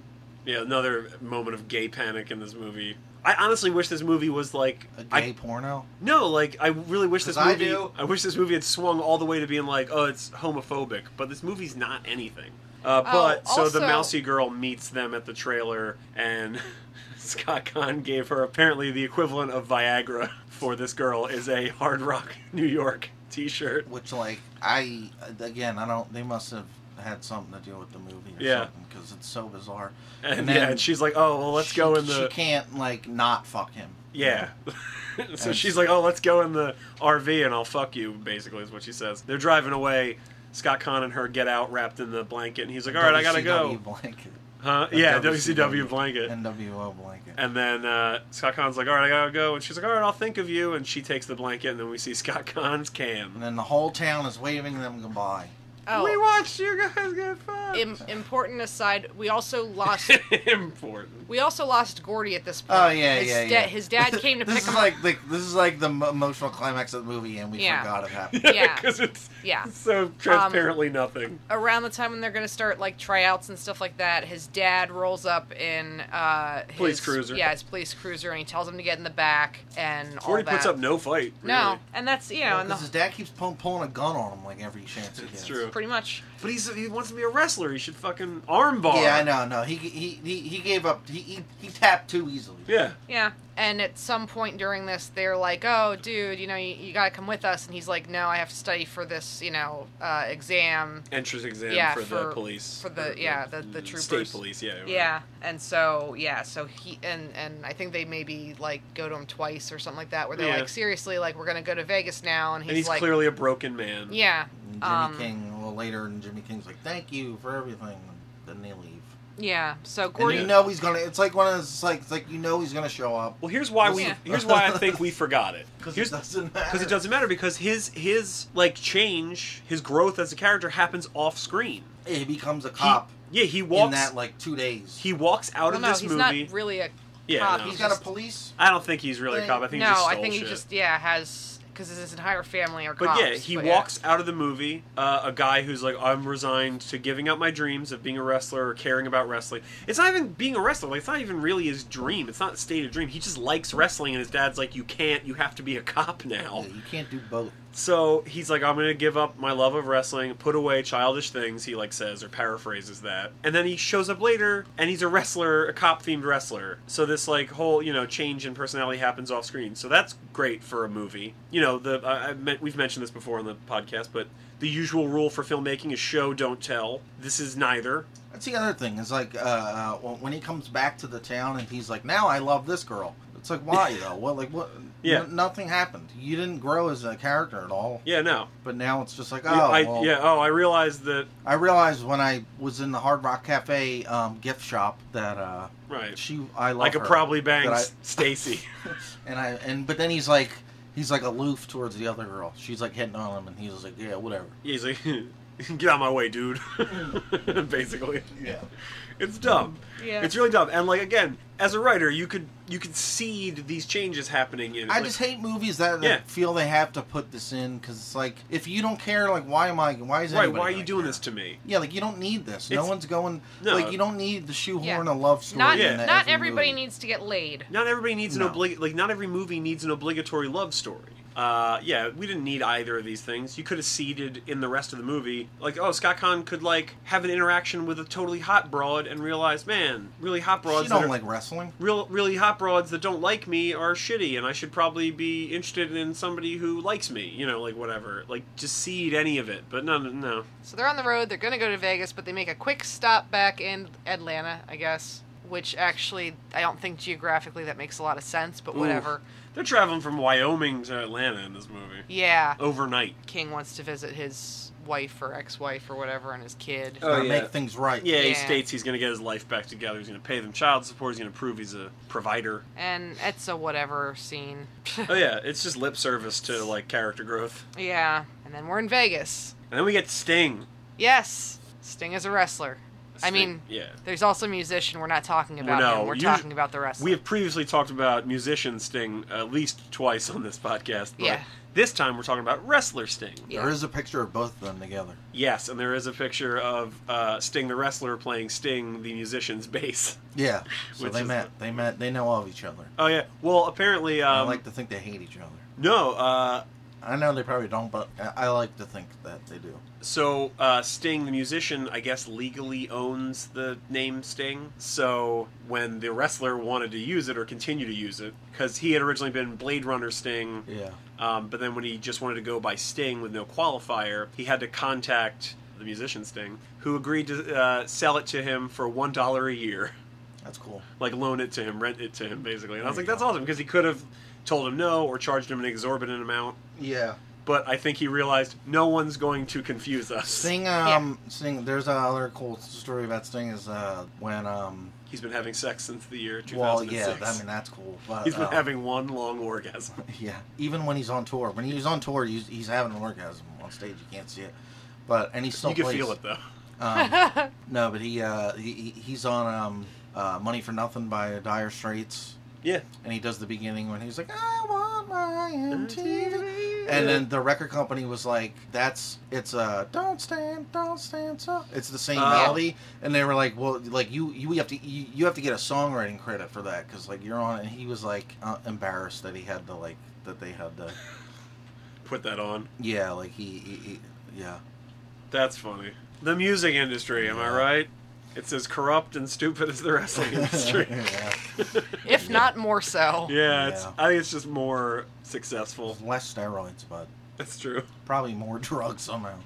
Speaker 1: Yeah, another moment of gay panic in this movie. I honestly wish this movie was like
Speaker 3: a gay
Speaker 1: I
Speaker 3: porno.
Speaker 1: no, like I really wish this
Speaker 3: 'Cause I
Speaker 1: movie.
Speaker 3: do.
Speaker 1: wish this movie had swung all the way to being like, oh, it's homophobic, but this movie's not anything. Uh, but so
Speaker 2: also-
Speaker 1: the mousy girl meets them at the trailer, and Scott Kahn gave her apparently the equivalent of Viagra for this girl is a Hard Rock New York T-shirt.
Speaker 3: Which, like, I again, I don't. They must have had something to do with the movie, or
Speaker 1: Yeah.
Speaker 3: because it's so bizarre.
Speaker 1: And,
Speaker 3: And
Speaker 1: yeah,
Speaker 3: then
Speaker 1: and she's like, oh, well, let's go
Speaker 3: She-
Speaker 1: in the.
Speaker 3: She can't like not fuck him.
Speaker 1: Yeah. so
Speaker 3: And-
Speaker 1: she's like, "Oh, let's go in the RV and I'll fuck you." Basically, is what she says. They're driving away. Scott Conn and her get out wrapped in the blanket, and he's like, "All right, I gotta
Speaker 3: WCW
Speaker 1: go."
Speaker 3: Blanket.
Speaker 1: Huh?
Speaker 3: A
Speaker 1: Yeah, WCW blanket.
Speaker 3: NWO blanket.
Speaker 1: And then uh, Scott Kahn's like, "All right, I gotta go," and she's like, "All right, I'll think of you." And she takes the blanket, and then we see Scott Kahn's
Speaker 3: And
Speaker 1: cam.
Speaker 3: then the whole town is waving them goodbye.
Speaker 1: We
Speaker 2: Oh,
Speaker 1: watched you guys get fucked.
Speaker 2: im- important aside, we also lost.
Speaker 1: Important.
Speaker 2: we also lost Gordy at this point.
Speaker 3: Oh yeah,
Speaker 2: his
Speaker 3: yeah,
Speaker 2: da-
Speaker 3: yeah.
Speaker 2: His dad came to
Speaker 3: this
Speaker 2: pick
Speaker 3: is
Speaker 2: him
Speaker 3: like the, this is like the mo- emotional climax of the movie, and we
Speaker 2: Yeah.
Speaker 3: forgot it happened.
Speaker 2: Yeah.
Speaker 1: Because it's
Speaker 2: up. Yeah. Um,
Speaker 1: so transparently nothing.
Speaker 2: around the time when they're going to start like tryouts and stuff like that, his dad rolls up in uh, his,
Speaker 1: Police cruiser.
Speaker 2: Yeah, his police cruiser, and he tells him to get in the back and all
Speaker 1: Gordy
Speaker 2: that.
Speaker 1: puts up no fight.
Speaker 2: no,
Speaker 1: really.
Speaker 2: and that's you know, and
Speaker 3: Because
Speaker 2: the,
Speaker 3: his dad keeps pull- pulling a gun on him like every chance he gets.
Speaker 1: It's true. pretty much. But he's he wants to be a wrestler. He should fucking armbar.
Speaker 3: Yeah, I know. No, he he he, he gave up. He, he he tapped too easily.
Speaker 1: Yeah.
Speaker 4: Yeah. And at some point during this, they're like, oh, dude, you know, you, you got to come with us. And he's like, no, I have to study for this, you know, uh, exam.
Speaker 1: Entrance exam
Speaker 4: Yeah,
Speaker 1: for, the
Speaker 4: for-
Speaker 1: police.
Speaker 4: for the-
Speaker 1: or
Speaker 4: yeah, the- the
Speaker 1: state
Speaker 4: troopers.
Speaker 1: police. Yeah. whatever.
Speaker 4: Yeah. And so, yeah, so he, and, and I think they maybe, like, go to him twice or something like that, where they're
Speaker 1: Yeah.
Speaker 4: like, seriously, like, we're going to go to Vegas now. And he's,
Speaker 1: And he's
Speaker 4: like,
Speaker 1: clearly a broken man.
Speaker 4: yeah.
Speaker 3: And Jimmy
Speaker 4: Um,
Speaker 3: King a little later, and Jimmy King's like, "Thank you for everything." Then they leave,
Speaker 4: Yeah. So
Speaker 3: and
Speaker 4: Gordy.
Speaker 3: you know he's gonna. It's like one of those. it's Like it's like you know he's gonna show up
Speaker 1: Well, here's why we.
Speaker 4: Yeah.
Speaker 1: Here's why I think we forgot it.
Speaker 3: because it
Speaker 1: Here's-
Speaker 3: doesn't matter.
Speaker 1: because it doesn't matter because his his like change his growth as a character happens off screen
Speaker 3: He becomes a cop
Speaker 1: yeah he
Speaker 3: in
Speaker 1: walks
Speaker 3: that like two days.
Speaker 1: he walks out
Speaker 4: well,
Speaker 1: of
Speaker 4: no,
Speaker 1: this
Speaker 4: he's
Speaker 1: movie
Speaker 4: not really a.
Speaker 1: yeah
Speaker 4: cop.
Speaker 1: no.
Speaker 3: he's
Speaker 4: He's
Speaker 3: got a
Speaker 4: just-
Speaker 3: police.
Speaker 1: i don't think he's really a cop i think
Speaker 4: no,
Speaker 1: he just
Speaker 4: I
Speaker 1: stole
Speaker 4: think
Speaker 1: shit.
Speaker 4: he just, yeah, has, because his entire family are
Speaker 1: but
Speaker 4: cops.
Speaker 1: yeah he
Speaker 4: but
Speaker 1: walks out of the movie uh, a guy who's like i'm resigned to giving up my dreams of being a wrestler or caring about wrestling it's not even being a wrestler like it's not even really his dream it's not a stated dream he just likes wrestling and his dad's like you can't you have to be a cop now
Speaker 3: Yeah, you can't do both.
Speaker 1: So he's like, I'm gonna give up my love of wrestling, put away childish things, he like says or paraphrases that. And then he shows up later and he's a wrestler, a cop themed wrestler. So this like whole, you know, change in personality happens off screen. So that's great for a movie. You know, the I, I meant, we've mentioned this before on the podcast, but the usual rule for filmmaking is show, don't tell. This is neither.
Speaker 3: That's the other thing. Is like uh, uh, when when he comes back to the town and he's like, "Now I love this girl." It's like, why though? What like what?
Speaker 1: Yeah.
Speaker 3: n- nothing happened. You didn't grow as a character at all.
Speaker 1: Yeah, no.
Speaker 3: But now it's just like, oh,
Speaker 1: I,
Speaker 3: well,
Speaker 1: yeah. Oh, I realized that.
Speaker 3: I realized when I was in the Hard Rock Cafe um, gift shop that uh,
Speaker 1: Right.
Speaker 3: she, I love
Speaker 1: I could
Speaker 3: her.
Speaker 1: probably bang
Speaker 3: That I-
Speaker 1: S- Stacy.
Speaker 3: and I and but then he's like, he's like aloof towards the other girl. She's like hitting on him, and he's like, yeah, whatever.
Speaker 1: Yeah, he's like, get out of my way, dude. Basically.
Speaker 3: Yeah.
Speaker 1: It's dumb.
Speaker 4: Yeah.
Speaker 1: It's really dumb. And like again, as a writer, you could you could see these changes happening in
Speaker 3: I
Speaker 1: like,
Speaker 3: just hate movies that, that
Speaker 1: Yeah.
Speaker 3: feel they have to put this in because it's like if you don't care, like why am I? Why is
Speaker 1: Right,
Speaker 3: anybody
Speaker 1: why are
Speaker 3: gonna
Speaker 1: you doing
Speaker 3: care?
Speaker 1: this to me?
Speaker 3: Yeah, like you don't need this. no
Speaker 1: It's-
Speaker 3: one's going.
Speaker 1: No.
Speaker 3: Like you don't need the shoehorn
Speaker 4: Yeah.
Speaker 3: a love story.
Speaker 4: Not,
Speaker 1: Yeah.
Speaker 3: into
Speaker 4: not
Speaker 3: every
Speaker 4: everybody
Speaker 3: movie.
Speaker 4: needs to get laid.
Speaker 1: Not everybody needs
Speaker 3: No.
Speaker 1: an oblig like not every movie needs an obligatory love story. Uh, yeah, we didn't need either of these things. You could have seeded in the rest of the movie, like, oh, Scott Kahn could like have an interaction with a totally hot broad and realize, man, really hot broads
Speaker 3: She
Speaker 1: that
Speaker 3: don't
Speaker 1: are-
Speaker 3: like wrestling.
Speaker 1: real really hot broads that don't like me are shitty and I should probably be interested in somebody who likes me, you know, like whatever. Like just seed any of it. But no no no.
Speaker 4: So they're on the road. They're gonna go to Vegas, but they make a quick stop back in Atlanta, I guess. Which actually, I don't think geographically that makes a lot of sense, but
Speaker 1: Ooh.
Speaker 4: whatever.
Speaker 1: They're traveling from Wyoming to Atlanta in this movie.
Speaker 4: Yeah,
Speaker 1: Overnight.
Speaker 4: King wants to visit his wife or ex-wife or whatever and his kid.
Speaker 1: Oh,
Speaker 3: Gotta
Speaker 1: yeah.
Speaker 3: make things right.
Speaker 1: Yeah, he
Speaker 4: Yeah.
Speaker 1: states he's gonna get his life back together, he's gonna pay them child support, he's gonna prove he's a provider.
Speaker 4: And it's a whatever scene.
Speaker 1: oh yeah, it's just lip service to like character growth.
Speaker 4: yeah, and then we're in Vegas.
Speaker 1: And then we get Sting.
Speaker 4: Yes, Sting is a wrestler. I
Speaker 1: Sting-
Speaker 4: mean,
Speaker 1: yeah.
Speaker 4: there's also a musician. We're not talking about
Speaker 1: no,
Speaker 4: him. We're
Speaker 1: you-
Speaker 4: talking about the wrestler.
Speaker 1: We have previously talked about musician Sting at least twice on this podcast, but
Speaker 4: Yeah.
Speaker 1: this time we're talking about wrestler Sting.
Speaker 4: Yeah.
Speaker 3: There is a picture of both of them together.
Speaker 1: Yes, and there is a picture of uh, Sting the wrestler playing Sting the musician's bass.
Speaker 3: Yeah. So
Speaker 1: Which
Speaker 3: they
Speaker 1: is-
Speaker 3: met. They met. They know of each other.
Speaker 1: Oh yeah. Well, apparently,
Speaker 3: I
Speaker 1: um,
Speaker 3: like to think they hate each other.
Speaker 1: no. Uh,
Speaker 3: I know they probably don't, but I- I like to think that they do.
Speaker 1: so uh, Sting the musician, I guess, legally owns the name Sting. So when the wrestler wanted to use it or continue to use it, because he had originally been Blade Runner Sting,
Speaker 3: Yeah.
Speaker 1: Um, but then when he just wanted to go by Sting with no qualifier, he had to contact the musician Sting, who agreed to uh, sell it to him for one dollar a year,
Speaker 3: That's cool.
Speaker 1: like loan it to him, rent it to him, basically. And I was
Speaker 3: There
Speaker 1: like,
Speaker 3: you
Speaker 1: that's
Speaker 3: go.
Speaker 1: awesome because he could have told him no or charged him an exorbitant amount.
Speaker 3: Yeah.
Speaker 1: But I think he realized no one's going to confuse us.
Speaker 3: Sting, um, Sting, there's another cool story about Sting is, uh, when, um,
Speaker 1: He's been having sex since the year 2006.
Speaker 3: well, yeah, I mean, that's cool. But,
Speaker 1: He's been
Speaker 3: um,
Speaker 1: having one long orgasm.
Speaker 3: yeah, even when he's on tour. When he's on tour, he's, he's having an orgasm on stage. You can't see it. But, and he still
Speaker 1: You can
Speaker 3: plays.
Speaker 1: feel it though.
Speaker 3: Um, no, but he, uh, he, he- he's on, um, uh, Money for Nothing by Dire Straits.
Speaker 1: Yeah.
Speaker 3: and he does the beginning when he's like, "I want my MTV," and then the record company was like, "That's it's uh, don't stand, don't stand so." It's the same
Speaker 1: Oh.
Speaker 3: melody, and they were like, "Well, like you, you we have to, you, you have to get a songwriting credit for that because like you're on." it." And he was like uh, embarrassed that he had to like that they had to,
Speaker 1: Put that on.
Speaker 3: yeah, like he, he, he yeah.
Speaker 1: That's funny. The music industry, am I right? It's as corrupt and stupid as the wrestling industry.
Speaker 3: yeah.
Speaker 2: if not more so.
Speaker 1: yeah, it's,
Speaker 3: Yeah.
Speaker 1: I think it's just more successful.
Speaker 3: Less steroids, but
Speaker 1: That's true.
Speaker 3: probably more drugs somehow.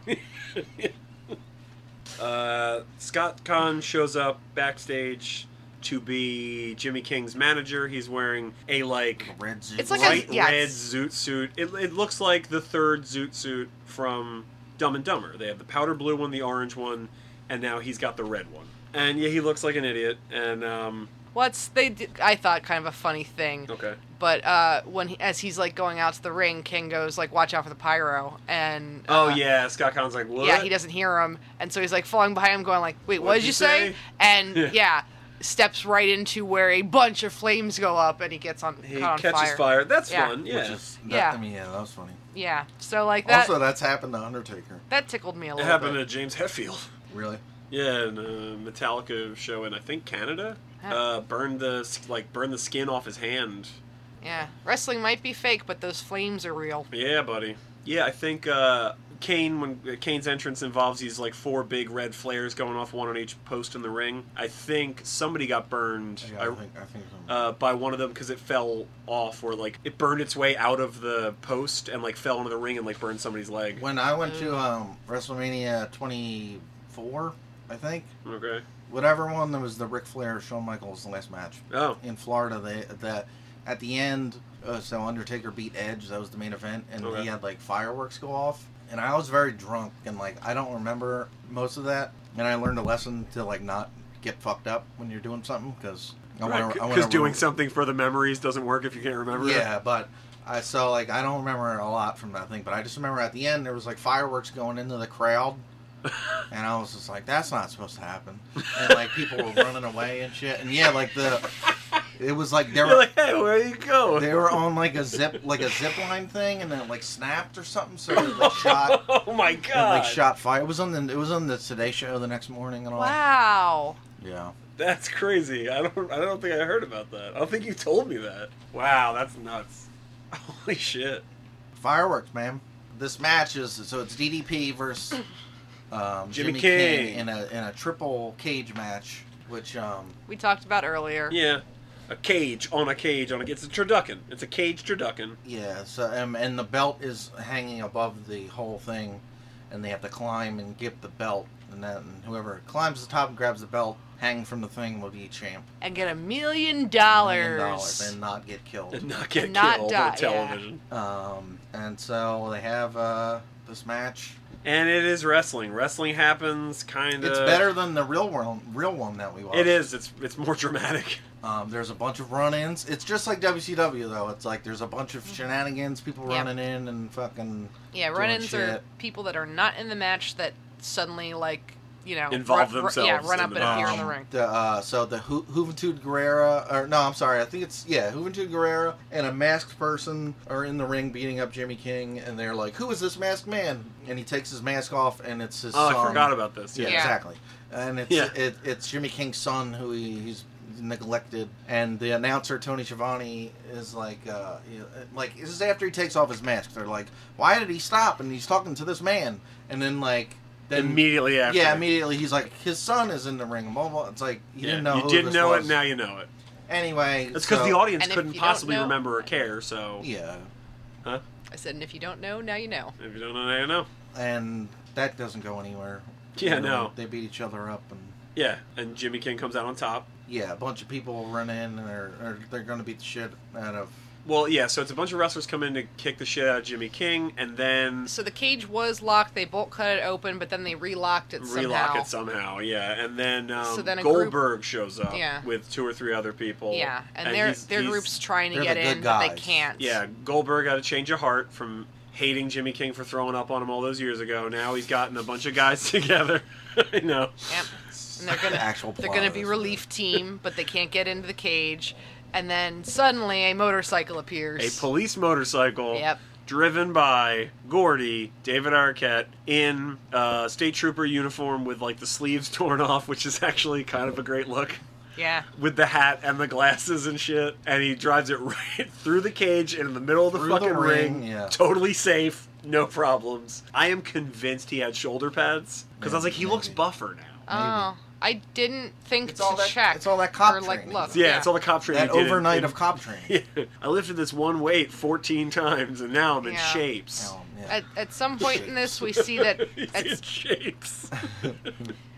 Speaker 1: Uh, Scott Kahn shows up backstage to be Jimmy King's manager. He's wearing a like
Speaker 3: Red Zoom.
Speaker 2: It's like a-
Speaker 1: bright
Speaker 2: yeah,
Speaker 1: red
Speaker 2: it's-
Speaker 1: zoot suit. It, it looks like the third zoot suit from Dumb and Dumber. They have the powder blue one, the orange one, and now he's got the red one. And yeah, he looks like an idiot. And um,
Speaker 2: What's they? Did, I thought kind of a funny thing.
Speaker 1: okay,
Speaker 2: But uh, when he, as he's like going out to the ring, King goes like, "Watch out for the pyro!" And
Speaker 1: oh
Speaker 2: uh,
Speaker 1: yeah, Scott Kahn's like, what?
Speaker 2: yeah, he doesn't hear him, and so he's like falling behind him, going like, "Wait, what did you say?" And
Speaker 1: Yeah.
Speaker 2: yeah. steps right into where a bunch of flames go up, and he gets on
Speaker 1: He
Speaker 2: caught on
Speaker 1: catches fire.
Speaker 2: fire.
Speaker 1: That's
Speaker 2: Yeah.
Speaker 1: fun. Yeah,
Speaker 3: Which is, that,
Speaker 2: Yeah.
Speaker 3: I mean, yeah, that was funny.
Speaker 2: Yeah, so like that
Speaker 3: also, that's happened to Undertaker.
Speaker 2: that tickled me a
Speaker 1: it
Speaker 2: little
Speaker 1: happened
Speaker 2: bit.
Speaker 1: to James Hetfield.
Speaker 3: Really?
Speaker 1: Yeah, and a Metallica show in I think Canada.
Speaker 2: Huh.
Speaker 1: Uh, burned the s- like burned the skin off his hand.
Speaker 2: yeah, wrestling might be fake, but those flames are real.
Speaker 1: Yeah, buddy. Yeah, I think uh, Kane when uh, Kane's entrance involves these like four big red flares going off one on each post in the ring. I think somebody got burned.
Speaker 3: Yeah, I,
Speaker 1: I-
Speaker 3: think I think. so.
Speaker 1: uh, by one of them because it fell off or like it burned its way out of the post and like fell into the ring and like burned somebody's leg.
Speaker 3: when I went to um, WrestleMania 24, I think
Speaker 1: Okay.
Speaker 3: whatever one that was the Ric Flair Shawn Michaels last match
Speaker 1: Oh.
Speaker 3: in Florida, they that at the end, uh, so Undertaker beat Edge. That was the main event, and
Speaker 1: Okay.
Speaker 3: he had like fireworks go off. And I was very drunk, and like I don't remember most of that. And I learned a lesson to like not get fucked up when you're doing something because I want to.
Speaker 1: Because doing something for the memories doesn't work if you can't remember. it.
Speaker 3: Yeah, but I so like I don't remember a lot from that thing, but I just remember at the end there was like fireworks going into the crowd, and I was just like, that's not supposed to happen, and like people were running away and shit, and yeah, like the it was like they
Speaker 1: You're
Speaker 3: were
Speaker 1: like, hey, where you going?
Speaker 3: they were on like a zip like a zip line thing, and then it, like snapped or something, so it like shot.
Speaker 1: oh my
Speaker 3: it, like
Speaker 1: god!
Speaker 3: shot fire. It was on the it was on the Today Show the next morning and all.
Speaker 2: Wow.
Speaker 3: Yeah,
Speaker 1: That's crazy. I don't. I don't think I heard about that. I don't think you told me that. Wow, that's nuts. Holy shit.
Speaker 3: fireworks, man. This match is so it's DDP versus um,
Speaker 1: Jimmy
Speaker 3: Jimmy,
Speaker 1: King.
Speaker 3: King. in a in a triple cage match, which um
Speaker 2: We talked about earlier.
Speaker 1: Yeah, a cage on a cage on a. It's a turducken. It's a cage turducken.
Speaker 3: yeah so um, and the belt is hanging above the whole thing, and they have to climb and get the belt, and then whoever climbs the top and grabs the belt, hang from the thing will be champ.
Speaker 2: And get a million
Speaker 3: Million
Speaker 2: dollars.
Speaker 3: dollars and not get
Speaker 1: And
Speaker 3: killed.
Speaker 1: not get
Speaker 2: And not
Speaker 1: killed
Speaker 2: die,
Speaker 1: on television.
Speaker 3: Um, and so they have uh this match.
Speaker 1: And it is wrestling. Wrestling happens. Kind of.
Speaker 3: It's better than the real world, real one that we watched.
Speaker 1: Uh, It is. It's it's more dramatic.
Speaker 3: Um, there's a bunch of run-ins. It's just like WCW though. It's like there's a bunch of shenanigans, people
Speaker 2: Yeah.
Speaker 3: running in and fucking
Speaker 2: Yeah,
Speaker 3: doing
Speaker 2: run-ins are
Speaker 3: shit.
Speaker 2: people that are not in the match that suddenly like you know
Speaker 1: Involve
Speaker 2: run,
Speaker 1: themselves
Speaker 2: yeah, run
Speaker 1: in
Speaker 2: up
Speaker 1: the
Speaker 2: and appear in the
Speaker 3: Um,
Speaker 2: ring.
Speaker 3: The, uh, so the Ju- Juventud Guerrera, or no, I'm sorry, I think it's yeah, Juventud Guerrera and a masked person are in the ring beating up Jimmy King, and they're like, "Who is this masked man?" And he takes his mask off, and it's his.
Speaker 1: Oh,
Speaker 3: son.
Speaker 1: I forgot about this.
Speaker 3: Um, Yeah,
Speaker 1: Yeah.
Speaker 2: Yeah.
Speaker 3: exactly. And it's
Speaker 1: Yeah.
Speaker 3: it, it's Jimmy King's son who he, he's neglected, and the announcer Tony Schiavone is like, uh, you know, like this is after he takes off his mask. They're like, why did he stop? And he's talking to this man, and then like then
Speaker 1: Immediately after.
Speaker 3: yeah, immediately he's like, his son is in the ring. Blah, blah. It's like
Speaker 1: Yeah,
Speaker 3: you didn't know.
Speaker 1: You
Speaker 3: who
Speaker 1: didn't
Speaker 3: this
Speaker 1: know
Speaker 3: was.
Speaker 1: it. Now you know it.
Speaker 3: Anyway,
Speaker 1: It's because
Speaker 3: so-
Speaker 1: the audience
Speaker 2: And if
Speaker 1: couldn't
Speaker 2: you don't
Speaker 1: possibly
Speaker 2: know-
Speaker 1: remember or care. So
Speaker 3: Yeah,
Speaker 1: huh?
Speaker 2: I said, and if you don't know, now you know.
Speaker 1: If you don't know, now you know.
Speaker 3: and that doesn't go anywhere.
Speaker 1: Yeah,
Speaker 3: You know,
Speaker 1: no.
Speaker 3: They beat each other up and.
Speaker 1: Yeah, and Jimmy King comes out on top.
Speaker 3: Yeah, a bunch of people run in and they're they're, they're going to beat the shit out of
Speaker 1: Well, yeah, so it's a bunch of wrestlers come in to kick the shit out of Jimmy King, and then
Speaker 2: So the cage was locked. They bolt cut it open, but then they relocked it
Speaker 1: relock
Speaker 2: somehow.
Speaker 1: it somehow. Yeah, and then, um,
Speaker 2: So then a
Speaker 1: Goldberg shows up
Speaker 2: Yeah.
Speaker 1: with two or three other people.
Speaker 2: Yeah, and, their
Speaker 1: he's-
Speaker 2: their
Speaker 1: he's-
Speaker 2: group's trying to
Speaker 3: they're
Speaker 2: get
Speaker 3: the good
Speaker 2: in, but they
Speaker 3: guys.
Speaker 2: can't.
Speaker 1: Yeah, Goldberg got a change of heart from hating Jimmy King for throwing up on him all those years ago. Now he's gotten a bunch of guys together. you know,
Speaker 2: Yep. And they're gonna
Speaker 3: The actual
Speaker 2: they're
Speaker 3: plot
Speaker 2: gonna
Speaker 3: of
Speaker 2: be
Speaker 3: this
Speaker 2: relief team, but they can't get into the cage. And then suddenly a motorcycle appears.
Speaker 1: a police motorcycle.
Speaker 2: Yep.
Speaker 1: Driven by Gordy, David Arquette, in uh, state trooper uniform with like the sleeves torn off, which is actually kind of a great look.
Speaker 2: yeah.
Speaker 1: with the hat and the glasses and shit, and he drives it right through the cage and in the middle of the
Speaker 3: Through the
Speaker 1: fucking ring,
Speaker 3: ring, yeah.
Speaker 1: totally safe. no problems. I am convinced he had shoulder pads because I was like, he looks
Speaker 3: Maybe.
Speaker 1: buffer now.
Speaker 2: Oh, I didn't think
Speaker 3: It's
Speaker 2: to
Speaker 3: all that-
Speaker 2: check.
Speaker 3: it's all that cop
Speaker 2: or like
Speaker 3: training.
Speaker 2: look.
Speaker 1: yeah, it's all the cop training.
Speaker 3: That
Speaker 1: he did in-
Speaker 3: overnight
Speaker 1: in-
Speaker 3: of cop training.
Speaker 1: I lifted this one weight 14 times, and now I'm in
Speaker 2: Yeah.
Speaker 1: shapes.
Speaker 3: Um, yeah.
Speaker 2: At, at some point in this, we see that
Speaker 1: He's
Speaker 2: at,
Speaker 1: in shapes.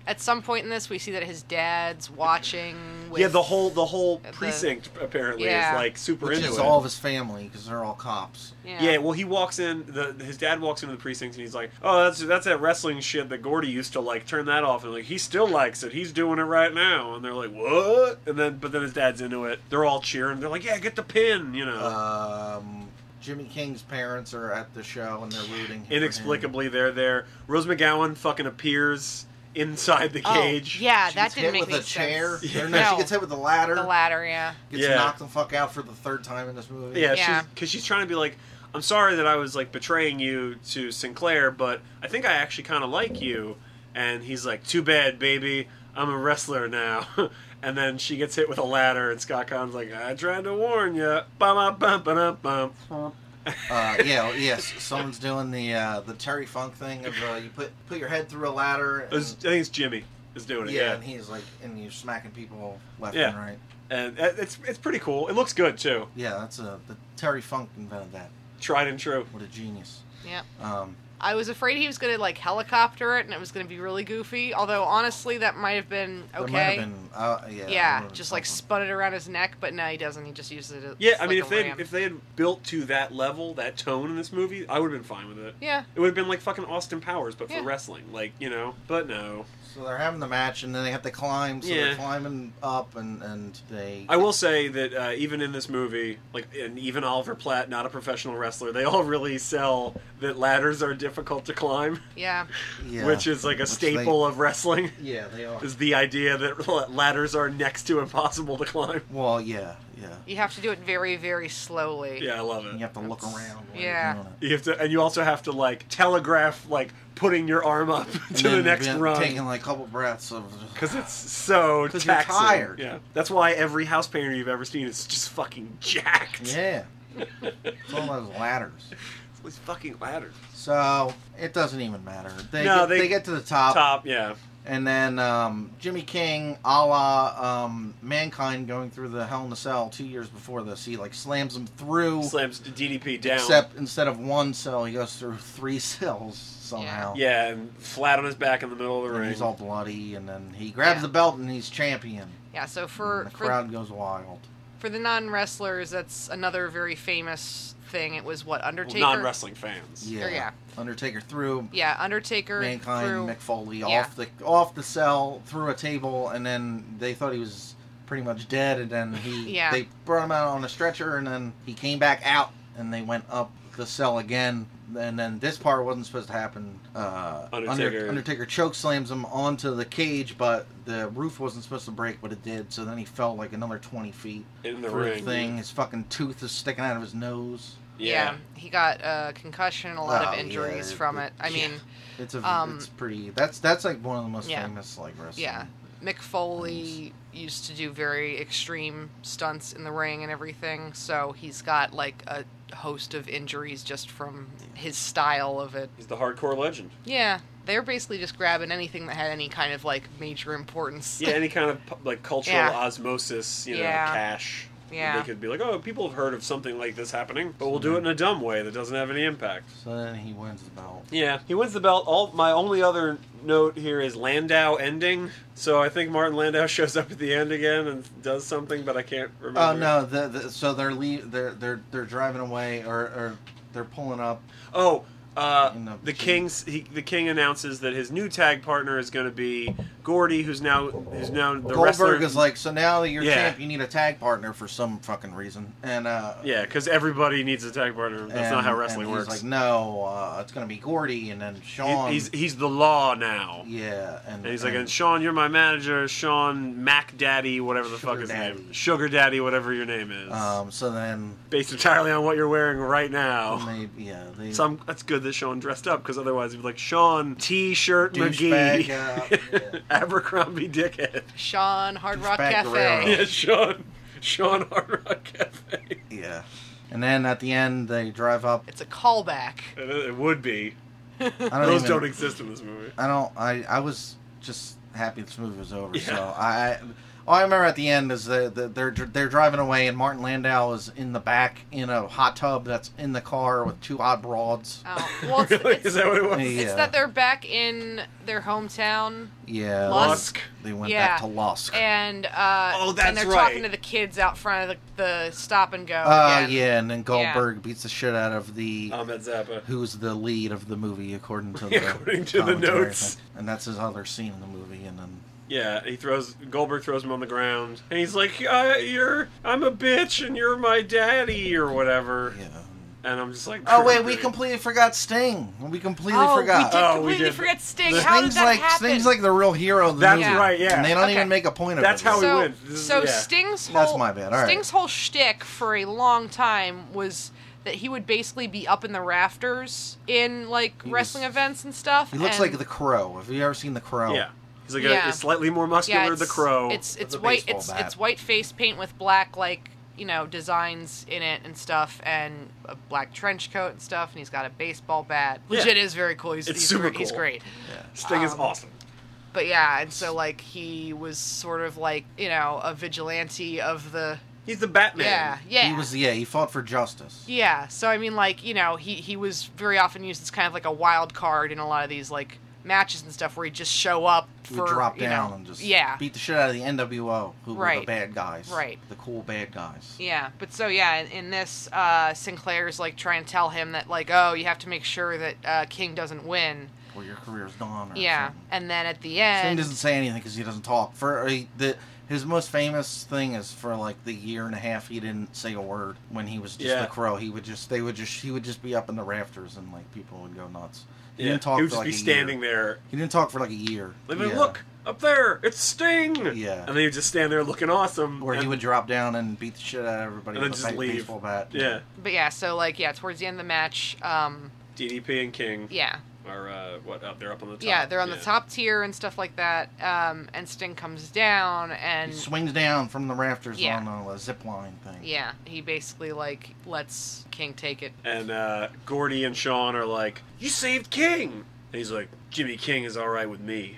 Speaker 2: at some point in this, we see that his dad's watching. With,
Speaker 1: yeah, the whole the whole
Speaker 2: the-
Speaker 1: precinct apparently
Speaker 2: Yeah.
Speaker 1: is like super
Speaker 3: Which
Speaker 1: into
Speaker 3: is
Speaker 1: it.
Speaker 3: all of his family because they're all cops.
Speaker 2: yeah.
Speaker 1: yeah. well, he walks in. The, his dad walks into the precinct, and he's like, "Oh, that's that's that wrestling shit that Gordy used to like. Turn that off." And like, he still likes it. He's doing it right now. And they're like, "What?" And then, but then his dad's into it. They're all cheering. They're like, "Yeah, get the pin," you know.
Speaker 3: Um, Jimmy King's parents are at the show and they're rooting. for
Speaker 1: Inexplicably, they're there. Rose McGowan fucking appears inside the
Speaker 2: Oh,
Speaker 1: cage.
Speaker 2: yeah,
Speaker 3: him.
Speaker 2: that
Speaker 3: She's
Speaker 2: didn't
Speaker 3: hit
Speaker 2: make
Speaker 3: with
Speaker 2: any
Speaker 3: a chair.
Speaker 2: sense.
Speaker 3: Or
Speaker 1: Yeah.
Speaker 3: no,
Speaker 2: No.
Speaker 3: she gets hit with a ladder.
Speaker 2: The ladder, yeah.
Speaker 3: Gets
Speaker 1: Yeah.
Speaker 3: knocked the fuck out for the third time in this movie.
Speaker 1: Yeah,
Speaker 2: Yeah.
Speaker 1: she's because she's trying to be like, I'm sorry that I was like betraying you to Sinclair, but I think I actually kind of like you. And he's like, Too bad, baby. I'm a wrestler now. and then she gets hit with a ladder, and Scott Kahn's like, I tried to warn you. Bum, bum, bum, bum, bum.
Speaker 3: Uh, yeah, yes. Someone's doing the uh, the Terry Funk thing of uh, you put put your head through a ladder.
Speaker 1: It was- I
Speaker 3: And,
Speaker 1: think it's Jimmy is doing it.
Speaker 3: yeah,
Speaker 1: Yeah,
Speaker 3: and he's like, and you're smacking people left
Speaker 1: Yeah.
Speaker 3: and right.
Speaker 1: and uh, it's it's pretty cool. It looks good too.
Speaker 3: Yeah, that's a the Terry Funk invented that.
Speaker 1: Tried and true.
Speaker 3: What a genius.
Speaker 2: Yeah.
Speaker 3: Um,
Speaker 2: I was afraid he was gonna like helicopter it and it was gonna be really goofy. Although honestly, that might have been
Speaker 3: there
Speaker 2: okay.
Speaker 3: might have been, uh, yeah,
Speaker 2: yeah,
Speaker 3: there was
Speaker 2: just like
Speaker 3: something.
Speaker 2: spun it around his neck, but no, he doesn't. He just uses it. As,
Speaker 1: Yeah, I
Speaker 2: like
Speaker 1: mean,
Speaker 2: a
Speaker 1: if they
Speaker 2: ram.
Speaker 1: if they had built to that level, that tone in this movie, I would have been fine with it.
Speaker 2: yeah,
Speaker 1: It would have been like fucking Austin Powers, but for
Speaker 2: Yeah.
Speaker 1: wrestling, like you know. But no,
Speaker 3: So they're having the match, and then they have to climb. So
Speaker 1: Yeah.
Speaker 3: they're climbing up, and and they.
Speaker 1: I will say that uh, even in this movie, like and even Oliver Platt, not a professional wrestler, they all really sell that ladders are difficult to climb,
Speaker 2: yeah,
Speaker 3: yeah,
Speaker 1: which is like a
Speaker 3: Which they-
Speaker 1: staple of wrestling.
Speaker 3: Yeah, they are.
Speaker 1: Is the idea that ladders are next to impossible to climb?
Speaker 3: Well, yeah, yeah.
Speaker 2: you have to do it very, very slowly.
Speaker 1: Yeah, I love
Speaker 3: And
Speaker 1: it.
Speaker 3: you have to look around. While
Speaker 2: Yeah.
Speaker 3: You're doing it.
Speaker 1: You have to, and you also have to like telegraph like putting your arm up
Speaker 3: And
Speaker 1: to the
Speaker 3: then
Speaker 1: next
Speaker 3: being-
Speaker 1: run.
Speaker 3: Taking like a couple breaths of.
Speaker 1: Because it's so
Speaker 3: 'Cause
Speaker 1: taxing.
Speaker 3: you're tired.
Speaker 1: Yeah, that's why every house painter you've ever seen is just fucking jacked.
Speaker 3: Yeah. it's all those ladders.
Speaker 1: It's these fucking ladders.
Speaker 3: So it doesn't even matter. They,
Speaker 1: No,
Speaker 3: get,
Speaker 1: they-
Speaker 3: they get to the top,
Speaker 1: Top, yeah,
Speaker 3: and then um, Jimmy King, a la um, Mankind, going through the Hell in a Cell two years before this, he like slams him through.
Speaker 1: slams the DDP down.
Speaker 3: Except instead of one cell, he goes through three cells somehow.
Speaker 1: yeah, and flat on his back in the middle of the
Speaker 3: And
Speaker 1: ring.
Speaker 3: he's all bloody, and then he grabs
Speaker 2: Yeah.
Speaker 3: the belt and he's champion.
Speaker 2: Yeah, so for
Speaker 3: and Mm, the
Speaker 2: for
Speaker 3: crowd goes wild.
Speaker 2: for the non wrestlers, that's another very famous thing. It was what Undertaker.
Speaker 1: non wrestling fans.
Speaker 3: Yeah.
Speaker 2: yeah.
Speaker 3: Undertaker threw
Speaker 2: Yeah, Undertaker.
Speaker 3: Mankind,
Speaker 2: through-
Speaker 3: Mick Foley
Speaker 2: yeah.
Speaker 3: off the off the cell, through a table, and then they thought he was pretty much dead. And then he
Speaker 2: Yeah.
Speaker 3: they brought him out on a stretcher, and then he came back out, and they went up the cell again. And then this part wasn't supposed to happen. Uh, Under-
Speaker 1: Undertaker-
Speaker 3: Undertaker choke slams him onto the cage, but the roof wasn't supposed to break, but it did. So then he fell like another twenty feet
Speaker 1: In the
Speaker 3: through
Speaker 1: ring.
Speaker 3: thing. His fucking tooth is sticking out of his nose.
Speaker 2: yeah.
Speaker 1: Yeah.
Speaker 2: he got a concussion, a lot
Speaker 3: Oh,
Speaker 2: of injuries
Speaker 3: yeah.
Speaker 2: from it. I mean,
Speaker 3: It's a
Speaker 2: Um,
Speaker 3: it's pretty. That's that's like one of the most
Speaker 2: yeah.
Speaker 3: famous like wrestling.
Speaker 2: yeah. Mick Foley used to do very extreme stunts in the ring and everything, so he's got like a host of injuries just from his style of it.
Speaker 1: He's the hardcore legend.
Speaker 2: Yeah, they're basically just grabbing anything that had any kind of like major importance.
Speaker 1: Yeah, any kind of pu- like cultural
Speaker 2: Yeah.
Speaker 1: osmosis, you know,
Speaker 2: Yeah.
Speaker 1: cash.
Speaker 2: Yeah.
Speaker 1: They could be like, oh, people have heard of something like this happening, but we'll do it in a dumb way that doesn't have any impact.
Speaker 3: So then he wins the belt.
Speaker 1: Yeah, he wins the belt. All my only other note here is Landau ending. So I think Martin Landau shows up at the end again and does something, but I can't remember.
Speaker 3: Oh no! The, the, so they're leave. They're they're they're driving away, or, or they're pulling up.
Speaker 1: Oh, uh,
Speaker 3: In the
Speaker 1: the
Speaker 3: gym.
Speaker 1: king's he, the king announces that his new tag partner is going to be Gordy, who's now who's now the
Speaker 3: Goldberg
Speaker 1: wrestler.
Speaker 3: is like, so now that you're
Speaker 1: Yeah.
Speaker 3: champ, you need a tag partner for some fucking reason. And uh,
Speaker 1: yeah, because everybody needs a tag partner. That's not
Speaker 3: and-
Speaker 1: how wrestling
Speaker 3: and he's
Speaker 1: works.
Speaker 3: Like, no, uh, it's gonna be Gordy, and then Sean.
Speaker 1: He- he's he's the law now.
Speaker 3: yeah, and,
Speaker 1: And he's like, and Sean, you're my manager. Sean Mac Daddy, whatever the fuck
Speaker 3: Sugar
Speaker 1: his
Speaker 3: Daddy.
Speaker 1: name, Sugar Daddy, whatever your name is,
Speaker 3: Um. So then,
Speaker 1: based entirely on what you're wearing right now.
Speaker 3: they, yeah, they
Speaker 1: So I'm, that's good that Sean dressed up because otherwise he'd be like Sean T-shirt
Speaker 3: douchebag.
Speaker 1: McGee,
Speaker 3: Uh, yeah.
Speaker 1: Abercrombie dickhead.
Speaker 2: Sean Hard Rock
Speaker 3: Douchebag
Speaker 2: Cafe.
Speaker 3: Guerrero.
Speaker 1: Yeah, Sean, Sean Hard Rock Cafe.
Speaker 3: yeah. And then at the end, they drive up.
Speaker 2: It's a callback.
Speaker 1: It, it would be.
Speaker 3: I don't
Speaker 1: Those
Speaker 3: even-
Speaker 1: don't exist in this movie.
Speaker 3: I don't. I I was just happy this movie was over. So
Speaker 1: Yeah.
Speaker 3: I. All I remember at the end is that the, they're dr- they're driving away, and Martin Landau is in the back in a hot tub that's in the car with two odd broads.
Speaker 2: Oh, well, it's,
Speaker 1: Really?
Speaker 2: it's,
Speaker 1: Is that what it was?
Speaker 3: Yeah.
Speaker 2: it's that they're back in their hometown
Speaker 3: Yeah,
Speaker 2: Lusk?
Speaker 3: They went
Speaker 2: Yeah.
Speaker 3: back to Lusk.
Speaker 2: and uh,
Speaker 1: Oh, that's
Speaker 2: and they're
Speaker 1: right.
Speaker 2: talking to the kids out front of the, the stop and go.
Speaker 3: Uh,
Speaker 2: again.
Speaker 3: yeah, and then Goldberg beats the shit out of the
Speaker 1: Ahmed Zappa.
Speaker 3: who's the lead of the movie according to the
Speaker 1: According to the
Speaker 3: commentary
Speaker 1: notes.
Speaker 3: thing. and that's his other scene in the movie. And then
Speaker 1: Yeah, he throws Goldberg throws him on the ground, and he's like, uh, "You're, I'm a bitch, and you're my daddy, or whatever."
Speaker 3: yeah.
Speaker 1: And I'm just like,
Speaker 3: Oh wait, we
Speaker 1: "Great."
Speaker 3: completely forgot Sting. We completely
Speaker 2: oh,
Speaker 3: forgot.
Speaker 2: We did
Speaker 1: Oh, we
Speaker 2: completely
Speaker 1: did.
Speaker 2: forget Sting.
Speaker 1: The
Speaker 2: How
Speaker 3: Sting's
Speaker 2: did that
Speaker 3: like
Speaker 2: happen?
Speaker 3: Sting's like the real hero of the
Speaker 1: That's
Speaker 3: movie.
Speaker 1: right, yeah.
Speaker 3: And they don't
Speaker 2: Okay.
Speaker 3: even make a point of
Speaker 1: That's
Speaker 3: it.
Speaker 1: how we
Speaker 2: so,
Speaker 1: win. This is-
Speaker 2: so
Speaker 1: yeah.
Speaker 2: Sting's whole
Speaker 3: That's my bad. All right.
Speaker 2: Sting's whole shtick for a long time was that he would basically be up in the rafters in like
Speaker 3: was-
Speaker 2: wrestling events and stuff.
Speaker 3: He looks
Speaker 2: and
Speaker 3: like the Crow. Have you ever seen the Crow?
Speaker 1: Yeah, he's like,
Speaker 2: Yeah.
Speaker 1: A, it's slightly more muscular.
Speaker 2: yeah,
Speaker 1: the
Speaker 2: it's-
Speaker 1: crow.
Speaker 2: It's
Speaker 3: with
Speaker 2: it's
Speaker 3: a
Speaker 2: white
Speaker 3: baseball
Speaker 2: it's
Speaker 3: bat.
Speaker 2: it's white face paint with black like you know designs in it and stuff and a black trench coat and stuff and he's got a baseball bat which
Speaker 1: Yeah.
Speaker 2: it is very cool he's,
Speaker 1: It's
Speaker 2: he's,
Speaker 1: super
Speaker 2: great. he's
Speaker 1: cool.
Speaker 2: great
Speaker 1: Sting is
Speaker 2: um,
Speaker 1: awesome.
Speaker 2: but yeah and so like he was sort of like you know a vigilante of the
Speaker 1: He's the Batman.
Speaker 2: yeah yeah
Speaker 3: He was yeah, he fought for justice.
Speaker 2: Yeah, so I mean, like you know, he he was very often used as kind of like a wild card in a lot of these like matches and stuff, where he'd just show up
Speaker 3: He
Speaker 2: for
Speaker 3: would drop
Speaker 2: you
Speaker 3: down
Speaker 2: know,
Speaker 3: and just
Speaker 2: yeah,
Speaker 3: beat the shit out of the NWO, who were the
Speaker 2: Right.
Speaker 3: bad guys.
Speaker 2: Right.
Speaker 3: The cool bad guys.
Speaker 2: yeah. But so yeah, in, in this, uh, Sinclair's like trying to tell him that like, oh, you have to make sure that uh, King doesn't win.
Speaker 3: Or your career's gone or
Speaker 2: yeah,
Speaker 3: something.
Speaker 2: and then at the
Speaker 3: Sting
Speaker 2: end,
Speaker 3: doesn't say anything because he doesn't talk. For uh, the his most famous thing is for like the year and a half he didn't say a word when he was just
Speaker 1: Yeah.
Speaker 3: the crow. He would just they would just he would just be up in the rafters and like people would go nuts. He
Speaker 1: Yeah.
Speaker 3: didn't talk
Speaker 1: He would just
Speaker 3: for like
Speaker 1: be
Speaker 3: a
Speaker 1: standing
Speaker 3: year.
Speaker 1: there.
Speaker 3: He didn't talk for like a year.
Speaker 1: Like, "Look,
Speaker 3: Yeah.
Speaker 1: look up there, it's Sting.
Speaker 3: Yeah.
Speaker 1: and then he would just stand there looking awesome.
Speaker 3: Or he
Speaker 1: and-
Speaker 3: would drop down and beat the shit out of everybody
Speaker 1: And then
Speaker 3: with a
Speaker 1: just
Speaker 3: ba-
Speaker 1: leave.
Speaker 3: baseball bat.
Speaker 1: Yeah,
Speaker 2: but yeah, so like yeah, towards the end of the match, um,
Speaker 1: DDP and King
Speaker 2: yeah,
Speaker 1: are uh, what up? They're up on the top.
Speaker 2: yeah, they're on the top tier and stuff like that, um, and Sting comes down and
Speaker 3: He swings down from the rafters
Speaker 2: Yeah.
Speaker 3: on a zip line thing.
Speaker 2: Yeah, he basically like lets King take it.
Speaker 1: And uh, Gordy and Sean are like, "You saved King," and he's like, "Jimmy King is all right with me."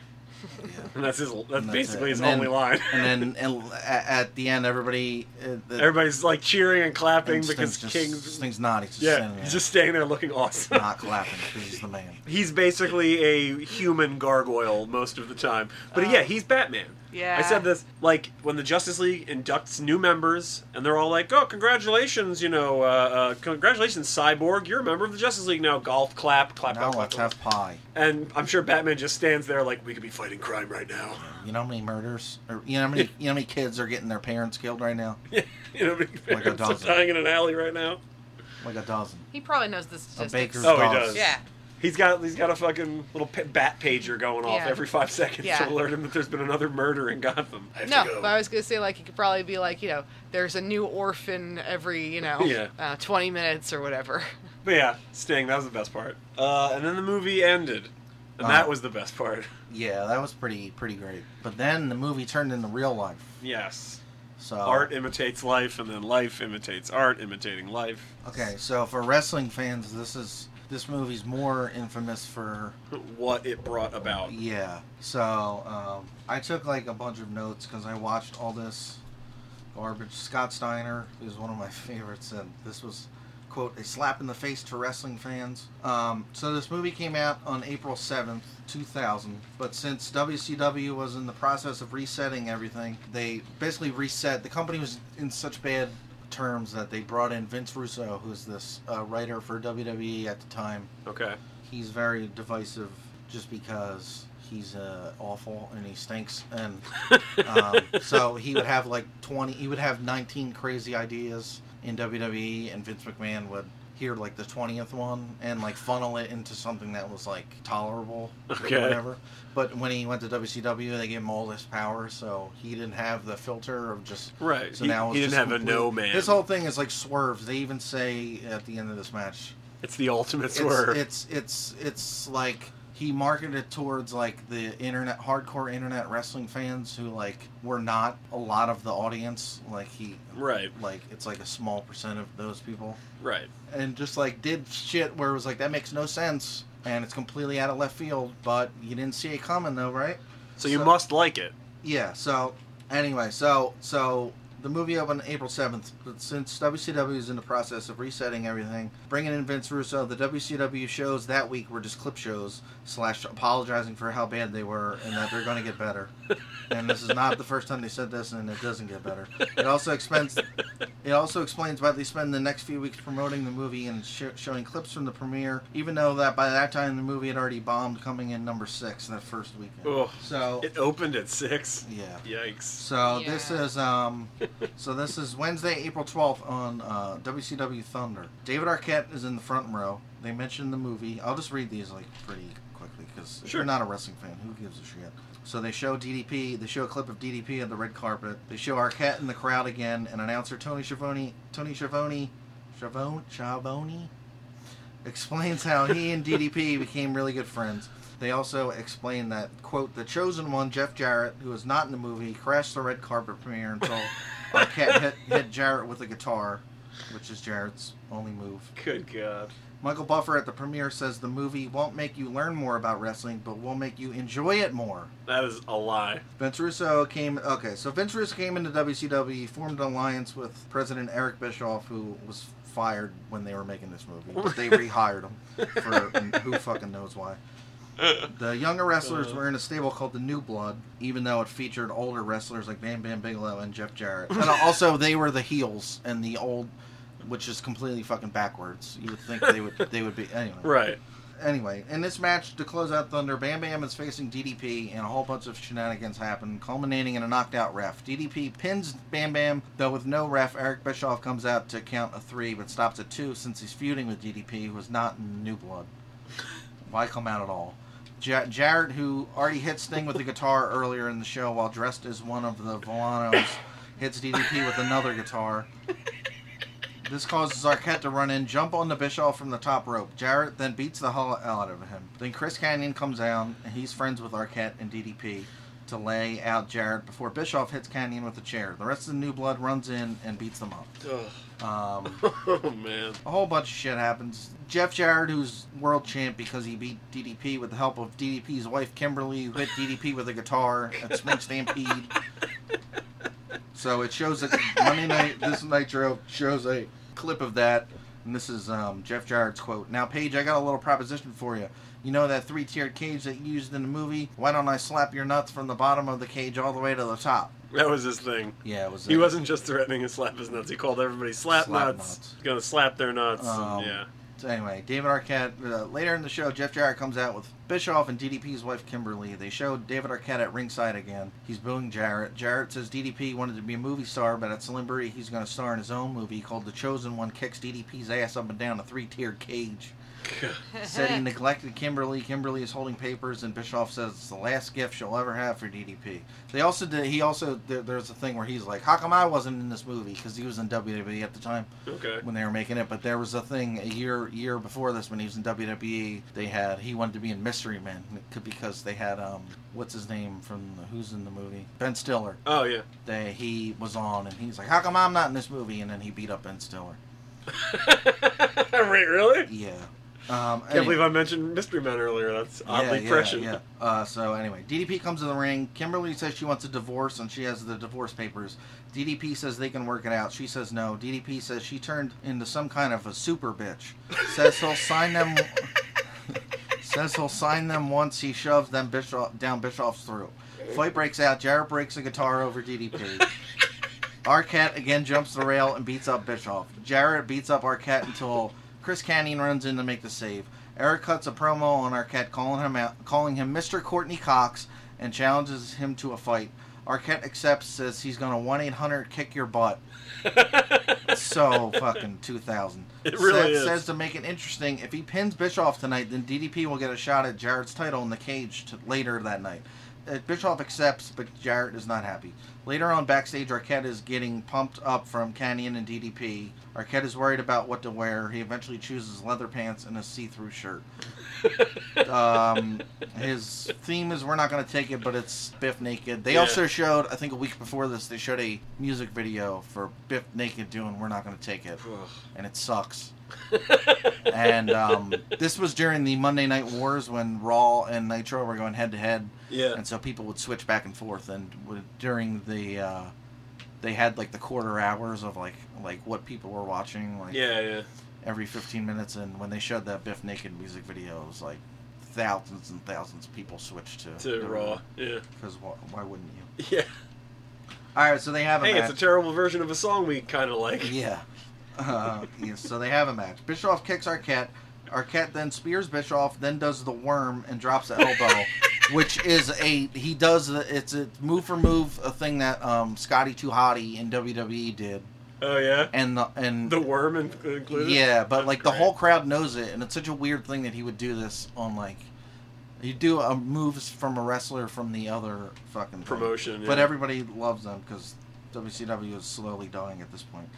Speaker 3: Yeah.
Speaker 1: And that's his. That's,
Speaker 3: And that's
Speaker 1: basically
Speaker 3: it.
Speaker 1: his
Speaker 3: And then-
Speaker 1: only line.
Speaker 3: and then and, l- a- at the end, everybody. Uh, the,
Speaker 1: Everybody's like cheering and clapping
Speaker 3: Sting's
Speaker 1: because
Speaker 3: just-
Speaker 1: King's
Speaker 3: Sting's not. He's just
Speaker 1: yeah,
Speaker 3: standing there.
Speaker 1: he's just standing there looking awesome.
Speaker 3: not clapping because he's the man.
Speaker 1: He's basically a human gargoyle most of the time. But yeah, he's Batman.
Speaker 2: Oh. Yeah.
Speaker 1: I said this like when the Justice League inducts new members, and they're all like, "Oh, congratulations! You know, uh, uh, congratulations, Cyborg! You're a member of the Justice League now." Golf clap, clap,
Speaker 3: Now
Speaker 1: clap, clap,
Speaker 3: let's
Speaker 1: clap.
Speaker 3: have pie.
Speaker 1: And I'm sure Batman just stands there like, "We could be fighting crime right now."
Speaker 3: You know how many murders, or you know how many, you know how many kids are getting their parents killed right now?
Speaker 1: you know,
Speaker 3: Like a
Speaker 1: parents are
Speaker 3: dozen.
Speaker 1: dying in an alley right now.
Speaker 3: Like a dozen.
Speaker 2: He probably knows the
Speaker 3: A
Speaker 2: statistics.
Speaker 3: baker's
Speaker 1: Oh, he
Speaker 3: dozen.
Speaker 1: does.
Speaker 2: Yeah.
Speaker 1: He's got he's got a fucking little pa- bat pager going off
Speaker 2: Yeah.
Speaker 1: every five seconds
Speaker 2: Yeah.
Speaker 1: to alert him that there's been another murder in Gotham. I have to
Speaker 2: No,
Speaker 1: go.
Speaker 2: but I was gonna say like he could probably be like you know there's a new orphan every you know
Speaker 1: Yeah.
Speaker 2: uh, 20 minutes or whatever.
Speaker 1: But yeah, Sting, that was the best part. Uh, and then the movie ended. And
Speaker 3: Uh.
Speaker 1: that was the best part.
Speaker 3: Yeah, that was pretty pretty great. But then the movie turned into real life.
Speaker 1: yes.
Speaker 3: So
Speaker 1: Art imitates life, and then life imitates art, imitating life.
Speaker 3: Okay, so for wrestling fans, this is this movie's more infamous for
Speaker 1: What it brought about.
Speaker 3: yeah. So um, I took like a bunch of notes because I watched all this garbage. Scott Steiner is one of my favorites, and this was quote a slap in the face to wrestling fans. Um, so this movie came out on April seventh, two thousand. But since WCW was in the process of resetting everything, they basically reset. The company was in such bad terms that they brought in Vince Russo, who's this uh, writer for WWE at the time
Speaker 1: Okay.
Speaker 3: he's very divisive just because he's uh, awful and he stinks and um, so he would have like 20 he would have 19 crazy ideas in wwe and vince mcmahon would hear like the 20th one and like funnel it into something that was like tolerable
Speaker 1: Okay.
Speaker 3: or whatever but when he went to wcw they gave him all this power so he didn't have the filter of just
Speaker 1: Right.
Speaker 3: so
Speaker 1: he,
Speaker 3: now it's
Speaker 1: he didn't
Speaker 3: just
Speaker 1: have
Speaker 3: complete-
Speaker 1: a no man.
Speaker 3: this whole thing is like swerves they even say at the end of this match
Speaker 1: it's the ultimate
Speaker 3: it's,
Speaker 1: swerve.
Speaker 3: it's it's it's like he marketed towards like the internet hardcore internet wrestling fans who like were not a lot of the audience like he
Speaker 1: Right.
Speaker 3: like it's like a small percent of those people
Speaker 1: Right.
Speaker 3: and just like did shit where it was like that makes no sense and it's completely out of left field but you didn't see it coming though right
Speaker 1: So you
Speaker 3: So-
Speaker 1: must like it.
Speaker 3: yeah. So anyway, so so the movie opened April seventh, but since WCW is in the process of resetting everything, bringing in Vince Russo, the WCW shows that week were just clip shows slash apologizing for how bad they were and that they're going to get better. and this is not the first time they said this, and it doesn't get better. It also explains it also explains why they spend the next few weeks promoting the movie and sh- showing clips from the premiere, even though that by that time the movie had already bombed, coming in number six that first weekend.
Speaker 1: Ugh.
Speaker 3: So
Speaker 1: It opened at six.
Speaker 3: yeah.
Speaker 1: Yikes.
Speaker 3: So
Speaker 4: Yeah.
Speaker 3: this is um, so this is Wednesday, April twelfth on uh, WCW Thunder. David Arquette is in the front row. They mentioned the movie. I'll just read these like pretty quickly because if
Speaker 1: Sure.
Speaker 3: you're not a wrestling fan, who gives a shit? So they show DDP. They show a clip of DDP on the red carpet. They show Arquette in the crowd again, and announcer Tony Schiavone, Tony Schiavone, Schiavone, Schiavone, explains how he and DDP became really good friends. They also explain that, quote, the chosen one, Jeff Jarrett, who was not in the movie, crashed the red carpet premiere until Arquette hit, hit Jarrett with a guitar, which is Jarrett's only move.
Speaker 1: Good God.
Speaker 3: Michael Buffer at the premiere says the movie won't make you learn more about wrestling, but will make you enjoy it more.
Speaker 1: That is a lie.
Speaker 3: Vince Russo came. Okay, so Vince Russo came into WCW, formed an alliance with President Eric Bischoff, who was fired when they were making this movie, but they rehired him for who fucking knows why. The younger wrestlers were in a stable called the New Blood, even though it featured older wrestlers like Bam Bam Bigelow and Jeff Jarrett. And also, they were the heels and the old, which is completely fucking backwards. You would think they would they would be anyway
Speaker 1: Right.
Speaker 3: anyway, in this match to close out Thunder, Bam Bam is facing DDP, and a whole bunch of shenanigans happen, culminating in a knocked out ref. DDP pins Bam Bam, though with no ref, Eric Bischoff comes out to count a three, but stops at two since he's feuding with DDP, who is not in New Blood. Why come out at all? Ja- Jarrett, who already hit Sting with the guitar earlier in the show while dressed as one of the Villanos, hits DDP with another guitar. This causes Arquette to run in, jump on the Bischoff from the top rope. Jarrett then beats the hell out of him. Then Chris Canyon comes down, and he's friends with Arquette and DDP to lay out Jarrett before Bischoff hits Canyon with a chair. The rest of the New Blood runs in and beats them up.
Speaker 1: Ugh.
Speaker 3: Um,
Speaker 1: Oh man.
Speaker 3: a whole bunch of shit happens. Jeff Jarrett, who's world champ because he beat DDP with the help of DDP's wife Kimberly, who hit DDP with a guitar at Spring Stampede. So it shows that Monday night, this Nitro shows a clip of that, and this is um, Jeff Jarrett's quote. Now, Paige, I got a little proposition for you. You know that three-tiered cage that you used in the movie? Why don't I slap your nuts from the bottom of the cage all the way to the top?
Speaker 1: That was his thing.
Speaker 3: Yeah, it was.
Speaker 1: He
Speaker 3: a-
Speaker 1: wasn't just threatening to slap his nuts. He called everybody slap,
Speaker 3: Slap
Speaker 1: nuts.
Speaker 3: nuts.
Speaker 1: Gonna slap their nuts. and
Speaker 3: Um,
Speaker 1: yeah.
Speaker 3: So anyway, David Arquette. Uh, later in the show, Jeff Jarrett comes out with Bischoff and DDP's wife Kimberly. They show David Arquette at ringside again. He's booing Jarrett. Jarrett says DDP wanted to be a movie star, but at Slimbury he's going to star in his own movie called The Chosen One. Kicks DDP's ass up and down a three-tiered cage. Said he neglected Kimberly. Kimberly is holding papers, and Bischoff says it's the last gift she'll ever have for DDP. They also did. He also there, there's a thing where he's like, "How come I wasn't in this movie?" Because he was in WWE at the time
Speaker 1: Okay.
Speaker 3: when they were making it. But there was a thing a year year before this when he was in WWE. They had he wanted to be in Mystery Men c- because they had um what's his name from the, who's in the movie Ben Stiller.
Speaker 1: Oh yeah.
Speaker 3: That he was on and he's like, how come I'm not in this movie? And then he beat up Ben Stiller.
Speaker 1: Wait, really?
Speaker 3: Yeah. Um,
Speaker 1: Can't believe I mentioned Mystery Men earlier. That's oddly prescient.
Speaker 3: Yeah, yeah. Uh, so anyway, DDP comes to the ring. Kimberly says she wants a divorce and she has the divorce papers. DDP says they can work it out. She says no. DDP says she turned into some kind of a super bitch. Says he'll sign them. says he'll sign them once he shoves them Bischoff, down Bischoff's throat. Fight breaks out. Jarrett breaks a guitar over DDP. Arquette again jumps the rail and beats up Bischoff. Jarrett beats up Arquette until Chris Canyon runs in to make the save. Eric cuts a promo on Arquette, calling him out, calling him Mr. Courtney Cox, and challenges him to a fight. Arquette accepts, says he's gonna one eight hundred kick your butt. so fucking two thousand.
Speaker 1: It really
Speaker 3: says,
Speaker 1: is.
Speaker 3: says to make it interesting, if he pins Bischoff tonight, then DDP will get a shot at Jarrett's title in the cage t- later that night. uh, Bischoff accepts, but Jarrett is not happy. Later on backstage, Arquette is getting pumped up from Canyon and DDP. Arquette is worried about what to wear. He eventually chooses leather pants and a see-through shirt. um, his theme is "We're not going to take it," but it's Biff naked. They
Speaker 1: Yeah.
Speaker 3: also showed, I think, a week before this, they showed a music video for Biff naked doing "We're not going to take it," and it sucks. and um, this was during the Monday Night Wars when Raw and Nitro were going head to head,
Speaker 1: Yeah.
Speaker 3: and so people would switch back and forth. And w- during the, uh, they had like the quarter hours of like like what people were watching, like
Speaker 1: Yeah, yeah.
Speaker 3: every 15 minutes. And when they showed that Biff Naked music video, it was like thousands and thousands of people switched to
Speaker 1: To Raw. Yeah.
Speaker 3: Because why, why wouldn't you?
Speaker 1: Yeah.
Speaker 3: All right, so they have a
Speaker 1: Hey,
Speaker 3: match.
Speaker 1: it's a terrible version of a song we kind of like.
Speaker 3: Yeah. Uh, yeah, so they have a match. Bischoff kicks Arquette. Arquette then spears Bischoff, then does the worm and drops the elbow, which is a he does the, it's a move for move a thing that um, Scotty Too Hotty in WWE did,
Speaker 1: Oh yeah.
Speaker 3: and the and
Speaker 1: The worm in- uh, included.
Speaker 3: yeah, but
Speaker 1: That's
Speaker 3: like the
Speaker 1: great.
Speaker 3: whole crowd knows it, and it's such a weird thing that he would do this on like you do a moves from a wrestler from the other fucking thing.
Speaker 1: Promotion,
Speaker 3: but
Speaker 1: yeah.
Speaker 3: everybody loves them because WCW is slowly dying at this point.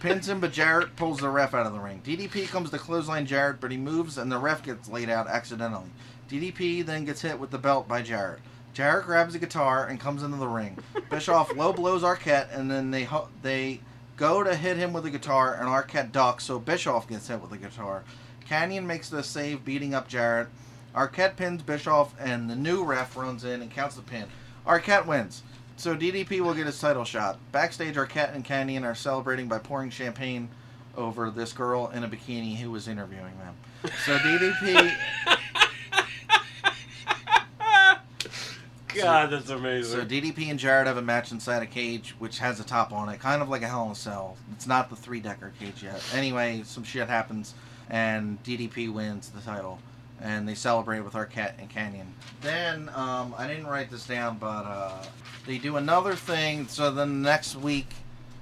Speaker 3: Pins him, but Jarrett pulls the ref out of the ring. DDP comes to clothesline Jarrett, but he moves, and the ref gets laid out accidentally. DDP then gets hit with the belt by Jarrett. Jarrett grabs a guitar and comes into the ring. Bischoff low blows Arquette, and then they ho- they go to hit him with a guitar, and Arquette ducks, so Bischoff gets hit with a guitar. Canyon makes the save, beating up Jarrett. Arquette pins Bischoff, and the new ref runs in and counts the pin. Arquette wins. So DDP will get his title shot. Backstage, Arquette and Canyon are celebrating by pouring champagne over this girl in a bikini who was interviewing them. So DDP,
Speaker 1: God, that's amazing.
Speaker 3: so DDP and Jarrett have a match inside a cage which has a top on it, kind of like a Hell in a Cell. It's not the three decker cage yet. Anyway, some shit happens, and DDP wins the title, and they celebrate with Arquette and Canyon. Then um, I didn't write this down, but uh, they do another thing. So then next week.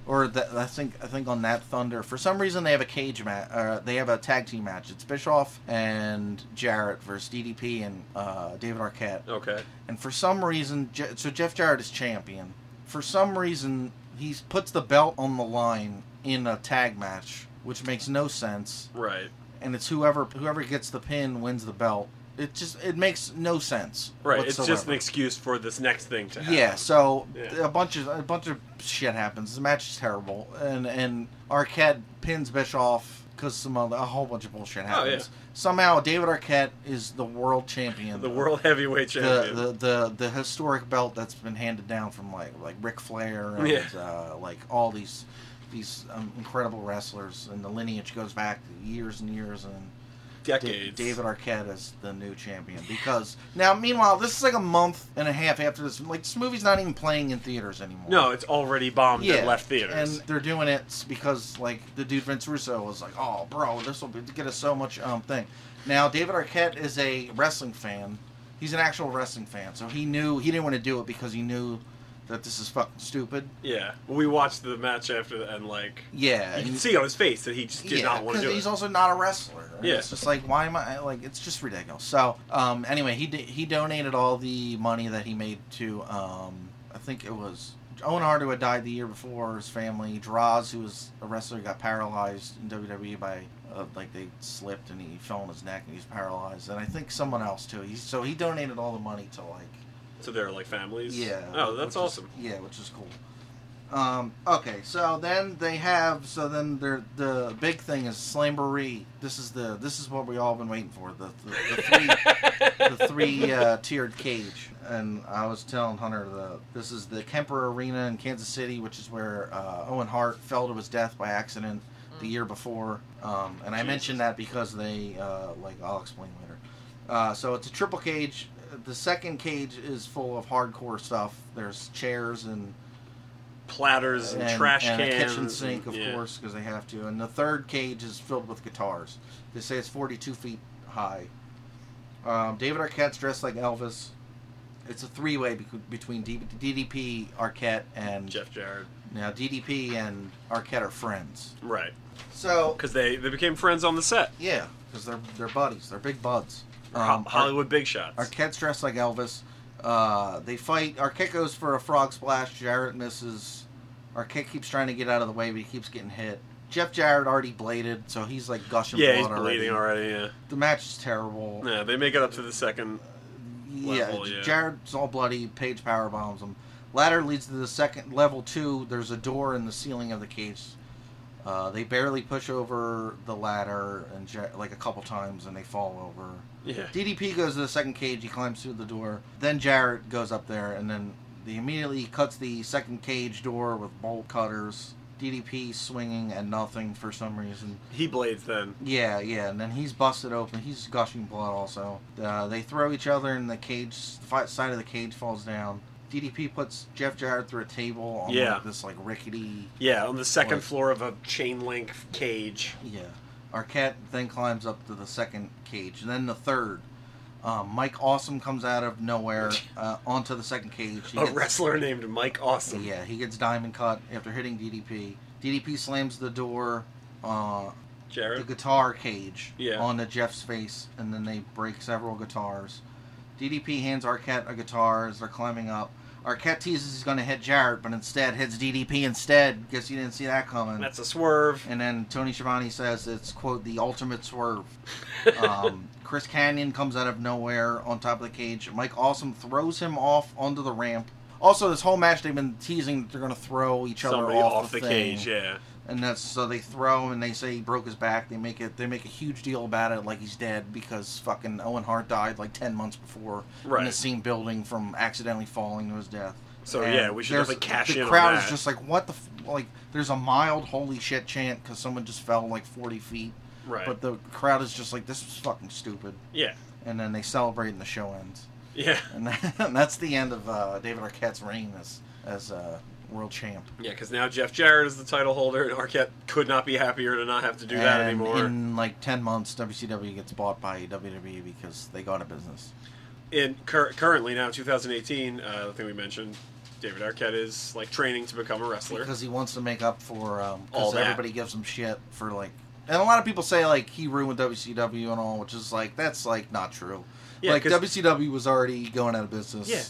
Speaker 3: or the, I think I think on that Thunder. For some reason, they have a cage match. Uh, they have a tag team match. It's Bischoff and Jarrett versus DDP and uh, David Arquette.
Speaker 1: okay.
Speaker 3: And for some reason, Je- so Jeff Jarrett is champion. For some reason, he puts the belt on the line in a tag match, which makes no sense.
Speaker 1: Right.
Speaker 3: And it's whoever whoever gets the pin wins the belt. It just it makes no sense.
Speaker 1: Right. It's just an
Speaker 3: whatsoever.
Speaker 1: excuse for this next thing to happen.
Speaker 3: Yeah, so
Speaker 1: Yeah.
Speaker 3: a bunch of a bunch of shit happens. The match is terrible, and and Arquette pins Bischoff because some other, a whole bunch of bullshit happens.
Speaker 1: Oh, yeah.
Speaker 3: Somehow David Arquette is the world champion,
Speaker 1: The world heavyweight
Speaker 3: the,
Speaker 1: champion.
Speaker 3: the the the historic belt that's been handed down from like like Ric Flair and
Speaker 1: Yeah.
Speaker 3: uh, like all these these um, incredible wrestlers, and the lineage goes back years and years and. Da-
Speaker 1: Decades.
Speaker 3: David Arquette is the new champion because now, meanwhile, this is like a month and a half after this. Like this movie's not even playing in theaters anymore.
Speaker 1: No, it's already bombed
Speaker 3: yeah,
Speaker 1: and left theaters.
Speaker 3: and they're doing it because like the dude Vince Russo was like, "Oh, bro, this will be, get us so much um thing." Now, David Arquette is a wrestling fan. He's an actual wrestling fan, so he knew he didn't want to do it because he knew that this is fucking stupid.
Speaker 1: yeah. We watched the match after that, and like
Speaker 3: Yeah,
Speaker 1: you
Speaker 3: and-
Speaker 1: can see on his face that he just did not want to
Speaker 3: 'cause
Speaker 1: do it.
Speaker 3: He's also not a wrestler. And
Speaker 1: Yeah.
Speaker 3: It's just like why am I like it's just ridiculous. So um anyway, he d- he donated all the money that he made to um I think it was Owen Hart who had died the year before his family. Draws, who was a wrestler, got paralyzed in WWE by uh, like they slipped and he fell on his neck and he's paralyzed. And I think someone else too. He so he donated all the money to like
Speaker 1: So they're like families.
Speaker 3: yeah.
Speaker 1: Oh, that's
Speaker 3: which is-
Speaker 1: awesome.
Speaker 3: yeah, which is cool. Um, okay, so then they have so then they're, the big thing is Slamboree. This is the this is what we all been waiting for the the, the three the three uh, tiered cage. And I was telling Hunter the this is the Kemper Arena in Kansas City, which is where uh, Owen Hart fell to his death by accident the year before. Um, and I mentioned that because they uh, like I'll explain later. Uh, so it's a triple cage. The second cage is full of hardcore stuff. There's chairs and
Speaker 1: Platters and, trash
Speaker 3: and
Speaker 1: cans.
Speaker 3: a kitchen sink, of
Speaker 1: and- yeah.
Speaker 3: course, because they have to. And the third cage is filled with guitars. They say it's 42 feet high. Um, David Arquette's dressed like Elvis. It's a three-way bec- between D- DDP, Arquette, and
Speaker 1: Jeff Jarrett.
Speaker 3: now DDP and Arquette are friends.
Speaker 1: Right.
Speaker 3: So
Speaker 1: Because they they became friends on the set.
Speaker 3: yeah, because they're they're buddies. They're big buds.
Speaker 1: Ho-
Speaker 3: Um, Ar-
Speaker 1: Hollywood big shots.
Speaker 3: Arquette's dressed like Elvis. Uh, they fight. Arkekos for a frog splash. Jarrett misses. Arquette keeps trying to get out of the way, but he keeps getting hit. Jeff Jarrett already bladed, so he's like gushing
Speaker 1: Yeah,
Speaker 3: blood
Speaker 1: he's
Speaker 3: already.
Speaker 1: bleeding already. Yeah.
Speaker 3: The match is terrible.
Speaker 1: Yeah, they make it up to the second.
Speaker 3: Yeah,
Speaker 1: level, yeah.
Speaker 3: Jared's all bloody. Page power bombs him. Ladder leads to the second level two. There's a door in the ceiling of the cage. Uh, they barely push over the ladder and Ja- like a couple times, and they fall over.
Speaker 1: Yeah.
Speaker 3: DDP goes to the second cage. He climbs through the door. Then Jarrett goes up there, and then he immediately cuts the second cage door with bolt cutters. DDP swinging and nothing for some reason.
Speaker 1: He blades then.
Speaker 3: Yeah, yeah, and then he's busted open. He's gushing blood. Also, uh, they throw each other, and the cage fi- side of the cage falls down. DDP puts Jeff Jarrett through a table on
Speaker 1: Yeah.
Speaker 3: like, this like rickety.
Speaker 1: Yeah, on the second
Speaker 3: What?
Speaker 1: floor of a chain link cage.
Speaker 3: Yeah, Arquette then climbs up to the second cage, and then the third. Um, Mike Awesome comes out of nowhere uh, onto the second cage. He
Speaker 1: A
Speaker 3: gets-
Speaker 1: wrestler named Mike Awesome.
Speaker 3: Yeah, he gets diamond cut after hitting DDP. DDP slams the door. Uh, the
Speaker 1: Jared.
Speaker 3: guitar cage
Speaker 1: Yeah.
Speaker 3: onto Jeff's face, and then they break several guitars. DDP hands Arquette a guitar as they're climbing up. Arquette teases he's going to hit Jarrett, but instead hits DDP instead. Guess you didn't see that coming.
Speaker 1: That's a swerve.
Speaker 3: and then Tony Schiavone says it's, quote, the ultimate swerve. um, Chris Canyon comes out of nowhere on top of the cage. Mike Awesome throws him off onto the ramp. Also, this whole match they've been teasing that they're going to throw each other
Speaker 1: Somebody
Speaker 3: off,
Speaker 1: off the
Speaker 3: thing
Speaker 1: cage. Yeah.
Speaker 3: and that's so they throw him and they say he broke his back. They make it they make a huge deal about it, like he's dead because fucking Owen Hart died like ten months before in the
Speaker 1: Right.
Speaker 3: same building from accidentally falling to his death.
Speaker 1: So,
Speaker 3: And
Speaker 1: yeah, we should
Speaker 3: there's-
Speaker 1: definitely cash
Speaker 3: the
Speaker 1: in on
Speaker 3: crowd
Speaker 1: that.
Speaker 3: is just like, what the f-? like? There's a mild holy shit chant because someone just fell like forty feet,
Speaker 1: Right.
Speaker 3: but the crowd is just like, this is fucking stupid.
Speaker 1: Yeah.
Speaker 3: And then they celebrate and the show ends,
Speaker 1: Yeah.
Speaker 3: and, and that's the end of uh, David Arquette's reign as as uh, world champ.
Speaker 1: Yeah, because now Jeff Jarrett is the title holder, and Arquette could not be happier to not have to do that
Speaker 3: And
Speaker 1: anymore.
Speaker 3: In like ten months, WCW gets bought by WWE because they go out of business.
Speaker 1: in cur- currently now 2018 uh, the thing we mentioned david arquette is like training to become a wrestler
Speaker 3: Because he wants to make up for um,
Speaker 1: All
Speaker 3: because
Speaker 1: that.
Speaker 3: everybody gives him shit for like, and a lot of people say like he ruined WCW and all, which is like that's like not true.
Speaker 1: Yeah,
Speaker 3: like
Speaker 1: 'cause-
Speaker 3: WCW was already going out of business.
Speaker 1: yeah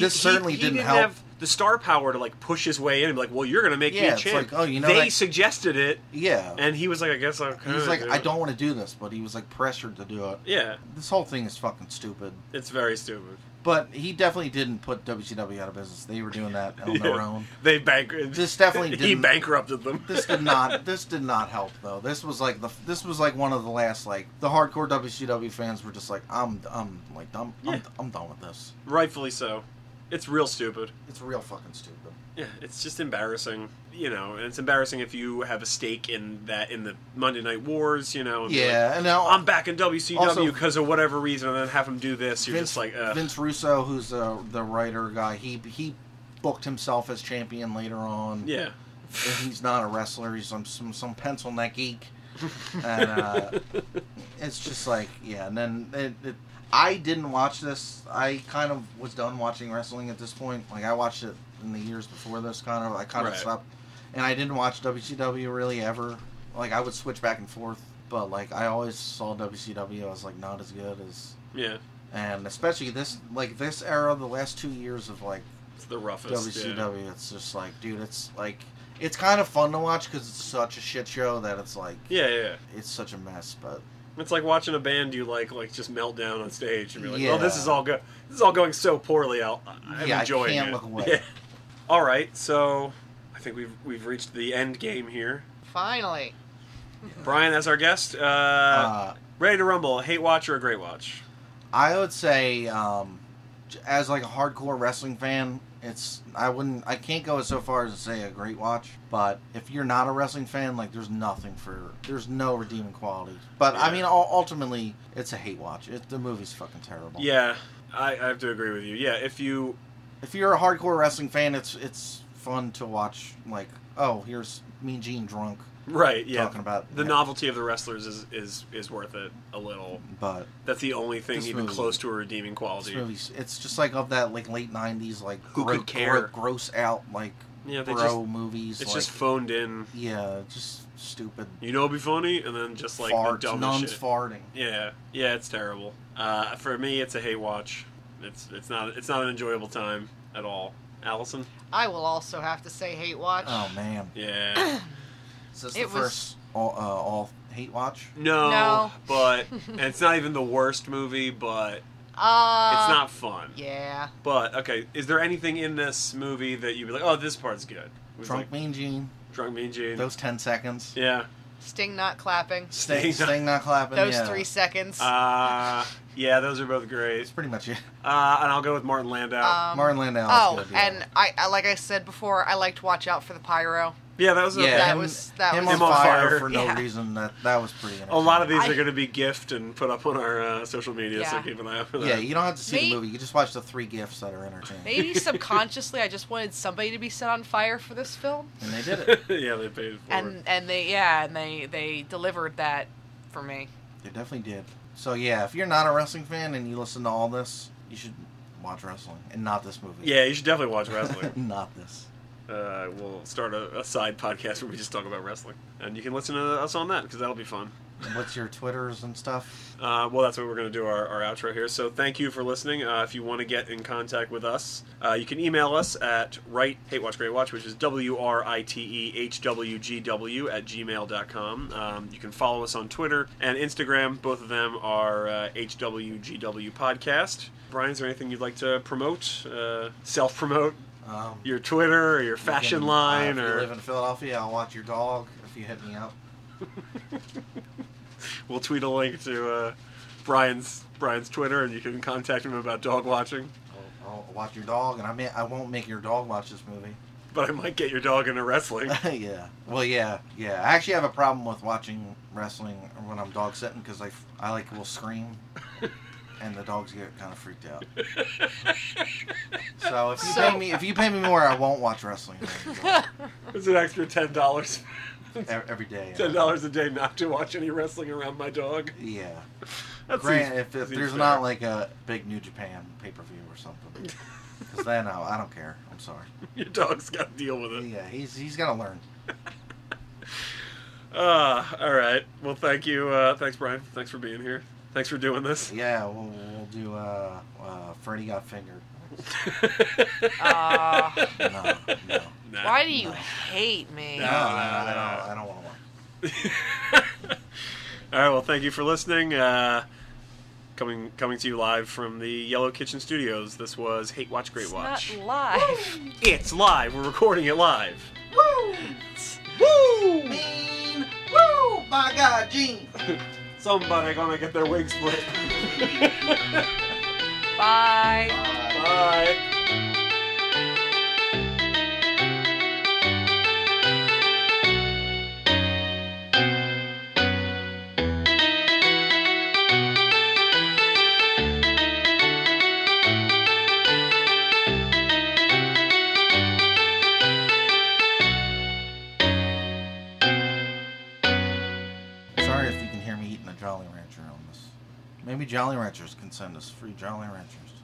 Speaker 3: this certainly
Speaker 1: he
Speaker 3: didn't, help.
Speaker 1: have the star power to like push his way in and be like well you're gonna make me
Speaker 3: Yeah,
Speaker 1: a
Speaker 3: it's
Speaker 1: champ
Speaker 3: like, oh, you know
Speaker 1: they
Speaker 3: that-
Speaker 1: suggested it
Speaker 3: yeah,
Speaker 1: and he was like i guess i'm
Speaker 3: he
Speaker 1: kind
Speaker 3: was
Speaker 1: of
Speaker 3: like, I don't want to do this, but he was like pressured to do it.
Speaker 1: yeah
Speaker 3: This whole thing is fucking stupid.
Speaker 1: it's very stupid
Speaker 3: But he definitely didn't put WCW out of business. They were doing that on their
Speaker 1: Yeah.
Speaker 3: own.
Speaker 1: they bankrupted
Speaker 3: This definitely
Speaker 1: he
Speaker 3: didn't-
Speaker 1: bankrupted them
Speaker 3: this did not this did not help though. This was like the this was like one of the last like the hardcore WCW fans were just like I'm I'm like I'm
Speaker 1: Yeah.
Speaker 3: I'm, I'm done with this.
Speaker 1: rightfully so it's real stupid
Speaker 3: It's real fucking stupid.
Speaker 1: Yeah, it's just embarrassing, you know, and it's embarrassing if you have a stake in that in the Monday Night Wars, you know. and be
Speaker 3: Yeah,
Speaker 1: like,
Speaker 3: and now-
Speaker 1: I'm back in WCW
Speaker 3: Also-
Speaker 1: because of whatever reason, and then have them do this. You're
Speaker 3: Vince,
Speaker 1: just like, Ugh.
Speaker 3: Vince Russo, who's the the writer guy, he he booked himself as champion later on.
Speaker 1: yeah,
Speaker 3: and he's not a wrestler. He's some some, some pencil neck geek, and uh, it's just like yeah. And then it, it, I didn't watch this. I kind of was done watching wrestling at this point. Like I watched it in the years before this. Kind of I kind
Speaker 1: Right.
Speaker 3: of stopped, and I didn't watch WCW really ever. Like I would switch back and forth, but like I always saw WCW. I was like not as good as,
Speaker 1: yeah,
Speaker 3: and especially this like this era, the last two years of like
Speaker 1: it's the roughest. yeah.
Speaker 3: WCW. It's just like, dude, it's like, it's kind of fun to watch because it's such a shit show that it's like,
Speaker 1: Yeah. yeah, yeah.
Speaker 3: it's such a mess. But
Speaker 1: It's like watching a band you like, like just melt down on stage and be like, "Oh, this
Speaker 3: Yeah.
Speaker 1: is all go, this is all going so poorly. I'll, I'm
Speaker 3: Yeah, I
Speaker 1: enjoying
Speaker 3: can't
Speaker 1: it."
Speaker 3: look away.
Speaker 1: Yeah. All right, so I think we've we've reached the end game here.
Speaker 4: Finally.
Speaker 1: Brian, as our guest, uh,
Speaker 3: uh,
Speaker 1: ready to rumble? A hate watch or a great watch?
Speaker 3: I would say, um, j- as like a hardcore wrestling fan, it's I wouldn't, I can't go so far as to say a great watch. But if you're not a wrestling fan, like, there's nothing for, there's no redeeming quality. But I
Speaker 1: Yeah.
Speaker 3: mean, ul- ultimately, it's a hate watch. It, the movie's fucking terrible.
Speaker 1: Yeah, I, I have to agree with you. Yeah, if you
Speaker 3: if you're a hardcore wrestling fan, it's it's fun to watch. Like, oh, here's Mean Gene drunk,
Speaker 1: right, yeah,
Speaker 3: Talking about-
Speaker 1: the
Speaker 3: yeah.
Speaker 1: novelty of the wrestlers is is is worth it a little.
Speaker 3: but
Speaker 1: That's the only thing
Speaker 3: This
Speaker 1: even
Speaker 3: movie-
Speaker 1: close to a redeeming
Speaker 3: this
Speaker 1: quality.
Speaker 3: movie's it's just like of that like late '90s like
Speaker 1: Who could care?
Speaker 3: gross out like
Speaker 1: Yeah, they
Speaker 3: bro
Speaker 1: just-
Speaker 3: movies.
Speaker 1: it's
Speaker 3: like,
Speaker 1: just phoned in.
Speaker 3: yeah, just stupid
Speaker 1: You know, it'd be funny, and then just like
Speaker 3: farts,
Speaker 1: the dumbest
Speaker 3: nuns
Speaker 1: shit.
Speaker 3: farting.
Speaker 1: yeah, yeah, it's terrible. Uh, for me, it's a hate watch. It's it's not it's not an enjoyable time at all. Allison,
Speaker 4: I will also have to say Hate Watch.
Speaker 3: Oh man,
Speaker 1: yeah,
Speaker 3: is this
Speaker 4: It
Speaker 3: the
Speaker 4: was-
Speaker 3: first all, uh, all hate watch?
Speaker 1: no,
Speaker 4: No.
Speaker 1: but and it's not even the worst movie, but it's
Speaker 4: Uh,
Speaker 1: not fun.
Speaker 4: Yeah.
Speaker 1: But okay, is there anything in this movie that you'd be like, oh, this part's good? It was
Speaker 3: Drunk
Speaker 1: like,
Speaker 3: Mean Gene.
Speaker 1: drunk mean Gene.
Speaker 3: Those ten seconds.
Speaker 1: yeah,
Speaker 4: Sting not clapping.
Speaker 3: Sting,
Speaker 1: Sting-
Speaker 3: Sting not clapping.
Speaker 4: Those
Speaker 3: yeah.
Speaker 4: three seconds.
Speaker 1: Uh, yeah, those are both great.
Speaker 3: It's pretty much it.
Speaker 1: Uh, and I'll go with Martin Landau.
Speaker 4: Um,
Speaker 3: Martin Landau. is
Speaker 4: oh,
Speaker 3: good, yeah.
Speaker 4: and I, I like I said before, I liked Watch Out for the Pyro.
Speaker 1: yeah, that was
Speaker 3: yeah,
Speaker 1: okay.
Speaker 4: that
Speaker 3: him,
Speaker 4: was- that
Speaker 3: him
Speaker 4: was-
Speaker 3: on, fire, for no
Speaker 4: Yeah.
Speaker 3: reason. That that was pretty.
Speaker 1: A lot of
Speaker 3: entertaining.
Speaker 1: these
Speaker 4: I-
Speaker 1: are going to be gift and put up on our uh, social media, so
Speaker 4: Yeah.
Speaker 1: keep an eye out for that.
Speaker 3: Yeah, you don't have to see
Speaker 4: Me-
Speaker 3: the movie. You just watch the three gifs that are entertaining,
Speaker 4: Maybe subconsciously, I just wanted somebody to be set on fire for this film,
Speaker 3: and they did it.
Speaker 1: yeah, they paid for
Speaker 4: and
Speaker 1: it.
Speaker 4: and they yeah, and they they delivered that for me.
Speaker 3: They definitely did. So yeah, if you're not a wrestling fan and you listen to all this, you should watch wrestling and not this movie.
Speaker 1: Yeah, you should definitely watch wrestling.
Speaker 3: not this.
Speaker 1: uh, we'll start a, a side podcast where we just talk about wrestling, and you can listen to us on that because that'll be fun.
Speaker 3: What's your Twitters and stuff?
Speaker 1: Uh, well, that's what we're going to do our, our outro here. So thank you for listening. Uh, if you want to get in contact with us, uh, you can email us at right hate watch great watch, which is w r i t e h w g w at gmail.com. Um, you can follow us on Twitter and Instagram. Both of them are uh, hwgw podcast. Brian, is there anything you'd like to promote, uh, self promote?
Speaker 3: Um,
Speaker 1: Your Twitter or your fashion
Speaker 3: you can, uh,
Speaker 1: line
Speaker 3: if you live
Speaker 1: or
Speaker 3: in Philadelphia, I'll watch your dog if you hit me up.
Speaker 1: we'll tweet a link to uh, Brian's Brian's Twitter and you can contact him about dog watching.
Speaker 3: I'll, I'll watch your dog, and I may, I won't make your dog watch this movie.
Speaker 1: but I might get your dog into wrestling.
Speaker 3: yeah. Well, yeah, yeah. I actually have a problem with watching wrestling when I'm dog sitting because I, I like will scream, and the dogs get kind of freaked out. so if you
Speaker 4: So-
Speaker 3: pay me if you pay me more, I won't watch wrestling anymore.
Speaker 1: It's an extra ten dollars,
Speaker 3: E- every day.
Speaker 1: ten dollars a day not to watch any wrestling around my dog.
Speaker 3: Yeah.
Speaker 1: That's
Speaker 3: Grant, if, if there's not like a big New Japan pay per view or something, because then I, I don't care. I'm sorry.
Speaker 1: your dog's got to deal with it.
Speaker 3: Yeah, he's he's gonna learn.
Speaker 1: Uh, all right. Well, thank you. Uh, thanks, Brian. Thanks for being here. Thanks for doing this.
Speaker 3: Yeah, we'll, we'll do. Uh, uh, Freddie got fingered.
Speaker 4: Uh,
Speaker 3: No, no.
Speaker 1: Nah.
Speaker 4: why do you hate me?
Speaker 3: No,
Speaker 1: No, no, no.
Speaker 3: I don't, I don't want to.
Speaker 1: All right. Well, thank you for listening. Uh, coming coming to you live from the Yellow Kitchen Studios. This was Hate Watch Great
Speaker 4: It's
Speaker 1: Watch.
Speaker 4: not live.
Speaker 1: It's live. We're recording it live.
Speaker 3: Woo! Mean! Woo! My God, Gene!
Speaker 1: Somebody gonna get their wig split.
Speaker 4: Bye.
Speaker 1: Bye.
Speaker 3: Sorry if you can hear me eating a Jolly Rancher on this. Maybe Jolly Ranchers can send us free Jolly Ranchers.